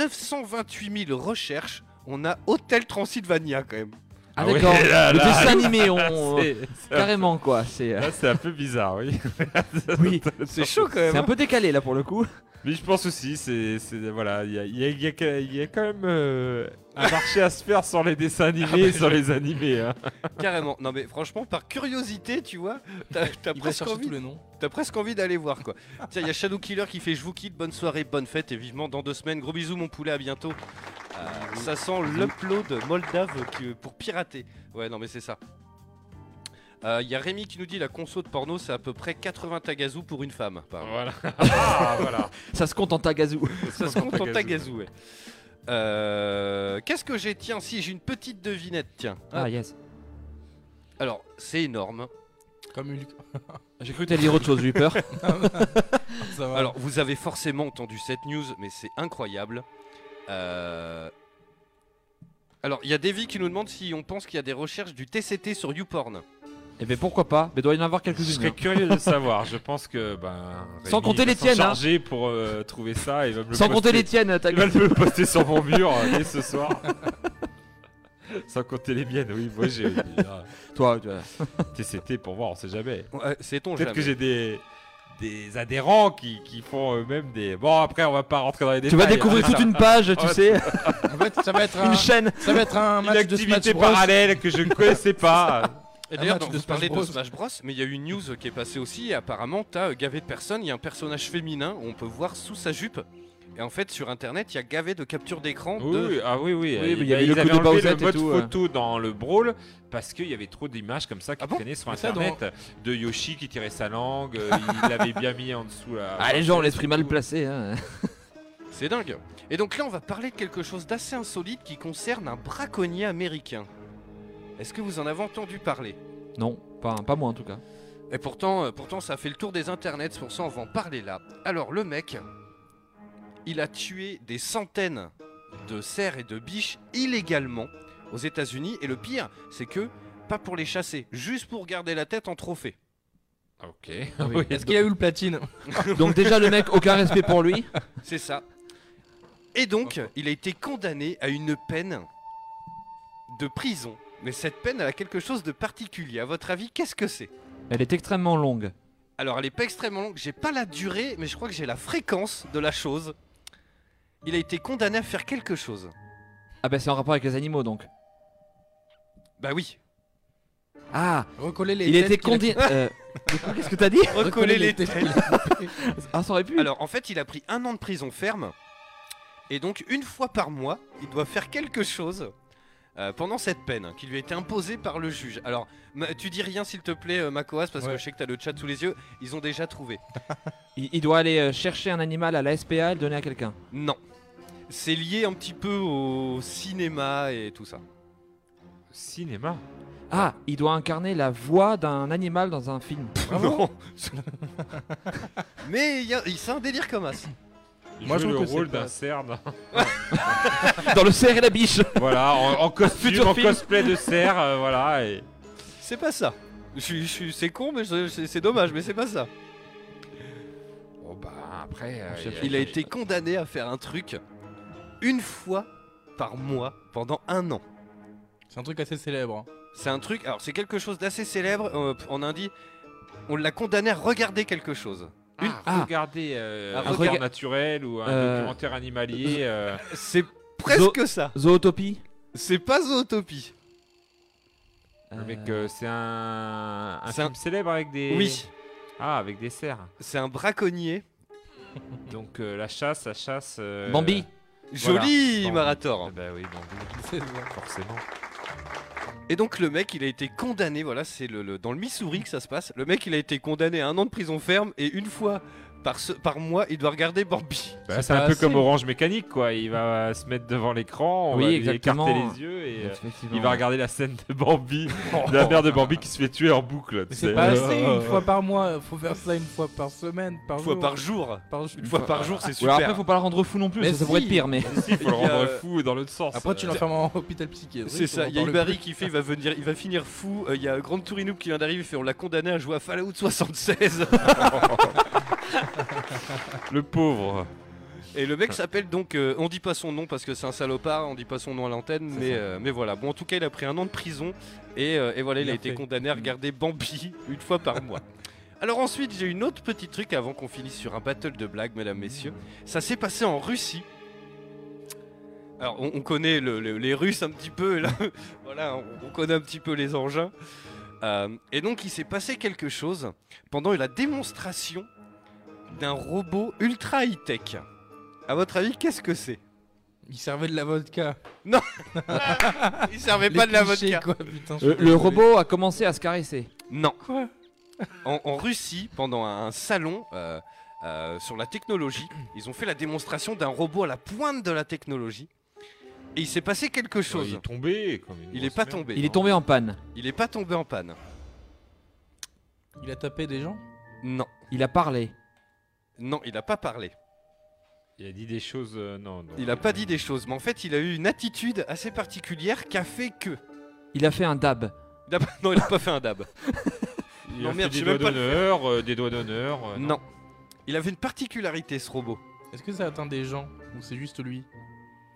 Speaker 3: 928 000 recherches, on a Hôtel Transylvania quand même.
Speaker 6: Ah,
Speaker 5: Ah ouais,
Speaker 6: d'accord.
Speaker 5: là,
Speaker 6: Le
Speaker 5: là.
Speaker 6: dessin animé, on. euh,
Speaker 5: c'est- c'est un-
Speaker 6: Carrément, quoi. C'est. euh,
Speaker 5: Là, c'est un peu bizarre, oui.
Speaker 6: Oui.
Speaker 3: C'est chaud quand même.
Speaker 6: C'est un peu décalé là pour le coup.
Speaker 5: Mais je pense aussi, c'est. c'est- Voilà, il y a, il y a- il y a- il y a quand même euh, un marché à se faire sur les
Speaker 6: Ah,
Speaker 5: dessins animés et sur les animés. hein.
Speaker 3: Carrément. Non mais franchement, par curiosité, tu vois, t'as t'as
Speaker 4: Il va
Speaker 3: presque
Speaker 4: chercher
Speaker 3: envie,
Speaker 4: tous les noms.
Speaker 3: t'as presque envie d'aller voir quoi. Tiens, il y a Shadow Killer qui fait je vous quitte, bonne soirée, bonne fête et vivement dans deux semaines. Gros bisous mon poulet, à bientôt. Euh, ça sent l'upload moldave qui- euh, pour pirater. Ouais, non mais c'est ça. Euh, Il y a Rémi qui nous dit la conso de porno c'est à peu près 80 tagazous pour une femme. Apparemment.
Speaker 5: Voilà. Ah, voilà.
Speaker 6: Ça se compte en tagazou.
Speaker 3: Ça se compte en
Speaker 5: Tagazou.
Speaker 3: tagazou, ouais. Euh, Qu'est-ce que j'ai Tiens, si j'ai une petite devinette, tiens.
Speaker 6: Ah yes.
Speaker 3: Alors, c'est énorme.
Speaker 4: Comme Hulk.
Speaker 6: J'ai cru que t'allais dire autre chose, j'ai eu peur.
Speaker 4: Ah, Ça va.
Speaker 3: Alors, vous avez forcément entendu cette news, mais c'est incroyable. Euh, Alors, il y a Davy qui nous demande si on pense qu'il y a des recherches du TCT sur YouPorn.
Speaker 6: Et ben pourquoi pas Mais doit y en avoir
Speaker 5: Je
Speaker 6: quelques-unes. hein.
Speaker 5: serais curieux de savoir. Je pense que. Ben,
Speaker 6: Sans
Speaker 5: Rémi va
Speaker 6: compter les
Speaker 5: s'en
Speaker 6: tiennes, hein.
Speaker 5: charger pour euh, trouver ça et va me le
Speaker 6: Sans compter
Speaker 5: poster.
Speaker 6: les tiennes, t'as
Speaker 5: Il va me le poster sur mon mur euh, dès ce soir. Sans compter les miennes, oui. Moi, j'ai. ah,
Speaker 6: Toi, tu vois.
Speaker 5: TCT pour voir, on sait jamais.
Speaker 3: Ouais, c'est ton
Speaker 5: Peut-être que j'ai des. Des adhérents qui, qui font eux-mêmes des. Bon, après, on va pas rentrer dans les
Speaker 6: Tu
Speaker 5: détails.
Speaker 6: vas découvrir
Speaker 5: hein, c'est
Speaker 6: toute une page, tu
Speaker 5: Ouais.
Speaker 6: sais,
Speaker 4: En fait, ça va être un,
Speaker 6: une chaîne.
Speaker 4: ça va être un
Speaker 5: une
Speaker 4: match de Smash
Speaker 5: activité
Speaker 4: Bros.
Speaker 5: parallèle que je ne connaissais pas.
Speaker 3: Et
Speaker 4: Un
Speaker 3: d'ailleurs,
Speaker 4: Ah, match
Speaker 3: dans-
Speaker 4: de
Speaker 3: vous
Speaker 4: Smash
Speaker 3: parlez
Speaker 4: Bros.
Speaker 3: de Smash Bros, mais il y a eu une news qui est passée aussi. Et apparemment, t'as euh, gavé de personnes. Il y a un personnage féminin, on peut voir sous sa jupe. Et en fait, sur internet, il y a gavé de captures d'écran
Speaker 5: Oui,
Speaker 3: de.
Speaker 5: oui, ah oui, oui.
Speaker 6: Oui,
Speaker 5: euh,
Speaker 6: mais il y
Speaker 5: ils-
Speaker 6: avait
Speaker 5: ils
Speaker 6: le coup de
Speaker 5: avaient enlevé
Speaker 6: Bowsette et
Speaker 5: mode
Speaker 6: tout, euh.
Speaker 5: photo dans le brawl parce qu'il y avait trop d'images comme ça qui
Speaker 3: Ah bon
Speaker 5: traînaient sur
Speaker 4: Mais ça, dans-
Speaker 5: internet de Yoshi qui tirait sa langue, euh, il l'avait bien mis en dessous là.
Speaker 6: Ah, les gens, on l'esprit mal placé. hein.
Speaker 3: C'est dingue. Et donc là, on va parler de quelque chose d'assez insolite qui concerne un braconnier américain. Est-ce que vous en avez entendu parler
Speaker 6: Non, pas, pas moi en tout cas.
Speaker 3: Et pourtant, euh, pourtant, ça a fait le tour des internets, c'est pour ça on va en parler là. Alors le mec, il a tué des centaines de cerfs et de biches illégalement aux États-Unis. Et le pire, c'est que pas pour les chasser, juste pour garder la tête en trophée.
Speaker 5: Ah, Ok.
Speaker 4: Est-ce qu'il a eu le platine
Speaker 6: Donc, déjà, le mec, aucun respect pour lui.
Speaker 3: C'est ça. Et donc, il a été condamné à une peine de prison. Mais cette peine, elle a quelque chose de particulier. À votre avis, qu'est-ce que c'est
Speaker 6: Elle est extrêmement longue.
Speaker 3: Alors, elle est pas extrêmement longue. J'ai pas la durée, mais je crois que j'ai la fréquence de la chose. Il a été condamné à faire quelque chose.
Speaker 6: Ah, bah, c'est en rapport avec les animaux donc.
Speaker 3: Bah oui.
Speaker 6: Ah,
Speaker 4: Recoller les
Speaker 6: il était
Speaker 4: têtes qu'il a-
Speaker 6: condamné. euh, Qu'est-ce que t'as dit
Speaker 3: Recoller les têtes.
Speaker 4: qu'il a coupées.
Speaker 6: Ah, ça aurait pu.
Speaker 3: Alors, en fait, il a pris un an de prison ferme. Et donc, une fois par mois, il doit faire quelque chose euh, pendant cette peine qui lui a été imposée par le juge. Alors, ma- tu dis rien, s'il te plaît, euh, Macoas, parce
Speaker 4: Ouais.
Speaker 3: que je sais que t'as le chat sous les yeux. Ils ont déjà trouvé.
Speaker 6: Il, il doit aller euh, chercher un animal à la SPA et le donner à quelqu'un.
Speaker 3: Non. C'est lié un petit peu au cinéma et tout ça.
Speaker 5: Cinéma.
Speaker 6: Ah, il doit incarner la voix d'un animal dans un film.
Speaker 3: Non. Mais il y a- il- c'est un délire comme as.
Speaker 5: Il
Speaker 4: Moi,
Speaker 5: Moi,
Speaker 4: je
Speaker 5: joue le
Speaker 4: trouve que
Speaker 5: rôle
Speaker 4: c'est
Speaker 5: d'un
Speaker 4: pas-
Speaker 5: cerf. dans-
Speaker 6: dans le cerf et la biche.
Speaker 5: voilà, en, en costume,
Speaker 6: Futur
Speaker 5: en
Speaker 6: film.
Speaker 5: cosplay de cerf, euh, voilà. Et...
Speaker 3: C'est pas ça. Je, suis- je, suis- c'est con, mais je- c'est c'est dommage, mais c'est pas ça.
Speaker 5: Bon bah après. euh,
Speaker 6: chef,
Speaker 3: Il a été condamné à faire un truc une fois par mois pendant un an.
Speaker 4: C'est un truc assez célèbre. hein.
Speaker 3: C'est un truc, alors c'est quelque chose d'assez célèbre euh, en Indie. On l'a condamné à regarder quelque chose.
Speaker 5: Une...
Speaker 6: Ah.
Speaker 5: Regardez euh,
Speaker 3: Ah,
Speaker 5: un
Speaker 6: rega-
Speaker 5: regard naturel ou un
Speaker 6: Euh,
Speaker 5: documentaire animalier. euh,
Speaker 3: C'est presque ça.
Speaker 6: Zootopie.
Speaker 3: C'est pas Zootopie.
Speaker 5: le mec,
Speaker 6: Euh,
Speaker 5: euh, c'est un, un
Speaker 3: c'est un-
Speaker 5: film célèbre avec des.
Speaker 3: Oui,
Speaker 5: Ah, avec des cerfs.
Speaker 3: c'est un braconnier.
Speaker 5: Donc euh, la chasse, la chasse. euh,
Speaker 6: Bambi.
Speaker 5: Voilà.
Speaker 3: Joli
Speaker 5: Bambi.
Speaker 3: Marator.
Speaker 5: Ah bah oui, Bambi,
Speaker 4: C'est ça.
Speaker 5: forcément.
Speaker 3: Et donc le mec, il a été condamné, voilà, c'est le, le- dans le Missouri que ça se passe. Le mec, il a été condamné à un an de prison ferme et une fois par, ce- par mois, il doit regarder Bambi.
Speaker 5: Bah, c'est
Speaker 4: pas
Speaker 5: un peu
Speaker 4: assez.
Speaker 5: comme Orange Mécanique, quoi. Il va se mettre devant l'écran, on
Speaker 6: Oui,
Speaker 5: va lui
Speaker 6: exactement.
Speaker 5: écarter les yeux et euh,
Speaker 6: Effectivement.
Speaker 5: il va regarder la scène de Bambi, de la mère de Bambi qui se fait tuer en boucle. tu
Speaker 4: Mais C'est
Speaker 5: sais.
Speaker 4: pas assez une fois par mois. Faut faire ça une fois par semaine, par
Speaker 3: Une
Speaker 4: jour.
Speaker 3: fois par jour.
Speaker 4: par jour.
Speaker 3: Une fois par jour, c'est
Speaker 6: Ou alors
Speaker 3: super.
Speaker 6: après, faut pas le rendre fou non plus,
Speaker 4: Mais
Speaker 6: ça, ça
Speaker 4: si.
Speaker 6: pourrait être pire, mais.
Speaker 5: Il
Speaker 3: Il
Speaker 5: faut le
Speaker 3: y a,
Speaker 5: rendre
Speaker 3: euh,
Speaker 5: fou dans l'autre sens.
Speaker 4: Après, tu
Speaker 5: Euh,
Speaker 4: l'enfermes en hôpital psychiatrique.
Speaker 3: C'est ça,
Speaker 4: on
Speaker 3: il y a
Speaker 4: parle
Speaker 3: Ibarri qui fait, il va, venir, il va finir fou. Euh, Il y a Grande Tourinoub qui vient d'arriver, il fait on l'a condamné à jouer à Fallout 76.
Speaker 5: le pauvre.
Speaker 3: Et le mec s'appelle donc, euh, on dit pas son nom parce que c'est un salopard, on dit pas son nom à l'antenne, mais, euh, mais voilà. Bon, en tout cas, il a pris un an de prison et, euh, et voilà, il,
Speaker 4: Bien
Speaker 3: a été
Speaker 4: fait.
Speaker 3: condamné à regarder Bambi une fois par mois. Alors ensuite, j'ai une autre petite truc avant qu'on finisse sur un battle de blagues, mesdames, messieurs. Ça s'est passé en Russie. Alors, on, on connaît le- le- les Russes un petit peu, et là, voilà, on, on connaît un petit peu les engins. Euh, et donc, il s'est passé quelque chose pendant la démonstration d'un robot ultra high-tech. À votre avis, qu'est-ce que c'est
Speaker 4: Il servait de la vodka.
Speaker 3: Il servait
Speaker 4: Les
Speaker 3: pas de la
Speaker 4: clichés,
Speaker 3: vodka.
Speaker 4: quoi, putain, je
Speaker 6: Le,
Speaker 4: suis désolé.
Speaker 6: le robot a commencé à se caresser.
Speaker 3: Non.
Speaker 4: Quoi
Speaker 3: en, en Russie, pendant un, un salon euh, euh, sur la technologie, ils ont fait la démonstration d'un robot à la pointe de la technologie. Et il s'est passé quelque chose.
Speaker 5: Il est tombé. Comme une
Speaker 3: Il est
Speaker 5: grosse
Speaker 3: pas
Speaker 5: merde.
Speaker 3: tombé.
Speaker 6: Il est tombé en panne.
Speaker 3: Il est pas tombé en panne.
Speaker 4: Il a tapé des gens.
Speaker 3: Non.
Speaker 6: Il a parlé.
Speaker 3: Non, il a pas parlé.
Speaker 5: Il a dit des choses. euh, non, non.
Speaker 3: Il a pas dit des choses. Mais en fait, il a eu une attitude assez particulière qui a fait que.
Speaker 6: Il a fait un dab.
Speaker 3: Il a pas- Non, il a pas fait un dab.
Speaker 5: Il
Speaker 3: Non,
Speaker 5: a fait
Speaker 3: merde, je
Speaker 5: des
Speaker 3: sais
Speaker 5: doigts
Speaker 3: même pas le
Speaker 5: d'honneur, euh, des doigts d'honneur. euh,
Speaker 3: Ah non. Il avait une particularité, ce robot.
Speaker 4: Est-ce que ça atteint des gens ou c'est juste lui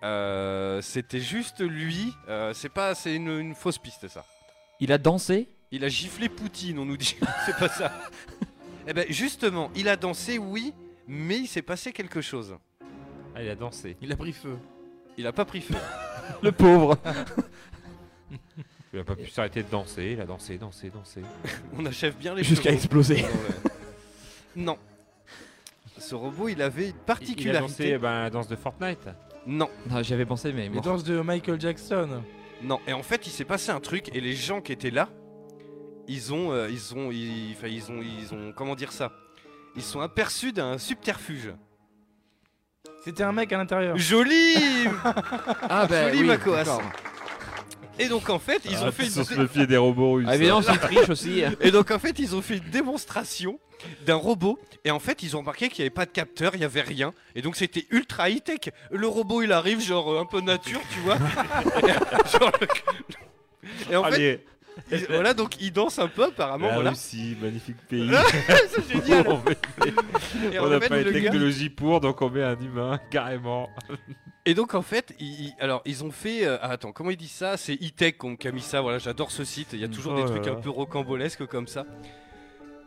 Speaker 3: Euh, c'était juste lui. Euh, c'est pas, c'est une, une fausse piste ça.
Speaker 6: Il a dansé.
Speaker 3: Il a giflé Poutine, on nous dit. c'est pas ça. eh ben justement, il a dansé, oui, mais il s'est passé quelque chose.
Speaker 5: Ah, il a dansé.
Speaker 4: Il a pris feu.
Speaker 3: Il a pas pris feu.
Speaker 6: Le pauvre.
Speaker 5: Il a pas pu s'arrêter de danser, il a dansé, dansé, dansé.
Speaker 3: On achève bien les
Speaker 4: Jusqu'à
Speaker 3: chevaux.
Speaker 4: exploser.
Speaker 3: Non, le- Non. Ce robot, il avait une
Speaker 5: Il- Il a dansé
Speaker 3: particularité.
Speaker 5: eh ben, la danse de Fortnite.
Speaker 6: euh,
Speaker 3: Non,
Speaker 6: Non, J'y avais pensé, mais
Speaker 4: Les
Speaker 6: bon.
Speaker 4: danses de Michael Jackson.
Speaker 3: non. Et en fait, il s'est passé un truc et les gens qui étaient là, ils ont, euh, ils ont, ils, enfin, ils ont, ils ont, comment dire ça Ils sont aperçus d'un subterfuge.
Speaker 4: C'était un mec à l'intérieur.
Speaker 3: Joli
Speaker 6: Ah bah
Speaker 3: Joli
Speaker 6: oui,
Speaker 3: Makoas.
Speaker 6: d'accord.
Speaker 3: Et donc en fait,
Speaker 4: Ah,
Speaker 3: ils ont fait
Speaker 5: sur
Speaker 3: une dé-
Speaker 5: le pied des robots russes.
Speaker 6: Ah, évidemment, c'est triche aussi.
Speaker 3: et donc en fait, ils ont fait une démonstration d'un robot et en fait, ils ont remarqué qu'il n'y avait pas de capteur, il n'y avait rien et donc c'était ultra high tech. Le robot, il arrive genre euh, un peu nature, tu vois. Genre, le- Et en fait,
Speaker 5: Allez, Ah
Speaker 3: ils- voilà, donc ils dansent un peu apparemment,
Speaker 5: la
Speaker 3: voilà.
Speaker 5: Russie, magnifique pays.
Speaker 3: C'est génial.
Speaker 5: On met-
Speaker 3: Et
Speaker 5: on
Speaker 3: en
Speaker 5: n'a
Speaker 3: fait,
Speaker 5: pas
Speaker 3: le
Speaker 5: les
Speaker 3: gars-
Speaker 5: technologies pour, donc on met un humain, carrément.
Speaker 3: Et donc en fait, ils, ils- alors ils ont fait. euh, ah, attends, comment ils disent ça C'est e-tech qu'on- qu'a mis ça. Voilà, j'adore ce site. Il y a toujours
Speaker 5: Oh
Speaker 3: des
Speaker 5: là
Speaker 3: trucs
Speaker 5: là.
Speaker 3: un peu rocambolesques comme ça.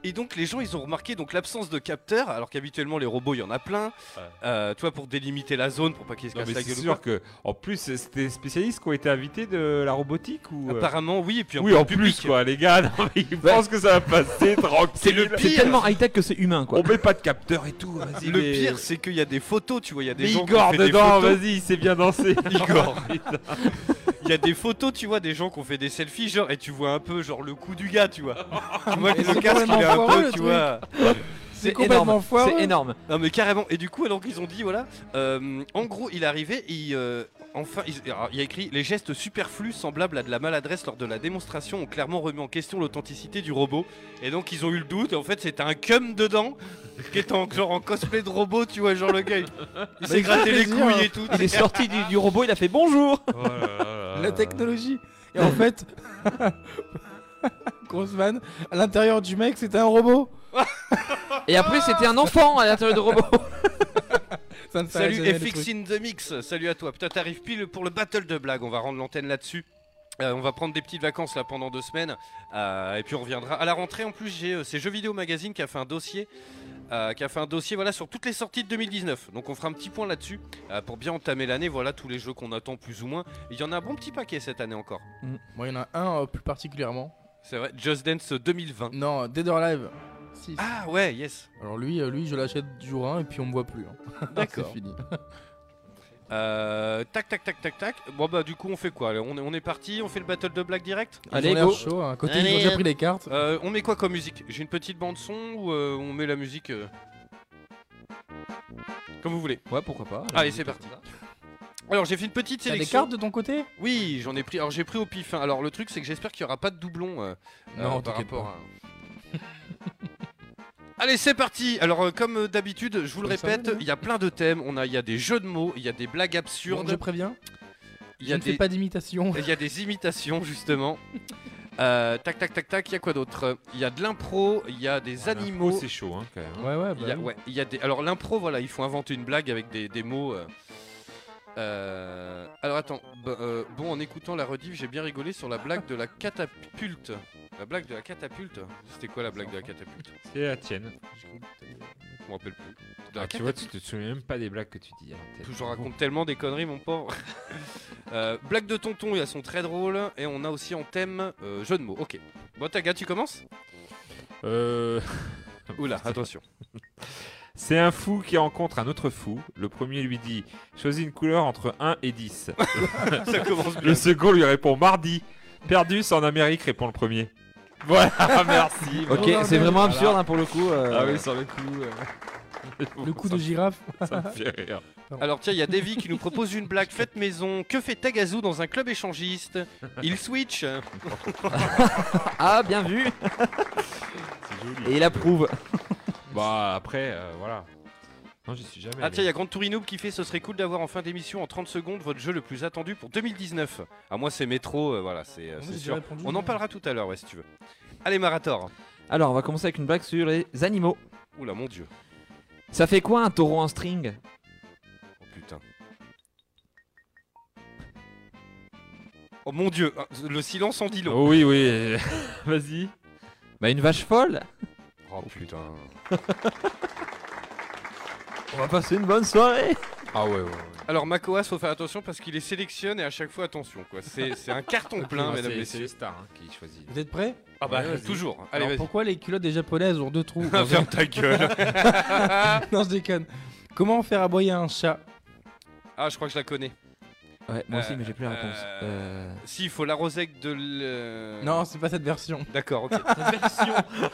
Speaker 3: Et donc les gens, ils ont remarqué donc l'absence de capteurs, alors qu'habituellement les robots, il y en a plein.
Speaker 5: Ouais.
Speaker 3: Euh, toi pour délimiter la zone, pour pas qu'ils se
Speaker 5: Non,
Speaker 3: cassent
Speaker 5: mais
Speaker 3: la
Speaker 5: c'est
Speaker 3: gueule. ou
Speaker 5: sûr que, en plus, c'était des spécialistes qui ont été invités de la robotique ou.
Speaker 3: quoi.
Speaker 5: euh,
Speaker 3: Apparemment, oui. Et puis un
Speaker 5: Oui,
Speaker 3: peu
Speaker 5: en
Speaker 3: de
Speaker 5: plus,
Speaker 3: public. hein.
Speaker 5: quoi, les gars, non, mais ils pensent que ça va passer tranquille.
Speaker 3: C'est le
Speaker 6: C'est
Speaker 3: pire.
Speaker 6: tellement high-tech que c'est humain, quoi.
Speaker 5: On met pas de capteur et tout, vas-y.
Speaker 3: Le
Speaker 5: mais-
Speaker 3: pire, c'est qu'il y a des photos. Tu vois, il y a des
Speaker 5: Mais
Speaker 3: gens qui ont
Speaker 5: Igor
Speaker 3: fait des
Speaker 5: dedans,
Speaker 3: photos.
Speaker 5: vas-y, il sait bien danser.
Speaker 3: Igor. Il y a des photos, tu vois, des gens qui ont fait des selfies, genre, et tu vois un peu, genre, le coup du gars, tu vois. tu vois que le
Speaker 4: c'est
Speaker 3: casque, il est
Speaker 4: complètement
Speaker 3: un
Speaker 4: foireux,
Speaker 3: peu,
Speaker 4: le
Speaker 3: tu
Speaker 4: truc.
Speaker 3: vois.
Speaker 4: C'est
Speaker 6: énorme.
Speaker 4: complètement foireux.
Speaker 6: C'est énorme.
Speaker 3: Non mais carrément. Et du coup, alors qu'ils ont dit voilà, euh, en gros, il est arrivé, il, euh, enfin, il, alors, il y a écrit les gestes superflus semblables à de la maladresse lors de la démonstration ont clairement remis en question l'authenticité du robot. Et donc ils ont eu le doute. Et en fait, c'était un cum dedans qui était en, genre en cosplay de robot, tu vois, genre le gars, il- il s'est gratté les
Speaker 4: plaisir.
Speaker 3: couilles et tout.
Speaker 6: Il est sorti du, du robot, il a fait bonjour.
Speaker 5: Oh Ah.
Speaker 4: La technologie. Et en fait, grosse vanne, à l'intérieur du mec, c'était un robot.
Speaker 6: Et après, c'était un enfant à l'intérieur du robot.
Speaker 4: Ça ne s'arrête
Speaker 3: Salut
Speaker 4: jamais, le
Speaker 3: FX
Speaker 4: truc.
Speaker 3: in the mix, salut à toi. Putain, t'arrives pile pour le battle de blagues, on va rendre l'antenne là-dessus. Euh, on va prendre des petites vacances là pendant deux semaines euh, et puis on reviendra à la rentrée. En plus, j'ai euh, c'est Jeux Vidéo Magazine qui a fait un dossier, euh, qui a fait un dossier voilà sur toutes les sorties de 2019. Donc on fera un petit point là-dessus euh, pour bien entamer l'année. Voilà tous les jeux qu'on attend plus ou moins. Il y en a un bon petit paquet cette année encore.
Speaker 4: Bon, il y en a un euh, plus particulièrement.
Speaker 3: C'est vrai, Just Dance 2020.
Speaker 4: Non, Dead or Alive. Si.
Speaker 3: Ah ouais, yes.
Speaker 4: Alors lui, euh, lui, je l'achète jour 1 et puis on me voit plus. hein.
Speaker 3: D'accord.
Speaker 4: C'est fini.
Speaker 3: Euh, tac tac tac tac tac. Bon bah du coup on fait quoi On est, on est parti, on fait le battle de blagues direct.
Speaker 4: Ils
Speaker 6: Allez,
Speaker 4: ont l'air
Speaker 6: go.
Speaker 4: chaud, hein. À Côté, ils
Speaker 3: Allez,
Speaker 4: ont déjà
Speaker 3: euh.
Speaker 4: pris les cartes.
Speaker 3: Euh, on met quoi comme musique J'ai une petite bande son ou euh, on met la musique euh, Comme vous voulez.
Speaker 6: Ouais, pourquoi pas.
Speaker 3: Allez, c'est parti. Alors j'ai fait une petite
Speaker 4: T'as des
Speaker 3: sélection.
Speaker 4: cartes de ton côté
Speaker 3: oui, j'en ai pris. Alors j'ai pris au pif. hein. Alors le truc c'est que j'espère qu'il y aura pas de doublon. euh,
Speaker 4: Non,
Speaker 3: euh, par
Speaker 4: t'inquiète
Speaker 3: rapport à- Allez, c'est parti. Alors euh, comme euh, d'habitude, je vous le
Speaker 4: Comme ça,
Speaker 3: répète,
Speaker 4: là
Speaker 3: il y a plein de thèmes. On a, il y a des jeux de mots, il y a des blagues
Speaker 4: Bon, Je
Speaker 3: absurdes,
Speaker 4: préviens.
Speaker 3: il y
Speaker 4: Je
Speaker 3: a
Speaker 4: ne fais
Speaker 3: des,
Speaker 4: pas d'imitation.
Speaker 3: il y a des imitations justement. Euh, tac tac tac tac. Il y a quoi d'autre Il y a de l'impro, il y a des animaux.
Speaker 5: Ah, C'est chaud, hein, quand même.
Speaker 4: Ouais, ouais,
Speaker 3: Il y
Speaker 4: bah.
Speaker 3: a-
Speaker 4: oui.
Speaker 3: ouais, il y a des... Alors l'impro, voilà, il faut inventer une blague avec des, des mots. euh. Euh, Alors attends, bah, euh, bon, en écoutant la rediff, j'ai bien rigolé sur la blague de la catapulte. La blague de la catapulte C'était quoi la blague de la catapulte
Speaker 5: C'est la tienne.
Speaker 3: Je me rappelle plus. De la
Speaker 5: Ah, tu vois, tu te souviens même pas des blagues que tu dis. hein, peut-être.
Speaker 3: je raconte tellement des conneries, mon pauvre. Euh, blague de tonton, elles sont très drôles. Et on a aussi en thème euh, jeu de mots. Ok. Bon, Taga, tu commences
Speaker 5: Euh,
Speaker 3: Oula, attention.
Speaker 5: C'est un fou qui rencontre un autre fou. Le premier lui dit Choisis une couleur entre 1 et 10.
Speaker 3: Ça commence bien.
Speaker 5: Le second lui répond Mardi. Perdus en Amérique, répond le premier. Voilà, merci.
Speaker 6: Ok,
Speaker 4: Bon,
Speaker 6: c'est
Speaker 4: bon,
Speaker 6: vraiment
Speaker 5: bon,
Speaker 6: absurde hein, pour le coup. euh,
Speaker 5: Ah oui, sur le coup. euh,
Speaker 4: Le coup
Speaker 5: ça
Speaker 4: de girafe.
Speaker 5: me- ça me fait rire.
Speaker 3: Alors tiens, il y a Davy qui nous propose une blague faite maison. Que fait Tagazu dans un club échangiste Il switch.
Speaker 6: Ah, bien vu.
Speaker 5: C'est joli.
Speaker 6: Et il approuve.
Speaker 5: Euh, Bah, après, euh, voilà. Non, j'y suis jamais.
Speaker 3: Ah tiens, il y
Speaker 5: allé.
Speaker 3: a Grande Tourinoub qui fait ce serait cool d'avoir en fin d'émission en 30 secondes votre jeu le plus attendu pour 2019. Ah moi c'est métro, euh, voilà, c'est euh,
Speaker 4: Moi,
Speaker 3: c'est
Speaker 4: j'ai déjà
Speaker 3: sûr.
Speaker 4: répondu,
Speaker 3: On en
Speaker 4: moi.
Speaker 3: parlera tout à l'heure, ouais, si tu veux. Allez Marator.
Speaker 6: Alors, on va commencer avec une blague sur les animaux.
Speaker 3: Oula, mon dieu.
Speaker 6: Ça fait quoi un taureau en string
Speaker 3: Oh putain. Oh mon dieu, Ah, le silence en dit long.
Speaker 5: Oh oui, oui. Vas-y.
Speaker 6: Bah, une vache folle.
Speaker 3: Oh putain.
Speaker 6: On va passer une bonne soirée.
Speaker 5: Ah ouais, ouais. ouais.
Speaker 3: Alors Makoas, faut faire attention parce qu'il les sélectionne et à chaque fois attention quoi. C'est c'est un carton plein,
Speaker 5: Ouais,
Speaker 3: mesdames et
Speaker 5: c'est- c'est
Speaker 3: messieurs.
Speaker 5: les stars hein, qui choisissent.
Speaker 4: Vous êtes prêts
Speaker 3: Ah bah
Speaker 5: Ouais, vas-y.
Speaker 3: toujours. Allez
Speaker 4: Alors
Speaker 3: vas-y.
Speaker 4: pourquoi les culottes des japonaises ont deux trous
Speaker 3: Ferme ta gueule.
Speaker 4: Non, je déconne. Comment faire aboyer un chat
Speaker 3: Ah je crois que je la connais.
Speaker 6: Ouais, moi aussi,
Speaker 3: Euh,
Speaker 6: mais j'ai plus la réponse.
Speaker 3: euh,
Speaker 6: Euh,
Speaker 3: Si, il faut la rosec de le.
Speaker 4: Non, c'est pas cette version.
Speaker 3: D'accord, ok.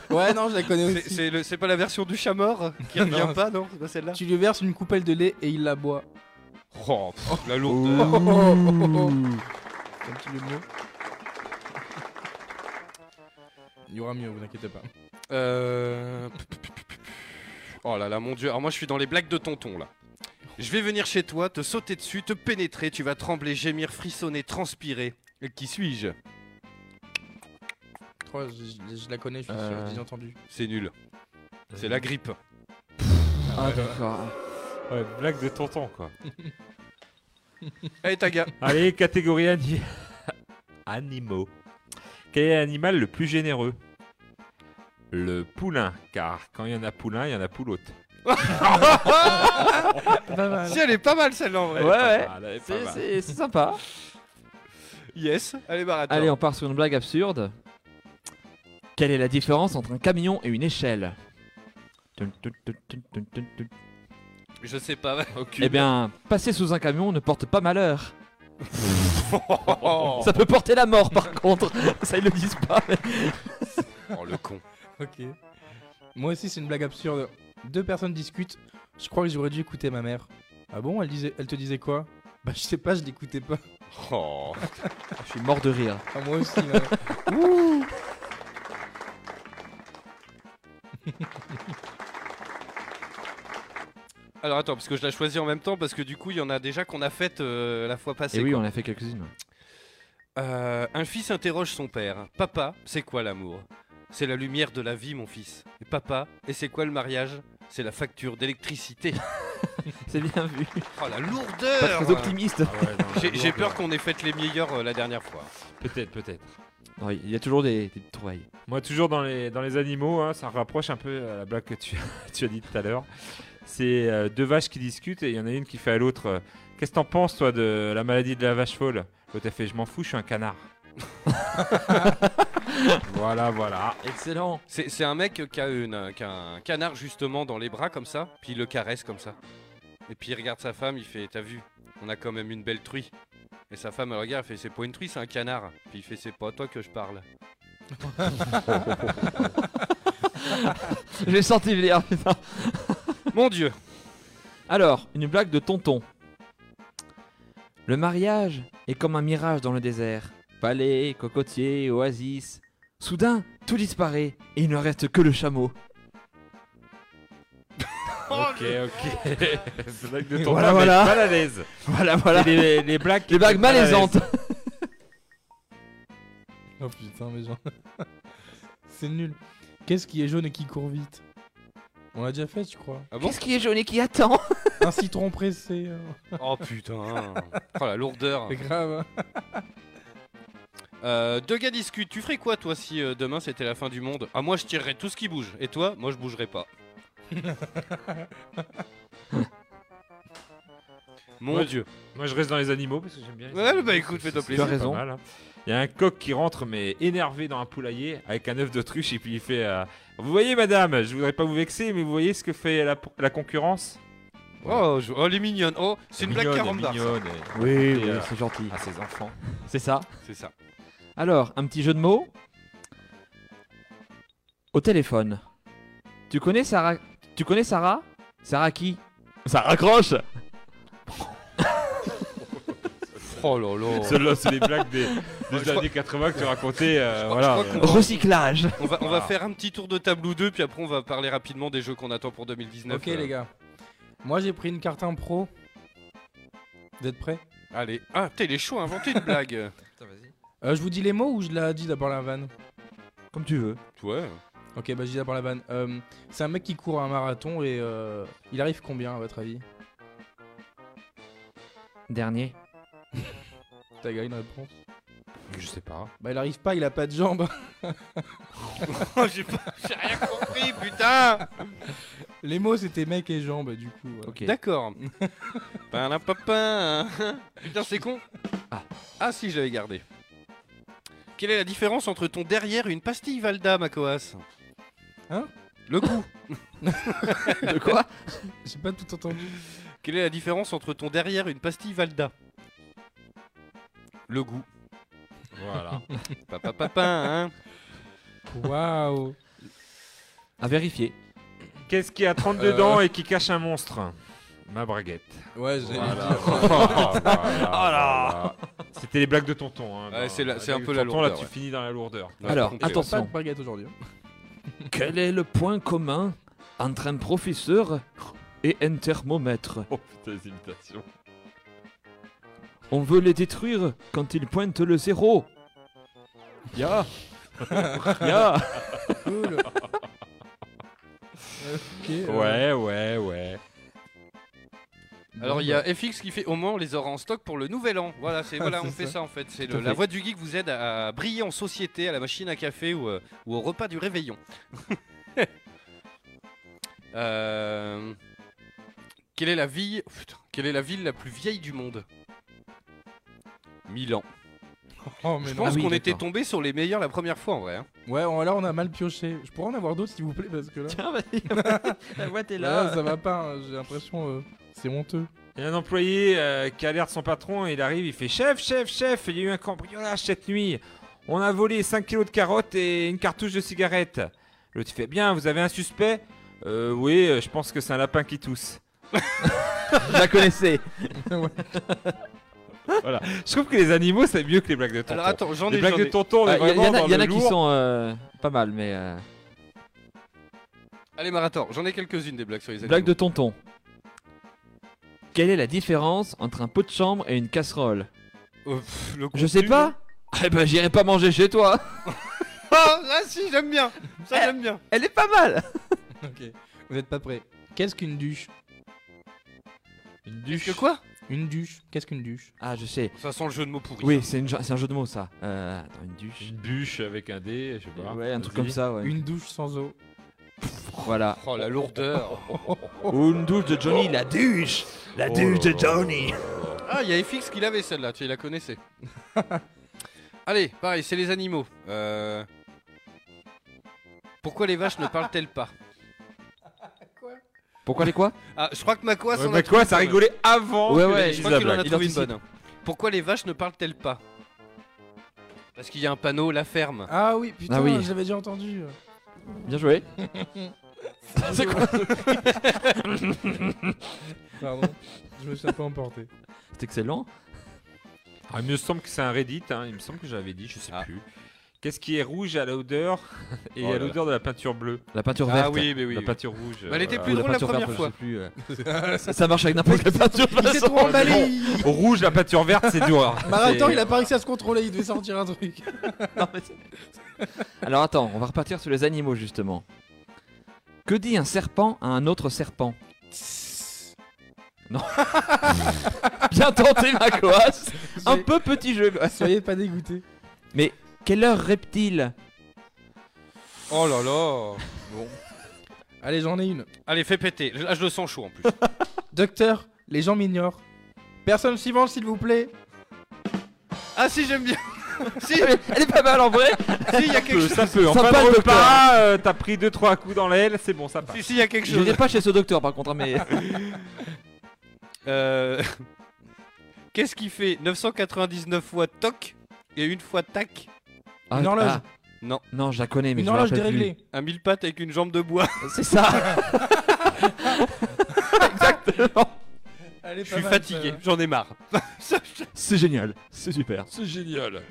Speaker 4: Ouais, non, je la connais
Speaker 3: C'est-
Speaker 4: aussi.
Speaker 3: C'est le- c'est pas la version du chat mort qui
Speaker 4: Non.
Speaker 3: revient pas, non C'est pas celle-là
Speaker 4: Tu lui verses une coupelle de lait et il la boit.
Speaker 5: Oh, pff, la lourdeur.
Speaker 4: Oh, oh, oh, oh. Un petit jeu de mots. Il y aura mieux, vous inquiétez pas.
Speaker 3: Euh... Oh là là, mon dieu. Alors moi, je suis dans les blagues de tonton là. Je vais venir chez toi, te sauter dessus, te pénétrer. Tu vas trembler, gémir, frissonner, transpirer. Euh, Qui suis-je
Speaker 4: Trois, je, je- je la connais, je suis sûr,
Speaker 6: Euh.
Speaker 4: je l'ai entendu.
Speaker 3: C'est nul. C'est la grippe.
Speaker 6: Ah, d'accord.
Speaker 5: Ouais, blague de tonton, quoi.
Speaker 3: Allez, Taga.
Speaker 5: Allez, catégorie ani- animaux. Quel est l'animal le plus généreux Le poulain, car quand il y en a poulain, il y en a poulotte.
Speaker 4: Pas mal.
Speaker 3: Si, elle est pas mal celle-là en vrai.
Speaker 6: Ouais, ouais.
Speaker 5: Ah, là, pas
Speaker 6: C'est-
Speaker 5: mal.
Speaker 6: C'est c'est sympa.
Speaker 3: Yes. Allez, Barator.
Speaker 6: Allez, on part sur une blague absurde. Quelle est la différence entre un camion et une échelle
Speaker 3: Je sais pas.
Speaker 6: Eh bien, passer sous un camion ne porte pas malheur.
Speaker 3: oh,
Speaker 6: Ça peut porter la mort par contre. Ça, ils le disent pas. mais-
Speaker 3: Oh, le con.
Speaker 4: Ok. Moi aussi, c'est une blague absurde. Deux personnes discutent. Je crois que j'aurais dû écouter ma mère. Ah bon elle, disait, elle te disait quoi Bah, je sais pas, je l'écoutais pas.
Speaker 3: Oh.
Speaker 6: Je suis mort de rire.
Speaker 4: Ah, moi aussi, ma mère.
Speaker 3: Alors attends, parce que je la choisis en même temps, parce que du coup, il y en a déjà qu'on a faites euh, la fois passée.
Speaker 6: Et Eh oui,
Speaker 3: quoi.
Speaker 6: on a fait quelques-unes.
Speaker 3: Euh, un fils interroge son père. Papa, c'est quoi l'amour C'est la lumière de la vie, mon fils. Et papa, et c'est quoi le mariage C'est la facture d'électricité.
Speaker 6: C'est bien vu.
Speaker 3: Oh la
Speaker 6: Pas
Speaker 3: lourdeur
Speaker 6: très optimiste.
Speaker 5: Ah ouais, non,
Speaker 3: J'ai-
Speaker 5: la
Speaker 3: J'ai
Speaker 5: lourdeur.
Speaker 3: peur qu'on ait fait les meilleurs euh, la dernière fois.
Speaker 5: Peut-être, peut-être.
Speaker 6: Non, il y a toujours des, des trouvailles.
Speaker 5: Moi, toujours dans les, dans les animaux, hein, ça rapproche un peu à la blague que tu, tu as dit tout à l'heure. C'est euh, deux vaches qui discutent et il y en a une qui fait à l'autre euh, Qu'est-ce que t'en penses, toi, de la maladie de la vache folle L'autre, elle fait Je m'en fous, je suis un canard. voilà, voilà.
Speaker 6: Excellent.
Speaker 3: C'est c'est un mec qui a, une- qui a un canard justement dans les bras comme ça, puis il le caresse comme ça. Et puis il regarde sa femme, il fait T'as vu, on a quand même une belle truie. Et sa femme elle regarde, elle fait C'est pas une truie, c'est un canard. Puis il fait C'est pas à toi que je parle.
Speaker 6: J'ai senti venir. putain.
Speaker 3: Mon dieu
Speaker 6: Alors, une blague de tonton. Le mariage est comme un mirage dans le désert. Palais, cocotier, oasis. Soudain, tout disparaît et il ne reste que le chameau.
Speaker 5: Ok, ok. C'est blague de ton
Speaker 6: Voilà,
Speaker 5: voilà,
Speaker 6: voilà.
Speaker 5: mal à l'aise.
Speaker 6: Voilà, voilà.
Speaker 5: Et les, les blagues.
Speaker 6: Les blagues
Speaker 5: mal à l'aise.
Speaker 6: malaisantes.
Speaker 4: Oh putain, mais genre. c'est nul. Qu'est-ce qui est jaune et qui court vite On l'a déjà fait, je crois.
Speaker 3: Ah bon
Speaker 6: qui est jaune et qui attend
Speaker 4: Un citron pressé. euh,
Speaker 3: Oh putain Oh la lourdeur
Speaker 4: C'est grave. hein.
Speaker 3: Euh, Deux gars discutent, tu ferais quoi toi si euh, demain c'était la fin du monde Ah moi je tirerais tout ce qui bouge, et toi Moi je bougerais pas. Mon
Speaker 5: Ouais.
Speaker 3: dieu
Speaker 5: Moi, je reste dans les animaux parce que j'aime bien. les
Speaker 3: Ouais,
Speaker 5: animaux.
Speaker 3: bah, écoute,
Speaker 5: C'est-
Speaker 3: fais-toi
Speaker 5: c'est-
Speaker 3: plaisir.
Speaker 5: c'est
Speaker 6: Tu
Speaker 5: pas
Speaker 6: as raison.
Speaker 5: mal, hein. Il y a un coq qui rentre, mais énervé dans un poulailler, avec un œuf d'autruche, et puis il fait euh, Vous voyez, madame, je voudrais pas vous vexer, mais vous voyez ce que fait la, la concurrence
Speaker 3: Oh, je- oh, elle est mignonne Oh, c'est une blague
Speaker 5: Mignonne,
Speaker 3: 40 bars, ça.
Speaker 5: mignonne,
Speaker 6: Eh Oui,
Speaker 5: oui,
Speaker 6: c'est gentil.
Speaker 5: et- à ses enfants.
Speaker 6: euh, C'est ça.
Speaker 3: C'est ça.
Speaker 6: Alors, un petit jeu de mots. Au téléphone. Tu connais Sarah Tu connais Sarah Sarah qui Ça raccroche
Speaker 3: Oh là là.
Speaker 5: Celle-là, c'est les blagues des, des
Speaker 3: Ouais, je
Speaker 5: années 80 que tu racontais. euh, voilà.
Speaker 3: je crois qu'on-
Speaker 6: Recyclage
Speaker 3: On va, on va
Speaker 5: Voilà.
Speaker 3: faire un petit tour de table ou deux, puis après on va parler rapidement des jeux qu'on attend pour 2019.
Speaker 4: ok, les gars. Moi, j'ai pris une carte impro. Vous êtes prêts
Speaker 3: Allez. Ah, t'es les chaud à inventer une blague.
Speaker 4: Euh, Je vous dis les mots ou je la dis d'abord la vanne
Speaker 6: Comme tu veux.
Speaker 3: Ouais.
Speaker 4: Ok, bah je dis d'abord la vanne. Euh, c'est un mec qui court un marathon et euh, il arrive combien à votre avis
Speaker 6: Dernier.
Speaker 4: T'as gagné une réponse
Speaker 5: Je sais pas.
Speaker 4: Bah il arrive pas, il a pas de jambes.
Speaker 3: Oh, j'ai pas- j'ai rien compris, putain.
Speaker 4: Les mots c'était mec et jambes du coup. voilà.
Speaker 6: Ok.
Speaker 3: D'accord. Palapapin. Putain, c'est con. Ah. ah, si, je l'avais gardé. Quelle est la différence entre ton derrière et une pastille Valda, Macoas
Speaker 4: Hein
Speaker 3: Le coup.
Speaker 6: De quoi
Speaker 4: J'ai pas tout entendu.
Speaker 3: Quelle est la différence entre ton derrière et une pastille Valda Le goût.
Speaker 5: Voilà.
Speaker 3: Papapapin, hein
Speaker 4: Waouh.
Speaker 6: À vérifier.
Speaker 5: Qu'est-ce qui a 32
Speaker 3: Euh.
Speaker 5: dents et qui cache un monstre Ma braguette.
Speaker 4: Ouais, j'ai.
Speaker 5: Voilà.
Speaker 3: Oh
Speaker 5: Voilà, voilà. C'était les blagues de tonton. hein,
Speaker 3: Ouais,
Speaker 5: dans-
Speaker 3: c'est la-
Speaker 5: dans
Speaker 3: c'est un
Speaker 5: les
Speaker 3: peu la
Speaker 5: tontons,
Speaker 3: lourdeur,
Speaker 5: Là, tu
Speaker 3: ouais.
Speaker 5: finis dans la lourdeur.
Speaker 6: Alors,
Speaker 3: Raconte-le.
Speaker 4: Pas
Speaker 6: attention.
Speaker 4: de braguette aujourd'hui. hein.
Speaker 6: Quel est le point commun entre un professeur et un thermomètre
Speaker 5: Oh putain, les imitations.
Speaker 6: On veut les détruire quand ils pointent le zéro. Ya Ya
Speaker 4: Cool. ok. euh,
Speaker 5: Ouais, ouais, ouais.
Speaker 3: Alors il y a FX qui fait au moins on les aura en stock pour le nouvel an. Voilà, c'est
Speaker 4: bah.
Speaker 3: voilà,
Speaker 4: C'est
Speaker 3: on fait
Speaker 4: ça.
Speaker 3: ça en fait. C'est
Speaker 4: Tout à
Speaker 3: le- la
Speaker 4: fait.
Speaker 3: voix du geek vous aide à, à briller en société, à la machine à café ou, euh, ou au repas du réveillon. Euh, quelle est la ville putain, Quelle est la ville la plus vieille du monde Milan.
Speaker 4: Oh, mais
Speaker 3: Je
Speaker 4: non.
Speaker 3: pense
Speaker 6: Ah oui,
Speaker 3: qu'on était
Speaker 6: d'accord.
Speaker 3: tombé sur les meilleurs la première fois en vrai. hein.
Speaker 4: Ouais, on- alors on a mal pioché. Je pourrais en avoir d'autres s'il vous plaît parce que là.
Speaker 6: Tiens, vas-y. La boîte est
Speaker 4: Là, ça va pas. hein, J'ai l'impression. euh, C'est honteux.
Speaker 5: Il y a un employé euh, qui alerte son patron et il arrive, il fait Chef, chef, chef, il y a eu un cambriolage cette nuit. On a volé 5 kilos de carottes et une cartouche de cigarette. L'autre il fait Bien, vous avez un suspect Euh, Oui, euh, je pense que c'est un lapin qui tousse.
Speaker 6: Je la connaissais.
Speaker 5: Je trouve que les animaux, c'est mieux que les blagues de tonton.
Speaker 3: Alors attends, j'en
Speaker 5: les
Speaker 3: ai,
Speaker 5: blagues
Speaker 3: j'en
Speaker 5: de
Speaker 3: ai.
Speaker 5: tonton, on
Speaker 6: Il
Speaker 5: est
Speaker 6: Ah, y,
Speaker 5: vraiment
Speaker 6: en a,
Speaker 5: dans
Speaker 6: y en
Speaker 5: le
Speaker 6: a qui
Speaker 5: lourd.
Speaker 6: sont euh, pas mal, mais. euh,
Speaker 3: Allez Marator, j'en ai quelques-unes des blagues sur les animaux.
Speaker 6: Blague de tonton. Quelle est la différence entre un pot de chambre et une casserole
Speaker 3: Euh, pff, le
Speaker 6: Je sais
Speaker 3: contenu.
Speaker 6: pas Eh ben, j'irai pas manger chez toi
Speaker 3: Ah, ah, si, j'aime bien. Ça
Speaker 4: Eh,
Speaker 3: j'aime bien.
Speaker 6: Elle est pas mal
Speaker 4: Ok. Vous n'êtes pas prêts. Qu'est-ce qu'une duche
Speaker 5: Une
Speaker 3: Que
Speaker 5: duche.
Speaker 3: quoi
Speaker 4: Une duche. Qu'est-ce qu'une duche
Speaker 6: Ah, je sais.
Speaker 3: Ça sent le jeu de mots pourri.
Speaker 6: Oui, c'est une jo- c'est un jeu de mots, ça. Euh, attends, une duche.
Speaker 5: Une bûche avec un dé, je sais pas.
Speaker 6: Ouais, un truc
Speaker 5: Bah, Vas-y.
Speaker 6: comme ça, ouais.
Speaker 4: Une douche sans eau.
Speaker 6: Voilà.
Speaker 3: Oh la lourdeur.
Speaker 6: Une douche de Johnny, la douche La douche
Speaker 5: Oh.
Speaker 6: de Johnny
Speaker 3: Ah, il y a FX qui l'avait celle-là, tu la connaissais. Allez, pareil, c'est les animaux. Euh, Pourquoi les vaches ne parlent-elles pas
Speaker 6: Pourquoi les quoi
Speaker 3: Ah, je crois que Makoas
Speaker 5: Ouais,
Speaker 3: en a
Speaker 5: mais
Speaker 3: trouvé
Speaker 5: quoi, ça
Speaker 3: une.
Speaker 5: rigolait avant
Speaker 6: Ouais,
Speaker 5: que
Speaker 6: ouais,
Speaker 5: les-
Speaker 3: Je
Speaker 6: il
Speaker 3: crois
Speaker 5: la
Speaker 3: qu'il en a
Speaker 5: blague.
Speaker 3: trouvé une
Speaker 6: anticipe.
Speaker 3: bonne. hein. Pourquoi les vaches ne parlent-elles pas Parce qu'il y a un panneau, la ferme.
Speaker 4: Ah oui, putain,
Speaker 6: Ah oui.
Speaker 4: j'avais déjà entendu.
Speaker 6: Bien joué.
Speaker 4: C'est quoi Pardon, je me suis un peu emporté.
Speaker 6: C'est excellent.
Speaker 5: Ah, il me semble que c'est un Reddit, hein, il me semble que j'avais dit, je sais
Speaker 3: Ah.
Speaker 5: plus. Qu'est-ce qui est rouge à l'odeur et
Speaker 3: Oh là
Speaker 5: à
Speaker 3: là.
Speaker 5: l'odeur de la peinture bleue
Speaker 6: La peinture verte.
Speaker 3: Ah oui, mais oui.
Speaker 5: La
Speaker 3: oui.
Speaker 5: peinture rouge. euh,
Speaker 3: Mais elle était
Speaker 5: voilà.
Speaker 3: plus
Speaker 6: Ou la
Speaker 3: drôle la
Speaker 6: peinture
Speaker 3: première
Speaker 6: verte,
Speaker 3: fois.
Speaker 6: je sais plus, euh. ça, ça marche avec n'importe quelle peinture. de
Speaker 3: Ah,
Speaker 4: Il s'est
Speaker 6: façon.
Speaker 4: trop emballé. il-
Speaker 5: Au rouge, la peinture verte, c'est dur. hein.
Speaker 4: Marathon, il a pas réussi à se contrôler, il devait sortir un truc.
Speaker 6: Non, mais c'est- Alors attends, on va repartir sur les animaux justement. Que dit un serpent à un autre serpent Non. Bien tenté, Macoas. Un peu petit jeu. quoi.
Speaker 4: Soyez pas dégoûté.
Speaker 6: Mais quelle heure reptile
Speaker 3: Oh là là.
Speaker 4: Allez, j'en ai une.
Speaker 3: Allez, fais péter. Là, je le sens chaud en plus.
Speaker 4: Docteur, les gens m'ignorent. Personne suivante, s'il vous plaît.
Speaker 3: ah si, j'aime bien. si,
Speaker 6: Elle est pas mal en vrai.
Speaker 3: si, il y a quelque chose.
Speaker 5: Euh, Ça peut, en
Speaker 6: Sympa,
Speaker 5: fin de
Speaker 6: le docteur.
Speaker 5: repas, euh, t'as pris 2-3 coups dans l'aile, c'est bon, ça passe.
Speaker 3: Si, si, il y a quelque
Speaker 6: Je
Speaker 3: chose.
Speaker 6: n'irai pas chez ce docteur par contre, hein, mais
Speaker 3: Euh, Qu'est-ce qui fait 999 fois toc et une fois tac
Speaker 6: Ah,
Speaker 4: Une horloge.
Speaker 3: Non.
Speaker 6: Non, je la connais, mais
Speaker 4: Une
Speaker 6: je me
Speaker 4: horloge
Speaker 6: rappelle plus.
Speaker 4: déréglée.
Speaker 3: Un mille pattes avec une jambe de bois.
Speaker 6: C'est ça. Exactement.
Speaker 4: Allez,
Speaker 3: Je suis fatigué, j'en ai marre.
Speaker 6: C'est génial. C'est super.
Speaker 5: C'est génial.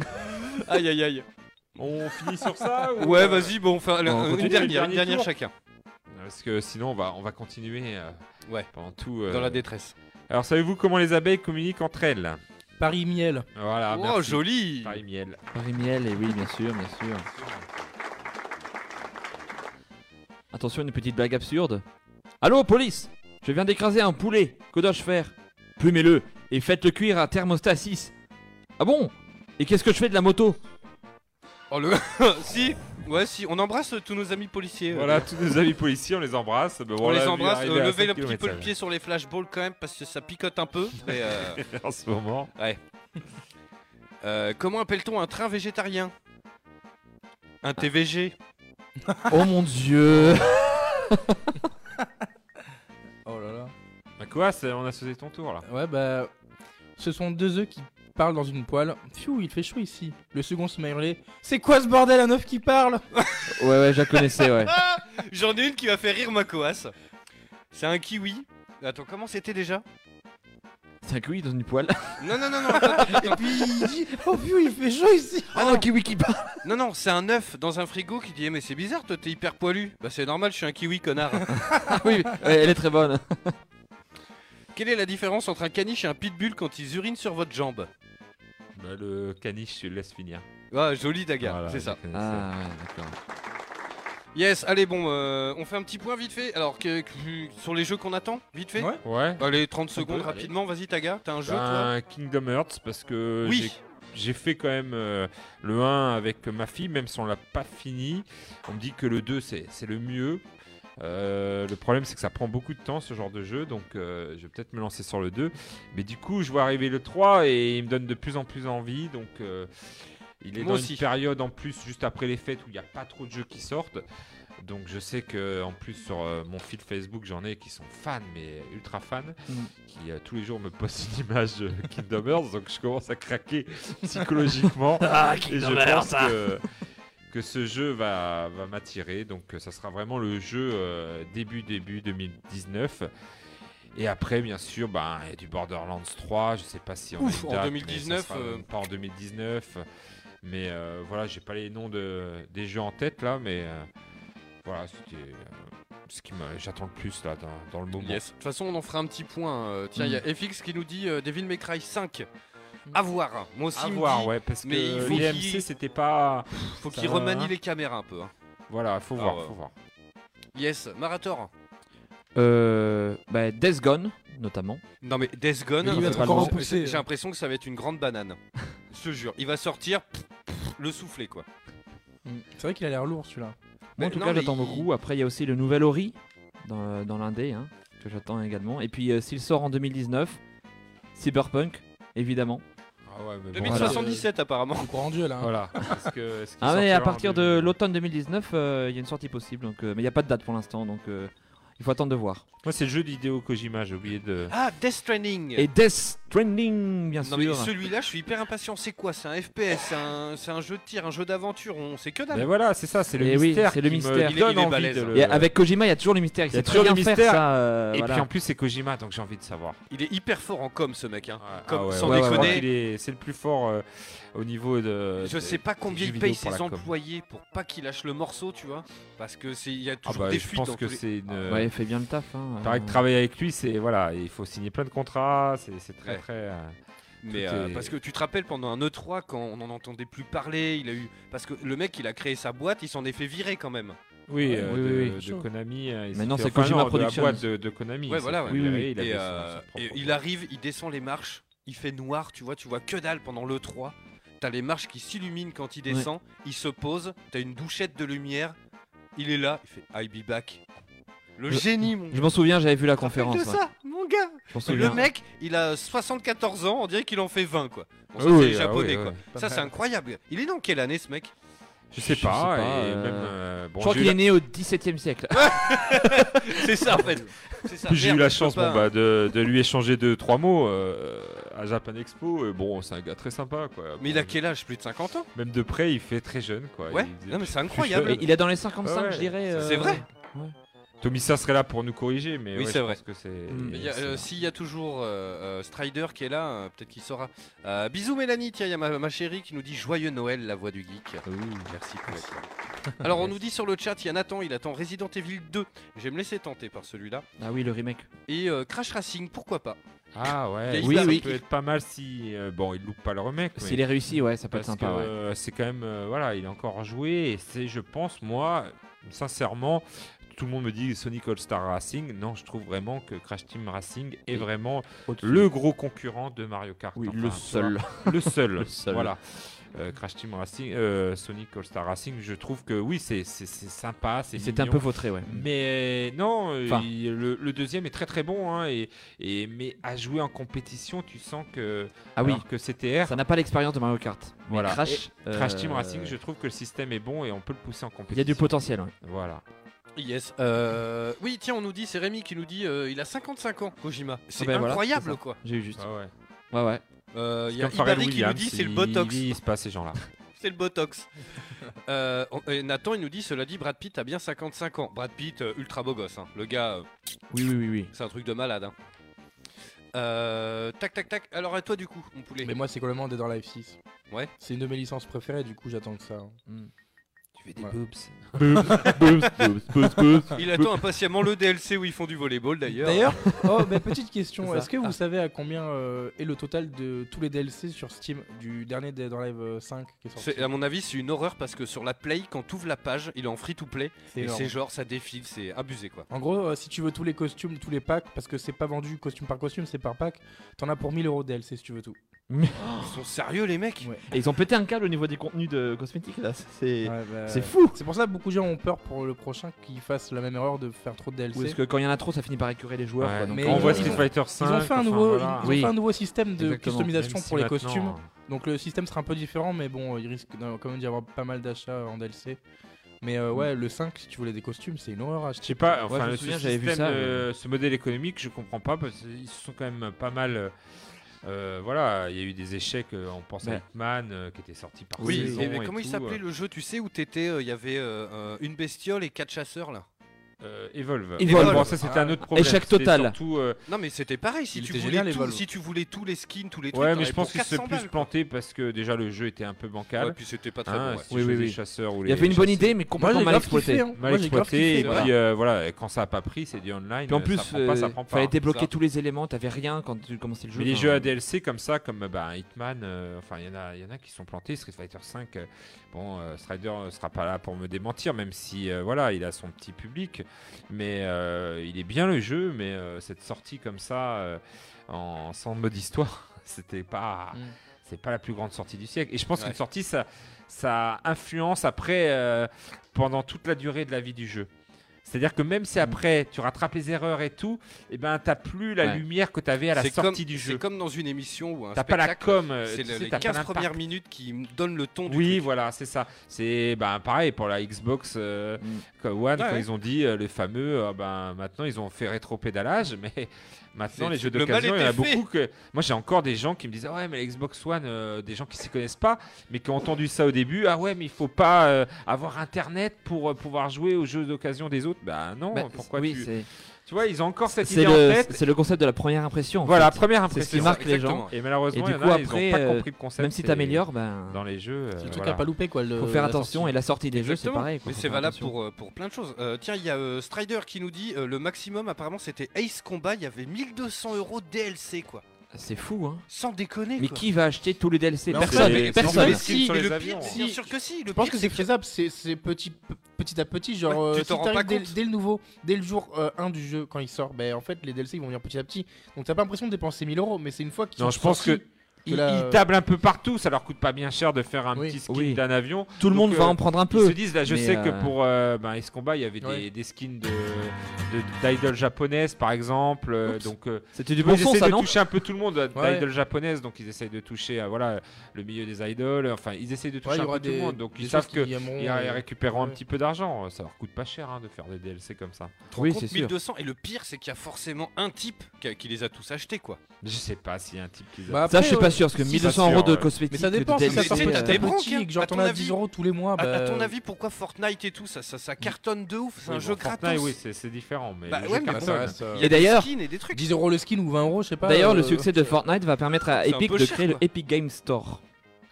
Speaker 3: Aïe aïe aïe.
Speaker 5: On finit sur ça ou-
Speaker 3: Ouais, vas-y, bon, on fait un-
Speaker 6: on
Speaker 3: une,
Speaker 5: continue,
Speaker 3: dernière,
Speaker 5: dernier
Speaker 3: une dernière
Speaker 5: tour.
Speaker 3: chacun.
Speaker 5: Parce que sinon, on va, on va continuer euh,
Speaker 3: Ouais.
Speaker 5: pendant tout. euh.
Speaker 3: Dans la détresse.
Speaker 5: Alors, savez-vous comment les abeilles communiquent entre elles
Speaker 4: Paris miel.
Speaker 5: Voilà,
Speaker 3: oh,
Speaker 5: ah, merci.
Speaker 3: joli
Speaker 5: Pareil, miel.
Speaker 6: Marie Miel, et oui, bien sûr, bien sûr. Attention, une petite blague absurde. Allô, police Je viens d'écraser un poulet. Que dois-je faire Plumez-le et faites-le cuire à thermostat 6. Ah bon Et qu'est-ce que je fais de la moto
Speaker 3: Oh, le... si Ouais, si, on embrasse tous nos amis policiers. euh,
Speaker 5: Voilà, tous nos amis policiers, on les embrasse. Ben
Speaker 3: On
Speaker 5: voilà,
Speaker 3: les
Speaker 5: lui
Speaker 3: embrasse,
Speaker 5: arrivé
Speaker 3: euh,
Speaker 5: à
Speaker 3: levez
Speaker 5: 5
Speaker 3: un petit peu le
Speaker 5: kilomètres
Speaker 3: pied sur les flashballs quand même parce que ça picote un peu. mais, euh,
Speaker 5: en ce moment.
Speaker 3: euh, comment appelle-t-on un train végétarien Un TVG
Speaker 6: Oh mon dieu
Speaker 4: Oh là là.
Speaker 5: Bah quoi c'est- On a sauté ton tour là.
Speaker 4: Ouais, bah. Ce sont deux œufs qui parlent dans une poêle. Pfiou, il fait chaud ici. Le second se met à hurler. C'est quoi ce bordel, un œuf qui parle
Speaker 6: Ouais, ouais, je la connaissais, ouais.
Speaker 3: Ah J'en ai une qui va faire rire ma coasse. C'est un kiwi. Attends, comment c'était déjà
Speaker 6: C'est un couille dans une poêle.
Speaker 3: Non, non, non, non. attends, attends, attends.
Speaker 4: Il dit, Oh, pfiou, il fait chaud ici
Speaker 3: Ah non, kiwi qui parle Non, non, c'est un œuf dans un frigo qui dit Eh, Mais c'est bizarre, toi t'es hyper poilu. Bah c'est normal, je suis un kiwi connard.
Speaker 6: Ah oui, ouais, elle est très bonne.
Speaker 3: Quelle est la différence entre un caniche et un pitbull quand ils urinent sur votre jambe
Speaker 5: Bah, le caniche, je le laisse finir.
Speaker 3: Ah, joli daga,
Speaker 5: Voilà,
Speaker 3: c'est ça.
Speaker 5: je connaissais.
Speaker 6: Ah ouais, d'accord.
Speaker 3: Yes, allez, bon, euh, on fait un petit point vite fait. Alors, que, que- sur les jeux qu'on attend, vite fait
Speaker 4: Ouais.
Speaker 5: Ouais.
Speaker 3: Allez, Ben, 30 secondes
Speaker 4: peut,
Speaker 3: rapidement, vas-y, Taga, t'as un jeu, toi
Speaker 5: Un Kingdom Hearts parce que
Speaker 3: Oui.
Speaker 5: j'ai j'ai fait quand même euh, le 1 avec ma fille, même si on l'a pas fini. On me dit que le 2 c'est c'est le mieux. Euh, le problème c'est que ça prend beaucoup de temps ce genre de jeu, donc euh, je vais peut-être me lancer sur le 2. Mais du coup, je vois arriver le 3 et il me donne de plus en plus envie. Donc euh, il est
Speaker 3: Moi
Speaker 5: dans
Speaker 3: aussi.
Speaker 5: une période en plus juste après les fêtes où il n'y a pas trop de jeux qui sortent. Donc je sais que en plus sur euh, mon fil Facebook j'en ai qui sont fans mais ultra fans
Speaker 6: Mm.
Speaker 5: qui euh, tous les jours me postent une image de Kingdom Hearts donc je commence à craquer psychologiquement
Speaker 3: Ah,
Speaker 5: et je pense que, que ce jeu va, va m'attirer donc euh, ça sera vraiment le jeu euh, début début 2019 et après bien sûr ben, il y a du Borderlands 3 je sais pas si on a
Speaker 3: Ouf,
Speaker 5: une
Speaker 3: en
Speaker 5: date, mais
Speaker 3: 2019,
Speaker 5: ça sera
Speaker 3: euh,
Speaker 5: pas en 2019 mais euh, voilà j'ai pas les noms de, des jeux en tête là mais euh, voilà c'était euh, ce qui m'a- j'attends le plus là dans, dans le moment
Speaker 3: Yes. De toute façon, on en fera un petit point. euh, tiens, il y
Speaker 5: Mm.
Speaker 3: a FX qui nous dit euh, Devil May Cry 5. À voir. Moi aussi,
Speaker 5: à
Speaker 3: il me
Speaker 5: voir
Speaker 3: dit,
Speaker 5: Mm. ouais parce
Speaker 3: Ah, mais il
Speaker 5: que
Speaker 3: faut
Speaker 5: l'IMC
Speaker 3: qu'il-
Speaker 5: c'était pas
Speaker 3: faut
Speaker 5: Ça
Speaker 3: qu'il
Speaker 5: va,
Speaker 3: remanie
Speaker 5: hein.
Speaker 3: les caméras un peu. hein.
Speaker 5: voilà faut
Speaker 3: Ah
Speaker 5: voir
Speaker 3: ouais.
Speaker 5: faut voir
Speaker 3: Yes, Marator.
Speaker 6: Euh. Bah, Death Gone, notamment.
Speaker 3: Non, mais Death Gone,
Speaker 4: Mais il va être
Speaker 3: euh,
Speaker 4: encore
Speaker 3: j'ai-
Speaker 4: repoussé.
Speaker 3: j'ai l'impression que ça va être une grande banane. Je te jure, il va sortir pff, pff, le soufflet, quoi. Mm.
Speaker 4: C'est vrai qu'il a l'air lourd celui-là.
Speaker 6: Moi, en
Speaker 3: Mais
Speaker 6: tout
Speaker 3: non,
Speaker 6: cas,
Speaker 3: mais
Speaker 6: j'attends
Speaker 3: il-
Speaker 6: beaucoup. Après, il y a aussi le nouvel Ori dans, dans l'Indé, hein, que j'attends également. Et puis, euh, s'il sort en 2019, Cyberpunk, évidemment.
Speaker 5: ah ouais, mais bon,
Speaker 3: 2077, apparemment.
Speaker 4: On croit en
Speaker 3: Hein,
Speaker 4: Dieu là. hein.
Speaker 5: Voilà. Est-ce que- est-ce qu'il
Speaker 6: Ah, mais
Speaker 5: sortira
Speaker 6: à
Speaker 5: en
Speaker 6: partir de
Speaker 5: 2000?
Speaker 6: l'automne 2019, euh, il y a une sortie possible. Donc, euh, mais il n'y a pas de date pour l'instant, donc euh, il faut attendre de voir.
Speaker 5: Moi, c'est le jeu d'Hideo Kojima, j'ai oublié de.
Speaker 3: Ah, Death Stranding.
Speaker 6: Et Death Stranding, bien
Speaker 3: Non
Speaker 6: sûr.
Speaker 3: mais celui-là, je suis hyper impatient. C'est quoi C'est un FPS, c'est un, c'est un jeu de tir, un jeu d'aventure. On sait que dalle.
Speaker 5: Mais voilà, c'est ça, c'est le
Speaker 6: Eh oui,
Speaker 5: mystère.
Speaker 6: c'est le
Speaker 5: qui me
Speaker 6: mystère.
Speaker 3: Il est-
Speaker 5: donne
Speaker 3: il est
Speaker 5: envie
Speaker 3: balèze,
Speaker 5: de
Speaker 3: hein.
Speaker 5: le-
Speaker 6: Et avec Kojima, il y a toujours le mystère.
Speaker 5: euh,
Speaker 6: Il
Speaker 5: y a
Speaker 6: sait très
Speaker 5: toujours le
Speaker 6: bien faire
Speaker 5: mystère.
Speaker 6: ça. euh,
Speaker 5: Et
Speaker 6: voilà.
Speaker 5: puis en plus, c'est Kojima, donc j'ai envie de savoir.
Speaker 3: Il est hyper fort en com, ce mec. Hein. Comme,
Speaker 5: Ah ouais,
Speaker 3: sans
Speaker 5: ouais, je crois
Speaker 3: déconner,
Speaker 5: qu'il est- C'est le plus fort euh, au niveau Euh, de.
Speaker 3: je
Speaker 5: de-
Speaker 3: sais pas combien
Speaker 5: jeux
Speaker 3: il
Speaker 5: vidéo
Speaker 3: paye
Speaker 5: pour la
Speaker 3: ses
Speaker 5: com.
Speaker 3: employés pour pas qu'il lâche le morceau, tu vois. Parce que c'est il y a
Speaker 5: Ah
Speaker 3: toujours
Speaker 5: bah,
Speaker 3: des
Speaker 5: je
Speaker 3: fuites.
Speaker 5: pense
Speaker 3: dans
Speaker 5: que
Speaker 3: tous les-
Speaker 5: c'est une. euh,
Speaker 6: Ouais, il fait bien le taf. hein.
Speaker 5: Pareil que travailler avec lui, c'est voilà, il faut signer plein de contrats, c'est c'est très
Speaker 3: Ouais.
Speaker 5: très. euh,
Speaker 3: Mais
Speaker 5: tout
Speaker 3: euh,
Speaker 5: est-
Speaker 3: parce que tu te rappelles pendant un E3 quand on n'en entendait plus parler, il a eu parce que le mec il a créé sa boîte, il s'en est fait virer quand même.
Speaker 5: Oui,
Speaker 6: Ouais,
Speaker 5: euh,
Speaker 6: oui,
Speaker 5: de,
Speaker 6: oui,
Speaker 5: de
Speaker 4: Chaud.
Speaker 5: Konami. euh, il s'est
Speaker 6: Maintenant,
Speaker 5: fait-
Speaker 6: c'est
Speaker 5: enfin,
Speaker 6: Kojima
Speaker 5: non, de la
Speaker 6: Productions.
Speaker 5: boîte de, de Konami.
Speaker 3: Ouais,
Speaker 5: il s'est
Speaker 3: voilà,
Speaker 5: fait
Speaker 6: ouais. Oui, oui,
Speaker 5: virer,
Speaker 6: oui.
Speaker 5: il a
Speaker 3: et,
Speaker 5: fait son-
Speaker 3: euh,
Speaker 5: son propre
Speaker 3: et il
Speaker 5: boîte.
Speaker 3: arrive, il descend les marches, il fait noir, tu vois, tu vois que dalle pendant le 3. T'as les marches qui s'illuminent quand il
Speaker 6: Ouais.
Speaker 3: descend, il se pose, t'as une douchette de lumière, il est là, il fait I'll be back. Le
Speaker 6: Je-
Speaker 3: génie, mon
Speaker 6: Je m'en souviens, j'avais vu la
Speaker 3: te rappelles
Speaker 6: conférence.
Speaker 3: de
Speaker 6: ouais.
Speaker 3: ça, mon gars.
Speaker 6: Je m'en
Speaker 3: Le
Speaker 6: souviens.
Speaker 3: mec, il a 74 ans, on dirait qu'il en fait 20 quoi. Bon, ça,
Speaker 5: Ah oui,
Speaker 3: c'est les
Speaker 5: ah
Speaker 3: japonais
Speaker 5: oui,
Speaker 3: quoi.
Speaker 5: oui.
Speaker 4: Pas
Speaker 3: Ça
Speaker 4: mal.
Speaker 3: c'est incroyable. Il est dans quelle année ce mec
Speaker 5: Je sais
Speaker 6: Je
Speaker 5: pas,
Speaker 6: sais pas,
Speaker 5: et
Speaker 6: euh,
Speaker 5: même. euh, bon,
Speaker 6: je crois
Speaker 5: j'ai eu
Speaker 6: qu'il
Speaker 5: la-
Speaker 6: est né au 17 e siècle.
Speaker 3: C'est ça en fait. C'est ça.
Speaker 5: Puis j'ai eu
Speaker 3: Merde,
Speaker 5: la
Speaker 3: je peux
Speaker 5: chance
Speaker 3: pas.
Speaker 5: bon, bah, de, de lui échanger deux trois mots euh, à Japan Expo et bon c'est un gars très sympa quoi.
Speaker 3: Mais il a
Speaker 5: Bon,
Speaker 3: quel âge Plus de 50 ans
Speaker 5: même de près il fait très jeune quoi.
Speaker 3: Ouais.
Speaker 5: Il-
Speaker 3: Non mais c'est incroyable.
Speaker 6: Mais il est dans les 55,
Speaker 5: Ouais, ouais.
Speaker 6: je dirais. euh,
Speaker 3: C'est vrai
Speaker 5: Tommy ça serait là pour nous corriger mais
Speaker 3: Oui,
Speaker 5: ouais,
Speaker 3: c'est
Speaker 5: je
Speaker 3: vrai.
Speaker 5: pense que c'est
Speaker 3: Il y a,
Speaker 5: c'est-
Speaker 3: euh, S'il y a toujours euh, euh, Strider qui est là, euh, peut-être qu'il saura. Euh, bisous Mélanie, tiens, il y a ma, ma chérie qui nous dit Joyeux Noël, la voix du
Speaker 5: Ah
Speaker 3: geek. Merci Colette. Alors on nous dit sur le chat, il y a Nathan, il attend Resident Evil 2. Je vais me laisser tenter par celui-là.
Speaker 6: Ah oui, le remake.
Speaker 3: Et euh, Crash Racing, pourquoi pas
Speaker 5: Ah ouais.
Speaker 3: Oui,
Speaker 5: ça
Speaker 3: oui.
Speaker 5: peut être pas mal si euh, bon il loupe pas le remake. mais-
Speaker 6: S'il est réussi, ouais, ça peut
Speaker 5: Parce
Speaker 6: être sympa.
Speaker 5: que
Speaker 6: ouais.
Speaker 5: euh, c'est quand même euh, voilà il est encore joué et c'est je pense moi sincèrement tout le monde me dit Sonic All Star Racing non je trouve vraiment que Crash Team Racing est vraiment
Speaker 6: Au-dessus.
Speaker 5: le gros concurrent de Mario Kart
Speaker 6: Oui,
Speaker 5: Enfin,
Speaker 6: le
Speaker 5: tu
Speaker 6: seul.
Speaker 5: vois, le seul
Speaker 6: Le seul.
Speaker 5: voilà euh, Crash Team Racing, euh, Sonic All Star Racing, je trouve que oui, c'est c'est- c'est sympa, c'est
Speaker 6: C'était un
Speaker 5: mignon.
Speaker 6: peu vautré, ouais.
Speaker 5: Mais non, euh,
Speaker 6: Enfin.
Speaker 5: il- le, le deuxième est très très bon, hein, et, et- mais à jouer en compétition, tu sens que
Speaker 6: Ah oui,
Speaker 5: alors que CTR,
Speaker 6: ça n'a pas l'expérience de Mario Kart. Mais
Speaker 5: Voilà.
Speaker 6: Crash, euh,
Speaker 5: Crash Team Racing, je trouve que le système est bon et on peut le pousser en compétition.
Speaker 6: Il y a du potentiel. ouais.
Speaker 5: Voilà.
Speaker 3: Yes. euh, Oui, tiens, on nous dit, c'est Rémi qui nous dit, euh, il a 55 ans, Kojima. C'est
Speaker 6: ben voilà,
Speaker 3: incroyable,
Speaker 6: c'est ça.
Speaker 3: quoi.
Speaker 6: J'ai eu juste.
Speaker 5: Ah ouais.
Speaker 6: Ouais, ouais.
Speaker 3: Euh, Il y a
Speaker 5: Comme Pharrell
Speaker 3: Ibarri qui nous
Speaker 5: Williams,
Speaker 3: dit, c'est le
Speaker 5: ils-
Speaker 3: Botox.
Speaker 5: Ils se pas ces gens-là.
Speaker 3: C'est le Botox. Euh, on- et Nathan, il nous dit, cela dit, Brad Pitt a bien 55 ans. Brad Pitt, euh, ultra beau gosse. hein. Le gars, euh,
Speaker 6: Oui, oui, oui, oui.
Speaker 3: c'est un truc de malade. hein. Euh, tac, tac, tac. Alors, à toi, du coup, mon poulet.
Speaker 4: Mais moi, c'est complètement Dead or Life 6.
Speaker 3: Ouais.
Speaker 4: C'est une de mes licences préférées, du coup, j'attends que ça. hein.
Speaker 5: Hmm.
Speaker 6: Tu fais
Speaker 4: des Ouais.
Speaker 6: boobs.
Speaker 3: Il attend impatiemment le DLC où ils font du volleyball, d'ailleurs.
Speaker 4: D'ailleurs, oh, mais petite question,
Speaker 6: C'est
Speaker 4: est-ce
Speaker 6: ça. Ah.
Speaker 4: que vous savez à combien euh, est le total de tous les DLC sur Steam du dernier Dead or Live euh, 5 qui est sorti
Speaker 3: C'est- à mon avis, c'est une horreur parce que sur la Play, quand t'ouvres la page, il est en free to play.
Speaker 4: C'est
Speaker 3: Et
Speaker 4: énorme.
Speaker 3: c'est genre, ça défile, c'est abusé quoi.
Speaker 4: En gros, euh, si tu veux tous les costumes, tous les packs, parce que c'est pas vendu costume par costume, c'est par pack, t'en as pour 1000 euros de DLC si tu veux tout.
Speaker 3: Ils sont sérieux les mecs
Speaker 6: Et ils ont pété un câble au niveau des contenus de cosmétiques là. C'est
Speaker 4: Ouais, bah,
Speaker 6: c'est fou.
Speaker 4: C'est pour ça que beaucoup de gens ont peur pour le prochain qu'ils fassent la même erreur de faire trop de DLC.
Speaker 6: Oui, parce que quand il y en a trop, ça finit par écurer les joueurs.
Speaker 5: Ouais,
Speaker 6: quoi, donc, euh,
Speaker 4: mais
Speaker 5: on
Speaker 4: ils
Speaker 5: voit
Speaker 4: ont-
Speaker 5: Street
Speaker 4: ils ont-
Speaker 5: Fighter 5.
Speaker 4: Ils ont fait un nouveau, ils ont
Speaker 6: Oui.
Speaker 4: fait un nouveau système de
Speaker 6: Exactement.
Speaker 4: customisation pour les costumes. Donc le système sera un peu différent, mais bon, il risque d'en- quand même d'y avoir pas mal d'achats en DLC. Mais euh, ouais, le 5, si tu voulais des costumes, c'est une horreur à
Speaker 5: Je
Speaker 4: acheter.
Speaker 5: sais pas,
Speaker 6: Ouais,
Speaker 5: enfin,
Speaker 6: je me
Speaker 5: le
Speaker 6: souviens, j'avais
Speaker 5: système,
Speaker 6: vu ça,
Speaker 5: euh, ce modèle économique, je comprends pas parce qu'ils se sont quand même pas mal. euh, voilà, il y a eu des échecs. euh, on pense à
Speaker 6: Ouais.
Speaker 5: Hitman euh, qui était sorti par
Speaker 3: Oui,
Speaker 5: saison
Speaker 3: et, mais
Speaker 5: et
Speaker 3: comment il
Speaker 5: tout, euh.
Speaker 3: s'appelait le jeu, tu sais, où t'étais, euh, il y avait euh, euh, une bestiole et quatre chasseurs là
Speaker 5: euh, Evolve.
Speaker 6: Evolve.
Speaker 5: Bon, ça c'était un autre problème.
Speaker 6: Échec
Speaker 5: C'était
Speaker 6: total.
Speaker 5: surtout, euh,
Speaker 3: Non mais c'était pareil, si
Speaker 4: Il
Speaker 3: tu,
Speaker 4: était
Speaker 3: voulais
Speaker 4: génial, les
Speaker 3: tout-
Speaker 4: Volvo.
Speaker 3: si tu voulais tous les skins, tous les trucs,
Speaker 5: ouais,
Speaker 3: t'en
Speaker 5: mais
Speaker 3: avais
Speaker 5: je
Speaker 3: pour
Speaker 5: pense qu'il s'est
Speaker 3: 400
Speaker 5: plus
Speaker 3: balles, quoi.
Speaker 5: planté parce que déjà le jeu était un peu bancal.
Speaker 3: Ouais, puis c'était pas très
Speaker 5: Hein,
Speaker 3: bon. ouais.
Speaker 5: si
Speaker 6: Oui,
Speaker 5: tu
Speaker 6: oui,
Speaker 5: faisais
Speaker 6: oui.
Speaker 5: chasseur ou
Speaker 6: Il
Speaker 5: les
Speaker 6: y avait une bonne idée, mais
Speaker 4: Moi
Speaker 6: complètement
Speaker 4: j'ai
Speaker 6: mal
Speaker 4: grave
Speaker 6: exploitée.
Speaker 4: kiffé. hein.
Speaker 5: mal
Speaker 4: Moi, j'ai grave
Speaker 5: exploité.
Speaker 4: kiffé,
Speaker 5: Et
Speaker 4: voilà.
Speaker 5: puis euh, voilà, quand ça a pas pris, c'est du online.
Speaker 6: Puis en
Speaker 5: euh,
Speaker 6: plus,
Speaker 5: ça prend pas, ça
Speaker 6: euh,
Speaker 5: prend pas.
Speaker 6: fallait débloquer
Speaker 3: ça.
Speaker 6: tous les éléments, t'avais rien quand tu commençais le jeu.
Speaker 5: Mais les
Speaker 6: enfin, euh,
Speaker 5: jeux à DLC comme ça, comme bah, Hitman, euh, enfin il y en a, il y en a qui sont plantés. Street Fighter 5, bon, euh, Strider euh, sera pas là pour me démentir, même si euh, voilà, il a son petit public, mais euh, il est bien le jeu, mais euh, cette sortie comme ça, euh, en sans mode histoire, c'était pas,
Speaker 4: Mm.
Speaker 5: c'est pas la plus grande sortie du siècle. Et je pense
Speaker 3: Ouais.
Speaker 5: qu'une sortie ça, ça influence après euh, pendant toute la durée de la vie du jeu. C'est-à-dire que même si après tu rattrapes les erreurs et tout, eh ben t'as plus la
Speaker 6: Ouais.
Speaker 5: lumière que t'avais à la
Speaker 3: C'est
Speaker 5: sortie
Speaker 3: comme-
Speaker 5: du jeu.
Speaker 3: C'est comme dans une émission ou un
Speaker 5: T'as pas la
Speaker 3: spectacle,
Speaker 5: com, euh,
Speaker 3: c'est le-
Speaker 5: tu sais,
Speaker 3: les
Speaker 5: t'as pas
Speaker 3: 15
Speaker 5: d'impact.
Speaker 3: premières minutes qui me donnent le ton du
Speaker 5: Oui,
Speaker 3: truc.
Speaker 5: voilà, c'est ça. C'est ben, pareil pour la Xbox euh,
Speaker 6: Mm.
Speaker 5: que- One, quand
Speaker 3: ouais.
Speaker 5: ils ont dit euh, le fameux, euh, ben, maintenant ils ont fait rétro-pédalage, mais maintenant
Speaker 3: C'est-
Speaker 5: les jeux
Speaker 3: le mal
Speaker 5: d'occasion, il y en a
Speaker 3: était fait.
Speaker 5: beaucoup que. Moi j'ai encore des gens qui me disent, ah ouais, mais la Xbox One, euh, des gens qui s'y connaissent pas, mais qui ont entendu ça au début, ah ouais, mais il faut pas euh, avoir internet pour euh, pouvoir jouer aux jeux d'occasion des autres. Ben non,
Speaker 6: bah,
Speaker 5: pourquoi
Speaker 6: oui,
Speaker 5: tu.
Speaker 6: c'est-
Speaker 5: Tu vois, ils ont encore cette
Speaker 6: C'est
Speaker 5: idée en
Speaker 6: le,
Speaker 5: tête.
Speaker 6: c'est le concept de la première impression. en
Speaker 5: Voilà,
Speaker 6: fait.
Speaker 5: première
Speaker 6: C'est ce
Speaker 5: impression.
Speaker 6: qui marque les
Speaker 3: exactement.
Speaker 6: gens.
Speaker 5: Et malheureusement,
Speaker 6: Et
Speaker 5: il y
Speaker 6: du
Speaker 5: en
Speaker 6: coup,
Speaker 5: a, ils ont
Speaker 6: après,
Speaker 5: pas
Speaker 6: euh,
Speaker 5: compris le concept.
Speaker 6: Même si
Speaker 5: et-
Speaker 6: t'améliores, ben.
Speaker 5: dans les jeux.
Speaker 4: C'est
Speaker 5: euh,
Speaker 4: le truc
Speaker 5: voilà.
Speaker 4: à pas louper quoi. le-
Speaker 6: Faut faire
Speaker 4: la
Speaker 6: attention
Speaker 4: sortie.
Speaker 6: et la sortie des jeux c'est
Speaker 3: Exactement.
Speaker 6: pareil. quoi,
Speaker 3: Mais
Speaker 6: faut
Speaker 3: c'est
Speaker 6: faire
Speaker 3: valable
Speaker 6: attention.
Speaker 3: pour, euh, pour plein de choses. Euh, tiens, il y a euh, Strider qui nous dit euh, le maximum apparemment c'était Ace Combat, il y avait 1200 euros DLC quoi.
Speaker 6: C'est fou hein.
Speaker 3: Sans déconner
Speaker 6: Mais
Speaker 3: quoi.
Speaker 6: qui va acheter tous les DLC
Speaker 4: Mais en
Speaker 6: Personne.
Speaker 5: fait,
Speaker 6: personne.
Speaker 5: c'est- Si,
Speaker 3: mais
Speaker 5: sur
Speaker 3: le
Speaker 5: les
Speaker 3: pire,
Speaker 5: avions.
Speaker 3: bien
Speaker 4: Si.
Speaker 3: sûr que si. Le
Speaker 4: Je pense
Speaker 3: pire,
Speaker 4: que c'est faisable, c'est c'est petit, petit à petit, genre
Speaker 3: Ouais, tu
Speaker 4: euh,
Speaker 3: t'en
Speaker 4: si
Speaker 3: rends
Speaker 4: t'arrives
Speaker 3: pas
Speaker 4: dès,
Speaker 3: compte.
Speaker 4: dès le nouveau, dès le jour 1 du jeu quand il sort, ben en fait les DLC ils vont venir petit à petit. Donc t'as pas l'impression de dépenser 1000 euros, mais c'est une fois qu'ils
Speaker 5: Non,
Speaker 4: sont
Speaker 5: je pense
Speaker 4: sortis
Speaker 5: que Ils,
Speaker 4: là,
Speaker 5: ils
Speaker 4: euh,
Speaker 5: tablent un peu partout, ça leur coûte pas bien cher de faire un
Speaker 4: Oui.
Speaker 5: petit skin
Speaker 6: Oui.
Speaker 5: d'un avion.
Speaker 6: Tout le
Speaker 5: Donc,
Speaker 6: monde va
Speaker 5: euh,
Speaker 6: en prendre un
Speaker 5: Ils se
Speaker 6: peu.
Speaker 5: disent là, je
Speaker 6: Mais,
Speaker 5: sais que
Speaker 6: euh,
Speaker 5: pour euh, ben, Ace Combat, il y avait des,
Speaker 4: Ouais.
Speaker 5: des skins de de- d'idoles japonaises par exemple. euh,
Speaker 6: Oups.
Speaker 5: donc euh,
Speaker 6: C'était du
Speaker 5: ils
Speaker 6: bon
Speaker 5: essayent
Speaker 6: sens ça
Speaker 5: de
Speaker 6: non
Speaker 5: toucher un peu tout le monde euh,
Speaker 4: Ouais.
Speaker 5: d'idoles japonaises, donc ils essayent de toucher euh, voilà le milieu des idoles. Enfin, ils essayent de
Speaker 4: ouais,
Speaker 5: toucher
Speaker 4: il y
Speaker 5: un peu
Speaker 4: aura
Speaker 5: tout
Speaker 4: des
Speaker 5: le monde, donc
Speaker 4: des
Speaker 5: ils
Speaker 4: choses
Speaker 5: savent
Speaker 4: qui
Speaker 5: que
Speaker 4: viendront,
Speaker 5: ils
Speaker 4: euh,
Speaker 5: récupéreront un
Speaker 4: ouais.
Speaker 5: petit peu d'argent. Ça leur coûte pas cher hein, de faire des DLC comme ça.
Speaker 3: tu te rends
Speaker 6: Oui
Speaker 3: compte,
Speaker 6: c'est sûr.
Speaker 3: 1200 et le pire c'est qu'il y a forcément un type qui, a- qui les a tous achetés quoi.
Speaker 5: Je sais pas s'il y a un type qui. les a-
Speaker 4: Bah,
Speaker 6: Ça
Speaker 4: après,
Speaker 6: je suis pas
Speaker 4: ouais.
Speaker 6: sûr parce que
Speaker 5: si,
Speaker 6: 1200
Speaker 5: pas sûr,
Speaker 6: euros de
Speaker 5: ouais.
Speaker 6: cosmétiques.
Speaker 4: Mais ça dépend
Speaker 6: de
Speaker 4: si ça
Speaker 6: DLC,
Speaker 4: sort
Speaker 3: Mais t'as
Speaker 4: petit
Speaker 3: des
Speaker 4: à
Speaker 3: brocs,
Speaker 4: petit
Speaker 3: hein.
Speaker 4: et que genre
Speaker 3: À
Speaker 4: t'en
Speaker 3: ton
Speaker 4: as
Speaker 3: avis-
Speaker 4: 10 euros tous les mois.
Speaker 6: Ah
Speaker 3: À- à,
Speaker 4: bah,
Speaker 3: ton
Speaker 6: euh,
Speaker 3: avis pourquoi Fortnite et tout ça ça, ça cartonne de ouf, c'est
Speaker 5: Oui,
Speaker 3: un
Speaker 5: bon,
Speaker 3: jeu
Speaker 5: Fortnite,
Speaker 3: gratos.
Speaker 5: oui, c'est- c'est différent, mais
Speaker 3: Bah
Speaker 5: le jeu
Speaker 3: ouais, mais
Speaker 4: bah, ça
Speaker 5: cartonne.
Speaker 4: reste, euh,
Speaker 3: Il y a
Speaker 6: Et
Speaker 3: des
Speaker 6: d'ailleurs-
Speaker 3: skins et des trucs.
Speaker 4: 10 euros le skin ou 20 euros, je sais pas.
Speaker 6: D'ailleurs le
Speaker 4: euh,
Speaker 6: succès de Fortnite va permettre à
Speaker 3: C'est un
Speaker 6: Epic
Speaker 3: peu
Speaker 6: de
Speaker 3: cher,
Speaker 6: créer le
Speaker 3: quoi.
Speaker 6: Epic Game Store.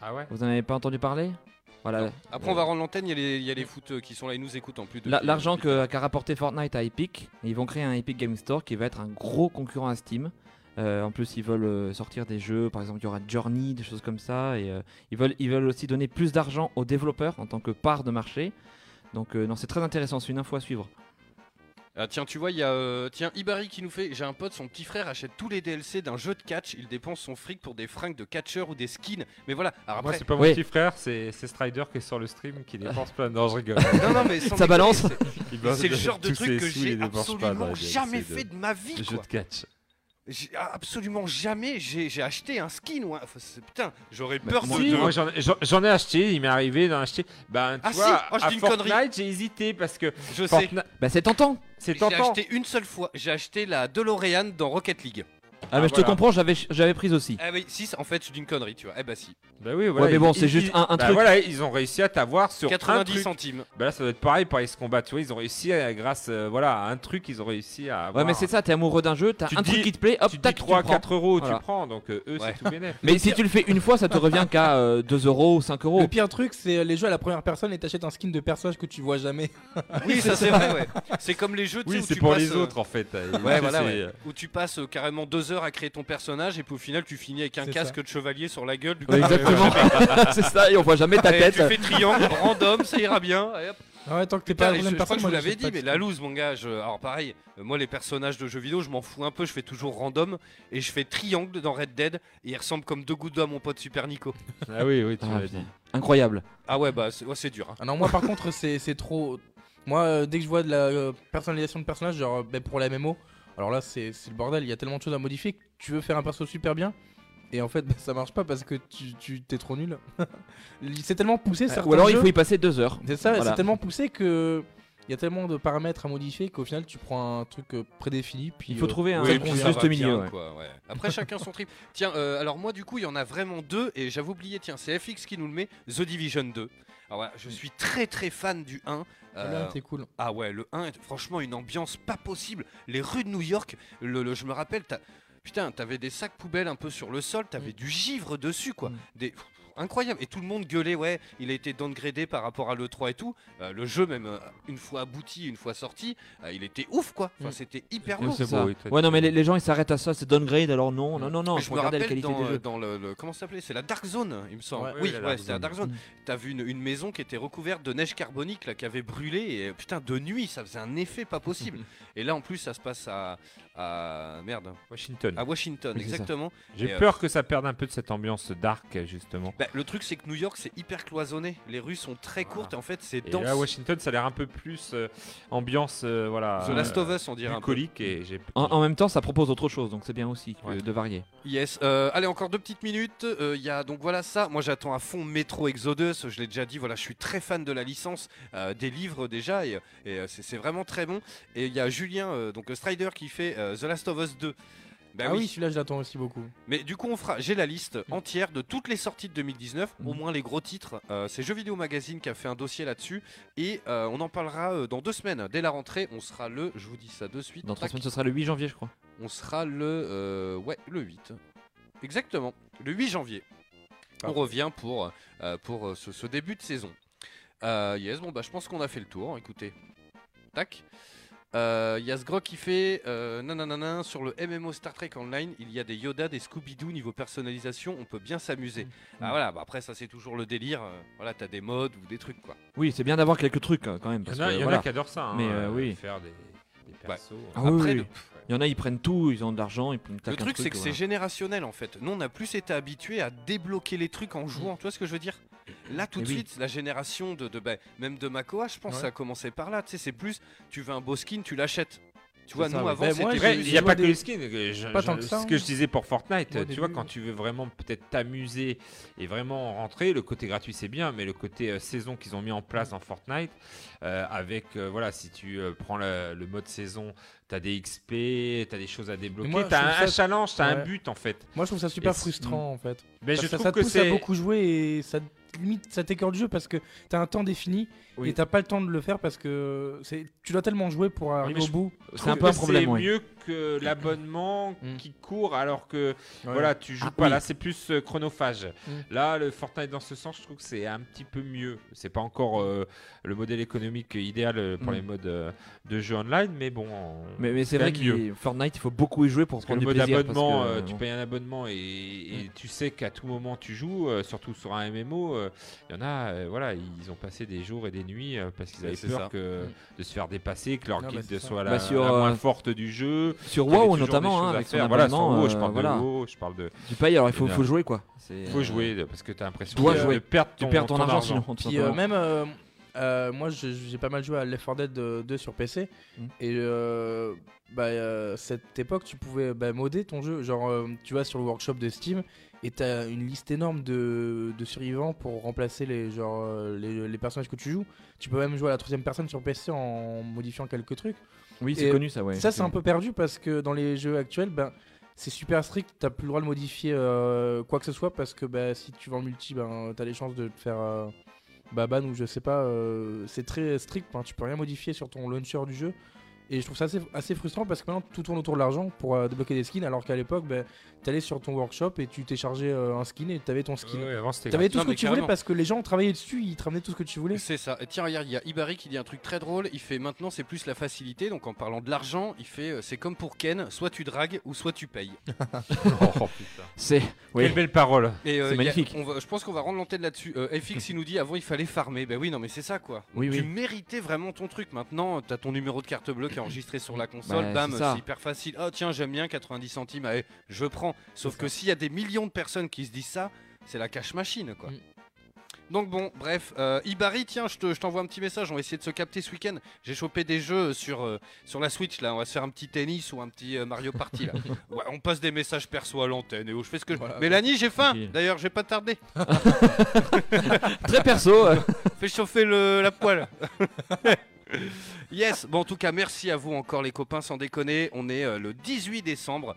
Speaker 5: Ah ouais.
Speaker 6: Vous en avez pas entendu parler Voilà.
Speaker 3: Après on va rendre l'antenne, il y a les, il y a les foot euh, qui sont là, ils nous écoutent en plus.
Speaker 6: La-
Speaker 3: depuis-
Speaker 6: L'argent
Speaker 3: depuis-
Speaker 6: que- qu'a rapporté Fortnite à Epic, ils vont créer un Epic Game Store qui va être un gros concurrent à Steam. Euh, en plus, ils veulent euh, sortir des jeux, par exemple, il y aura Journey, des choses comme ça. Et euh, ils, veulent, ils veulent aussi donner plus d'argent aux développeurs en tant que part de marché. Donc, euh, non, c'est très intéressant, c'est une info à suivre.
Speaker 3: Ah, tiens, tu vois, il y a euh, tiens, Ibari qui nous fait J'ai un pote, son petit frère achète tous les DLC d'un jeu de catch. Il dépense son fric pour des fringues de catcheur ou des skins. Mais voilà, alors
Speaker 5: Moi,
Speaker 3: après.
Speaker 5: c'est pas mon
Speaker 6: Oui.
Speaker 5: petit frère, c'est c'est Strider qui est sur le stream qui dépense plein. Non, je rigole.
Speaker 3: non, non, mais sans
Speaker 6: Ça
Speaker 3: déconner,
Speaker 6: balance.
Speaker 3: c'est-
Speaker 5: Il bosse
Speaker 3: C'est le genre de
Speaker 5: tous ses
Speaker 3: truc que
Speaker 5: sous, il les
Speaker 3: j'ai
Speaker 5: dépense pas
Speaker 3: absolument
Speaker 5: dans les DLC
Speaker 3: jamais
Speaker 5: de-
Speaker 3: fait de ma vie.
Speaker 5: de jeux
Speaker 3: Quoi.
Speaker 5: de catch.
Speaker 3: J'ai absolument jamais j'ai j'ai acheté un skin ou un. Enfin, c'est- putain, j'aurais peur
Speaker 5: Moi,
Speaker 3: de.
Speaker 5: moi, j'en- j'en j'en ai acheté, il m'est arrivé d'en acheter. Ben, tu
Speaker 3: Ah, si
Speaker 5: vois,
Speaker 3: Oh, je
Speaker 5: à
Speaker 3: dis une connerie.
Speaker 5: Fortnite, j'ai hésité parce que
Speaker 3: Je sais.
Speaker 5: Fortnite,
Speaker 6: Bah c'est tentant.
Speaker 5: c'est
Speaker 3: J'ai
Speaker 5: tentant.
Speaker 3: acheté une seule fois. J'ai acheté la DeLorean dans Rocket League.
Speaker 6: Ah, mais je te
Speaker 5: voilà.
Speaker 6: comprends, j'avais j'avais prise aussi.
Speaker 3: Ah oui, 6, en fait, je dis une connerie, tu vois. Eh bah si.
Speaker 5: Bah oui, voilà,
Speaker 6: ouais, mais bon,
Speaker 5: ils-
Speaker 6: c'est
Speaker 5: ils-
Speaker 6: juste un, un
Speaker 5: bah
Speaker 6: truc.
Speaker 5: voilà, ils ont réussi à t'avoir sur un
Speaker 3: 90
Speaker 5: truc.
Speaker 3: centimes.
Speaker 5: Bah là, ça doit être pareil pour Ace Combat, tu vois, ils ont réussi à, grâce euh, voilà, à un truc, ils ont réussi à
Speaker 6: Ouais,
Speaker 5: avoir
Speaker 6: mais c'est ça, t'es amoureux d'un jeu, t'as
Speaker 5: Ah. Tu
Speaker 6: un
Speaker 5: te dis-
Speaker 6: truc qui te plaît, hop,
Speaker 5: tu te dis
Speaker 6: tac, tu
Speaker 5: 3
Speaker 6: prends.
Speaker 5: 4 euros,
Speaker 6: Voilà.
Speaker 5: tu prends donc euh, eux
Speaker 3: Ouais.
Speaker 5: c'est tout bénef.
Speaker 6: Mais si tu le fais une fois, ça te revient qu'à euh, 2 euros ou 5 euros.
Speaker 4: Le pire truc, c'est euh, les jeux à la première personne et t'achètes un skin de personnage que tu vois jamais.
Speaker 5: Ah
Speaker 3: Oui, ça c'est vrai, ouais. C'est comme les jeux tu sais,
Speaker 5: Oui,
Speaker 3: où
Speaker 5: c'est
Speaker 3: tu
Speaker 5: pour
Speaker 3: passes,
Speaker 5: les
Speaker 3: euh,
Speaker 5: autres en fait. euh,
Speaker 3: Ouais,
Speaker 5: c'est-
Speaker 3: voilà, ouais.
Speaker 5: c'est-
Speaker 3: Où tu passes euh, carrément deux heures à créer ton personnage et puis au final tu finis avec un
Speaker 4: C'est
Speaker 3: casque de chevalier sur la gueule du
Speaker 6: Ouais, exactement. c'est ça, et on voit jamais ta
Speaker 3: Et tu
Speaker 6: tête.
Speaker 3: fais triangle, random, ça ira bien. et hop.
Speaker 4: Ah ouais, tant que t'es pas
Speaker 3: Putain,
Speaker 4: la
Speaker 3: et je,
Speaker 4: deuxième
Speaker 3: je crois
Speaker 4: personne,
Speaker 3: que je vous
Speaker 4: moi,
Speaker 3: l'avais
Speaker 4: j'achète
Speaker 3: dit,
Speaker 4: pas
Speaker 3: mais
Speaker 4: de
Speaker 3: la
Speaker 4: skin.
Speaker 3: loose, mon gars. je- alors pareil, euh, moi les personnages de jeux vidéo, je m'en fous un peu, je fais toujours random et je fais triangle dans Red Dead et il ressemble comme deux gouttes d'eau à mon pote Super Nico.
Speaker 5: Ah oui, oui, tu
Speaker 6: Ah,
Speaker 5: l'as
Speaker 6: putain.
Speaker 5: dit.
Speaker 6: Incroyable.
Speaker 3: Ah ouais, bah c'est ouais, c'est dur. hein.
Speaker 4: Ah non, moi par contre, c'est c'est trop. Moi, euh, dès que je vois de la euh, personnalisation de personnage, genre euh, ben, pour la MMO, alors là, c'est c'est le bordel. Il y a tellement de choses à modifier que tu veux faire un perso super bien. Et en fait, bah, ça marche pas parce que tu tu- t'es trop nul. c'est tellement poussé, certains
Speaker 6: Ou alors il
Speaker 4: jeux.
Speaker 6: faut y passer 2 heures.
Speaker 4: C'est ça,
Speaker 6: Voilà.
Speaker 4: c'est tellement poussé que. Il y a tellement de paramètres à modifier qu'au final tu prends un truc euh, prédéfini. Puis,
Speaker 6: Il faut
Speaker 4: euh,
Speaker 6: trouver un
Speaker 3: Oui, puis ça
Speaker 6: juste
Speaker 3: va
Speaker 6: milieu.
Speaker 3: bien,
Speaker 6: ouais.
Speaker 3: quoi, ouais. Après, chacun son trip. Tiens, euh, alors moi, du coup, il y en a vraiment deux, et j'avais oublié, tiens, c'est FX qui nous le met, The Division 2. Alors voilà, je suis très très fan du 1.
Speaker 4: Ah
Speaker 3: euh,
Speaker 4: là, t'es cool.
Speaker 3: ah ouais, le 1, est- franchement, une ambiance pas possible. Les rues de New York, le, le- je me rappelle, t'as- putain, t'avais des sacs poubelles un peu sur le sol, t'avais
Speaker 4: Mm.
Speaker 3: du givre dessus, quoi.
Speaker 4: Mm.
Speaker 3: Des... pff, Incroyable, et tout le monde gueulait, ouais, il a été downgradé par rapport à l'E3 et tout. Euh, le jeu, même euh, une fois abouti, une fois sorti, euh, il était ouf quoi. Enfin,
Speaker 4: Mm.
Speaker 3: c'était hyper
Speaker 5: Oui,
Speaker 3: beau.
Speaker 5: c'est
Speaker 6: Ça.
Speaker 5: beau, oui, t'as-
Speaker 6: Ouais, non, mais les, les gens ils s'arrêtent à ça, c'est downgrade, alors non, non, non, non,
Speaker 3: Mais
Speaker 6: je regardais la qualité
Speaker 3: dans,
Speaker 6: des
Speaker 3: euh,
Speaker 6: jeux.
Speaker 3: dans le, le- comment ça s'appelait C'est la Dark Zone, il me semble.
Speaker 5: Ouais,
Speaker 3: oui,
Speaker 5: oui, la
Speaker 3: ouais,
Speaker 5: Dark
Speaker 3: c'était la
Speaker 5: Zone.
Speaker 3: Dark Zone. T'as vu une, une maison qui était recouverte de neige carbonique là, qui avait brûlé et euh, putain de nuit, ça faisait un effet pas possible. et là en plus, ça se passe à, à merde,
Speaker 5: Washington.
Speaker 3: à Washington,
Speaker 6: Oui, c'est ça.
Speaker 3: exactement. et,
Speaker 5: J'ai
Speaker 3: euh,
Speaker 5: peur que ça perde un peu de cette ambiance dark justement.
Speaker 3: Bah, le truc c'est que New York c'est hyper cloisonné. Les rues sont très
Speaker 5: Voilà.
Speaker 3: courtes et en fait c'est
Speaker 5: Ah. Et
Speaker 3: dense.
Speaker 5: là Washington, ça a l'air un peu plus euh, ambiance euh, voilà.
Speaker 3: The Last of Us, on dirait un peu.
Speaker 5: Bucolique et j'ai
Speaker 6: En, en même temps, ça propose autre chose, donc c'est bien aussi que-
Speaker 5: Ouais.
Speaker 6: de varier.
Speaker 3: Yes, euh, allez encore deux petites minutes. Euh, Il y a donc voilà ça. Moi j'attends à fond Metro Exodus. Je l'ai déjà dit. Voilà, je suis très fan de la licence, euh, des livres déjà, et, et, euh, c'est c'est vraiment très bon. Et il y a Julien euh, donc euh, Strider qui fait euh, The Last of Us 2. Bah
Speaker 4: ah oui,
Speaker 3: oui.
Speaker 4: celui-là je l'attends aussi beaucoup.
Speaker 3: Mais du coup on fera. J'ai la liste entière de toutes les sorties de 2019, au
Speaker 6: Mm.
Speaker 3: moins les gros titres. Euh, c'est Jeux Vidéo Magazine qui a fait un dossier là-dessus, et euh, on en parlera euh, dans deux semaines. Dès la rentrée, on sera le. Je vous dis ça de suite.
Speaker 6: Dans 3
Speaker 3: Tac.
Speaker 6: semaines, ce sera le 8 janvier, je crois.
Speaker 3: On sera le euh, ouais, le 8. Exactement, le 8 janvier. On
Speaker 4: Parfait.
Speaker 3: revient pour, euh, pour euh, ce, ce début de saison. Euh, yes, bon bah je pense qu'on a fait le tour, écoutez. Tac. Euh, Il y a ce gros qui fait euh, nananana, sur le MMO Star Trek Online, il y a des Yoda, des Scooby-Doo niveau personnalisation, on peut bien s'amuser. Ah voilà, bah après ça c'est toujours le délire, euh, voilà t'as des modes ou des trucs quoi.
Speaker 6: Oui, c'est bien d'avoir quelques trucs hein, quand même.
Speaker 5: Il
Speaker 6: parce
Speaker 5: y en a,
Speaker 6: que,
Speaker 5: il y en a
Speaker 6: voilà.
Speaker 5: qui adorent ça, hein,
Speaker 6: Mais, euh,
Speaker 5: euh,
Speaker 6: oui.
Speaker 5: faire des, des persos.
Speaker 6: Ah
Speaker 5: hein.
Speaker 6: oui,
Speaker 3: Après,
Speaker 6: oui.
Speaker 3: de-
Speaker 6: Il y en a, ils prennent tout, ils ont de l'argent, ils prennent
Speaker 3: Le
Speaker 6: tac, un
Speaker 3: truc, c'est que
Speaker 6: voilà.
Speaker 3: c'est générationnel en fait. Nous, on a plus été habitués à débloquer les trucs en jouant. Tu vois ce que je veux dire Là, tout
Speaker 6: Eh
Speaker 3: de
Speaker 6: oui.
Speaker 3: suite, la génération de, de bah, même de Makoa, je pense,
Speaker 4: Ouais.
Speaker 3: ça a commencé par là. Tu sais, c'est plus, tu veux un beau skin, tu l'achètes. Tu vois,
Speaker 4: ça,
Speaker 3: nous
Speaker 4: ouais.
Speaker 3: avant,
Speaker 4: Ben, moi,
Speaker 3: c'était
Speaker 5: Après,
Speaker 4: j'ai-
Speaker 5: il
Speaker 4: j'ai
Speaker 5: n'y a
Speaker 4: joué
Speaker 5: pas
Speaker 4: au
Speaker 5: que
Speaker 4: dé-
Speaker 5: les skins. euh, je-
Speaker 4: pas
Speaker 5: je-
Speaker 4: tant que ça,
Speaker 5: Ce que
Speaker 4: hein.
Speaker 5: je disais pour Fortnite,
Speaker 4: Moi, au
Speaker 5: tu vois,
Speaker 4: début,
Speaker 5: quand
Speaker 4: ouais.
Speaker 5: tu veux vraiment peut-être t'amuser et vraiment rentrer, le côté gratuit c'est bien, mais le côté euh, saison qu'ils ont mis en place dans Fortnite, euh, avec, euh, voilà, si tu euh, prends le, le mode saison, t'as des XP, t'as des choses à débloquer,
Speaker 4: moi, je
Speaker 5: t'as
Speaker 4: trouve
Speaker 5: un, un
Speaker 4: ça-
Speaker 5: challenge, t'as un
Speaker 4: Ouais.
Speaker 5: but en fait.
Speaker 4: Moi je trouve ça super
Speaker 5: Et c'est-
Speaker 4: frustrant en fait.
Speaker 5: Mais
Speaker 4: Parce
Speaker 5: je
Speaker 4: que
Speaker 5: trouve
Speaker 4: ça te
Speaker 5: que
Speaker 4: pousse à
Speaker 5: c'est.
Speaker 4: beaucoup jouer et ça te- limite ça t'écœure du jeu parce que t'as un temps défini
Speaker 5: Oui.
Speaker 4: et t'as pas le temps de le faire parce que c'est tu dois tellement jouer pour arriver
Speaker 5: mais
Speaker 4: au
Speaker 5: je-
Speaker 4: bout.
Speaker 5: je
Speaker 6: C'est
Speaker 5: trouve
Speaker 6: un peu un
Speaker 5: que
Speaker 6: problème, ouais.
Speaker 5: mieux que l'abonnement
Speaker 4: Mm.
Speaker 5: qui court alors que
Speaker 4: Ouais.
Speaker 5: voilà, tu joues
Speaker 6: Ah,
Speaker 5: pas
Speaker 6: oui.
Speaker 5: là, c'est plus euh, chronophage.
Speaker 4: Mm.
Speaker 5: Là, le Fortnite dans ce sens, je trouve que c'est un petit peu mieux. C'est pas encore euh, le modèle économique idéal euh, pour
Speaker 6: Mm.
Speaker 5: les modes euh, de jeu online, mais bon. on-
Speaker 6: Mais, mais c'est
Speaker 5: Bien
Speaker 6: vrai
Speaker 5: mieux.
Speaker 6: que Fortnite, il faut beaucoup y jouer pour se
Speaker 5: parce que le
Speaker 6: prendre du
Speaker 5: mode
Speaker 6: plaisir.
Speaker 5: abonnement,
Speaker 6: parce que, Mm.
Speaker 5: euh, tu
Speaker 6: bon.
Speaker 5: payes un abonnement et, et tu sais qu'à tout moment tu joues, euh, surtout sur un MMO, euh, il y en a, euh, voilà, ils ont passé des jours et des nuits euh, parce qu'ils
Speaker 3: Ouais,
Speaker 5: avaient
Speaker 3: c'est
Speaker 5: peur
Speaker 3: ça.
Speaker 5: que, de se faire dépasser, que leur
Speaker 4: Non, bah,
Speaker 5: guide
Speaker 4: c'est ça.
Speaker 5: soit la,
Speaker 6: Mm. Bah, sur,
Speaker 5: la moins
Speaker 6: euh,
Speaker 5: forte du jeu.
Speaker 6: Sur
Speaker 5: T'avais
Speaker 6: WoW
Speaker 5: toujours des
Speaker 6: notamment,
Speaker 5: choses
Speaker 6: hein,
Speaker 5: à
Speaker 6: avec son
Speaker 5: faire. Voilà, sur
Speaker 6: abonnement,
Speaker 5: WoW, je
Speaker 6: euh,
Speaker 5: parle
Speaker 6: voilà.
Speaker 5: de WoW, je parle de
Speaker 6: Tu payes, alors il faut,
Speaker 5: Énorme.
Speaker 6: faut jouer quoi. C'est,
Speaker 5: faut
Speaker 6: euh,
Speaker 5: jouer de- parce que t'as l'impression
Speaker 6: dois
Speaker 5: de,
Speaker 6: jouer.
Speaker 5: de perdre
Speaker 6: Tu
Speaker 5: ton,
Speaker 6: perds ton,
Speaker 5: ton
Speaker 6: argent, sinon. tout
Speaker 4: Puis euh,
Speaker 6: simplement.
Speaker 4: même, euh, euh, moi je- j'ai pas mal joué à Left 4 Dead euh, 2 sur PC.
Speaker 6: Mm.
Speaker 4: Et euh, bah, euh, cette époque, tu pouvais bah, modder ton jeu. Genre, euh, tu vas sur le workshop de Steam et t'as une liste énorme de, de survivants pour remplacer les, genre, euh, les, les personnages que tu joues. Tu peux même jouer à la troisième personne sur PC en modifiant quelques trucs.
Speaker 6: Oui, c'est
Speaker 4: et-
Speaker 6: connu ça, ouais.
Speaker 4: Ça, c'est un peu perdu parce que dans les jeux actuels, ben, c'est super strict. T'as plus le droit de modifier euh, quoi que ce soit parce que ben, si tu vas en multi, ben, t'as les chances de te faire euh, bah, ban ou je sais pas. euh, c'est très strict. ben, tu peux rien modifier sur ton launcher du jeu. Et je trouve ça assez, assez frustrant parce que maintenant tout tourne autour de l'argent pour euh, débloquer des skins. Alors qu'à l'époque, ben, t'allais sur ton workshop et tu téléchargeais euh, un skin et t'avais ton skin.
Speaker 5: Ouais, avant, c'était
Speaker 4: T'avais tout
Speaker 3: Non,
Speaker 4: ce que
Speaker 3: mais
Speaker 4: tu voulais
Speaker 3: carrément.
Speaker 4: parce que les gens travaillaient dessus, ils te ramenaient tout ce que tu voulais.
Speaker 3: C'est ça. Et tiens, regarde, il y a Ibarri qui dit un truc très drôle. Il fait maintenant, c'est plus la facilité. Donc en parlant de l'argent, il fait euh, c'est comme pour Ken, soit tu dragues ou soit tu payes.
Speaker 5: Oh, putain.
Speaker 6: C'est. Oui.
Speaker 5: Quelle belle parole.
Speaker 3: Et euh,
Speaker 6: C'est
Speaker 3: il y a-
Speaker 6: magnifique.
Speaker 3: on va- je pense qu'on va rendre l'antenne là-dessus. Euh, FX, il nous dit avant, il fallait farmer. Ben oui, non, mais c'est ça quoi.
Speaker 6: Oui,
Speaker 3: tu
Speaker 6: oui.
Speaker 3: méritais vraiment ton truc. Maintenant, t'as ton numéro de carte bleue qui est enregistré sur la console.
Speaker 6: Bah,
Speaker 3: Bam,
Speaker 6: c'est ça.
Speaker 3: c'est hyper facile. Oh tiens, j'aime bien 90 centimes. Allez, je prends. Sauf que s'il y a des millions de personnes qui se disent ça, c'est la cash machine quoi.
Speaker 4: Mm.
Speaker 3: Donc bon, bref, euh, Ibari, tiens, je te- je t'envoie un petit message, on va essayer de se capter ce week-end. J'ai chopé des jeux sur, euh, sur la Switch, là, on va se faire un petit tennis ou un petit euh, Mario Party, là. Ouais, on passe des messages perso à l'antenne et où je fais ce que je...
Speaker 4: Voilà.
Speaker 3: Mélanie, j'ai faim,
Speaker 6: Tranquille.
Speaker 3: d'ailleurs, je vais pas tarder.
Speaker 6: Très perso. euh,
Speaker 3: Fais chauffer le, la poêle. yes, bon en tout cas merci à vous encore les copains, sans déconner, on est euh, le 18 décembre.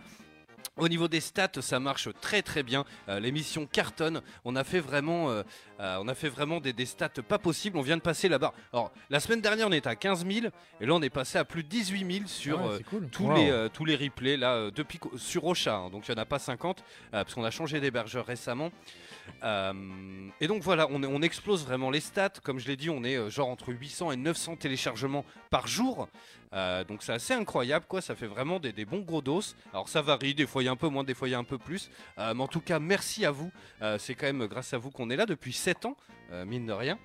Speaker 3: Au niveau des stats, ça marche très très bien. Euh, L'émission cartonne. On a fait vraiment, euh, euh, on a fait vraiment des, des stats pas possibles. On vient de passer la barre. Alors la semaine dernière, on était à 15 000 et là on est passé à plus de 18 000 sur
Speaker 4: Ah Ouais,
Speaker 3: euh,
Speaker 4: c'est cool.
Speaker 3: tous, les, euh, tous les replays là euh, depuis qu'au- sur Rocha hein, donc il n'y en a pas 50 euh, parce qu'on a changé d'hébergeur récemment Euh, et donc voilà on, est- on explose vraiment les stats comme je l'ai dit on est euh, genre entre 800 et 900 téléchargements par jour Euh, donc c'est assez incroyable quoi ça fait vraiment des, des bons gros dos alors ça varie des fois il y a un peu moins des fois il y a un peu plus Euh, mais en tout cas merci à vous Euh, c'est quand même grâce à vous qu'on est là depuis 7 ans euh, mine de rien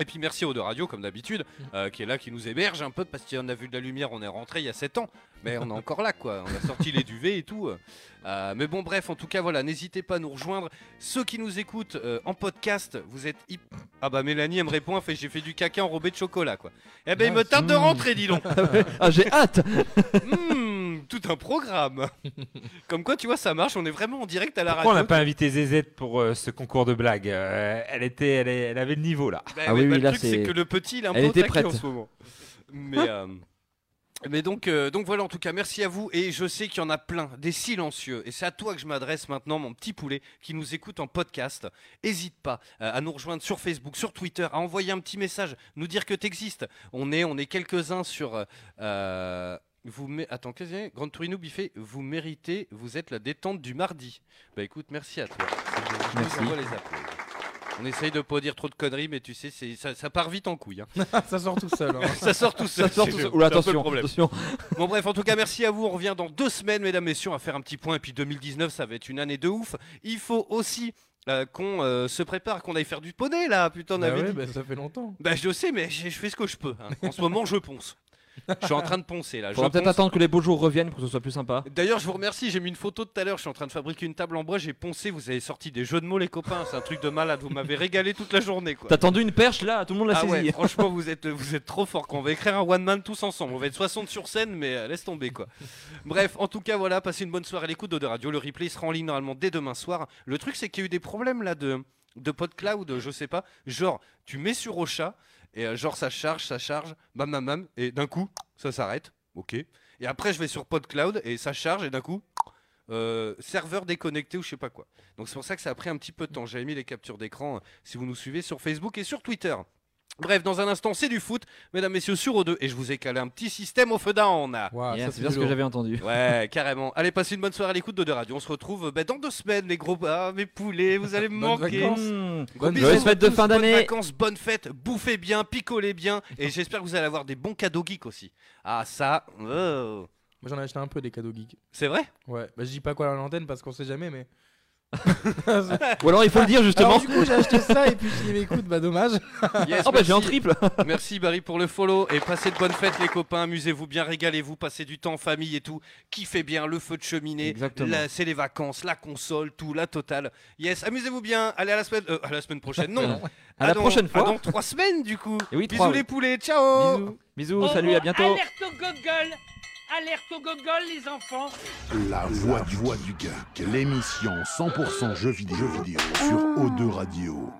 Speaker 3: et puis merci aux deux radios comme d'habitude euh, qui est là qui nous héberge un peu parce qu'on a vu de la lumière on est rentré il y a 7 ans mais on est encore là, quoi. On a sorti les duvets et tout. Euh, mais bon, bref, en tout cas, voilà, n'hésitez pas à nous rejoindre. Ceux qui nous écoutent euh, en podcast, vous êtes hip. Ah bah, Mélanie, elle me répond, elle fait, j'ai fait du caca enrobé de chocolat, quoi. Eh ben, il me tarde de rentrer, dis donc.
Speaker 6: ah, j'ai hâte.
Speaker 3: Hmm, tout un programme. Comme quoi, tu vois, ça marche. On est vraiment en direct à la
Speaker 5: Pourquoi on
Speaker 3: radio.
Speaker 5: n'a pas invité Zezette pour euh, ce concours de blagues Euh, Elle était, elle, est- elle avait le niveau là.
Speaker 3: Bah
Speaker 6: Ah
Speaker 3: ouais,
Speaker 6: oui,
Speaker 3: bah,
Speaker 6: oui,
Speaker 3: le
Speaker 6: là,
Speaker 3: truc, c'est
Speaker 6: c'est-
Speaker 3: que le petit, il est un
Speaker 6: Elle
Speaker 3: peu
Speaker 6: était
Speaker 3: au taquet en
Speaker 6: prête.
Speaker 3: ce moment. Mais, euh, mais donc, euh, donc voilà, en tout cas, merci à vous. Et je sais qu'il y en a plein, des silencieux. Et c'est à toi que je m'adresse maintenant, mon petit poulet, qui nous écoute en podcast. Hésite pas euh, à nous rejoindre sur Facebook, sur Twitter, à envoyer un petit message, nous dire que t'existes. On est, on est quelques-uns sur. euh, euh, vous mé- Attends, qu'est-ce que c'est Grande Tourino Buffet, vous méritez, vous êtes la détente du mardi. Bah écoute, merci à toi. Je vous
Speaker 6: Merci.
Speaker 3: envoie les applaudissements. On essaye de pas dire trop de conneries, mais tu sais, c'est- ça, ça part vite en couille. hein.
Speaker 4: Ça sort tout seul. hein.
Speaker 3: ça sort tout seul.
Speaker 6: Ça sort tout
Speaker 3: c'est-
Speaker 6: seul.
Speaker 3: c'est
Speaker 6: Oula,
Speaker 3: un peu le
Speaker 6: attention.
Speaker 3: problème.
Speaker 6: attention.
Speaker 3: Bon, bref, en tout cas, merci à vous. On revient dans deux semaines, mesdames, messieurs, à faire un petit point. Et puis 2019, ça va être une année de ouf. Il faut aussi euh, qu'on euh, se prépare, qu'on aille faire du poney, là. Putain, on
Speaker 4: Bah
Speaker 3: avait
Speaker 4: ouais,
Speaker 3: dit.
Speaker 4: bah, ça fait longtemps.
Speaker 3: Bah, je sais, mais je je fais ce que je peux. hein. En ce moment, je ponce. Je suis en train de poncer, là. Je
Speaker 6: Faudra peut-être
Speaker 3: ponce.
Speaker 6: attendre que les beaux jours reviennent pour que ce soit plus sympa.
Speaker 3: D'ailleurs, je vous remercie. J'ai mis une photo tout à l'heure. Je suis en train de fabriquer une table en bois. J'ai poncé. Vous avez sorti des jeux de mots, les copains. C'est un truc de malade. Vous m'avez régalé toute la journée, quoi.
Speaker 6: T'as tendu une perche là, tout le monde l'a
Speaker 3: Ah
Speaker 6: saisi.
Speaker 3: ouais, franchement, vous êtes, vous êtes trop fort. Quand on va écrire un one man tous ensemble, on va être 60 sur scène, mais euh, laisse tomber quoi. Bref, en tout cas, voilà, passez une bonne soirée à l'écoute de Radio. Le replay sera en ligne normalement dès demain soir. Le truc, c'est qu'il y a eu des problèmes là de, de PodCloud, je sais pas. Genre, tu mets sur Ocha et euh, genre ça charge, ça charge, bam bam bam, et d'un coup, ça s'arrête. Ok. Et après, je vais sur PodCloud et ça charge et d'un coup. euh, serveur déconnecté ou je sais pas quoi. Donc c'est pour ça que ça a pris un petit peu de temps. J'avais mis les captures d'écran euh, si vous nous suivez sur Facebook et sur Twitter. Bref, dans un instant, c'est du foot, mesdames, messieurs, sur O2, et je vous ai calé un petit système au feu d'an.
Speaker 4: Waouh,
Speaker 6: Yeah,
Speaker 4: Ah, ça,
Speaker 6: c'est bien
Speaker 4: du
Speaker 6: ce que
Speaker 4: lourd.
Speaker 6: j'avais entendu.
Speaker 3: Ouais, carrément. Allez, passez une bonne soirée à l'écoute de Radio. On se retrouve bah, dans deux semaines, les gros. Ah, mes poulets, vous allez me
Speaker 4: Bonnes
Speaker 3: manquer.
Speaker 4: vacances.
Speaker 6: Mmh.
Speaker 4: Bonne
Speaker 3: Bisous
Speaker 6: Joyeuses
Speaker 3: à
Speaker 6: fêtes de
Speaker 3: tous,
Speaker 6: fin d'année.
Speaker 3: Bonnes vacances, bonnes fêtes, bouffez bien, picolez bien, et j'espère que vous allez avoir des bons cadeaux geeks aussi. Ah ça, oh.
Speaker 4: Moi j'en ai acheté un peu des cadeaux geeks.
Speaker 3: c'est vrai
Speaker 4: Ouais, bah je dis pas quoi à l'antenne parce qu'on sait jamais, mais.
Speaker 6: Ou alors il faut le dire justement.
Speaker 4: Alors, du coup, j'ai acheté ça et puis s'il m'écoute, bah dommage.
Speaker 3: Yes,
Speaker 6: oh bah j'ai en
Speaker 3: merci.
Speaker 6: triple.
Speaker 3: Merci Barry pour le follow et passez de bonnes fêtes les copains, amusez-vous bien, régalez-vous, passez du temps en famille et tout, kiffez bien le feu de cheminée,
Speaker 6: Exactement.
Speaker 3: la- c'est les vacances, la console, tout, la totale. Yes, amusez-vous bien, allez à la semaine, euh, à la semaine prochaine, non.
Speaker 6: À la
Speaker 3: dans-
Speaker 6: prochaine fois.
Speaker 3: dans trois semaines du coup.
Speaker 6: Et oui,
Speaker 3: Bisous
Speaker 6: trois,
Speaker 3: les
Speaker 6: oui.
Speaker 3: poulets, ciao.
Speaker 6: Bisous, salut, à bientôt.
Speaker 1: Oh, Alerte au gogol Alerte au gogol, les enfants
Speaker 2: La voix Ah. du, voix du geek, l'émission 100% jeux vidéo, jeux vidéo sur O2 Radio.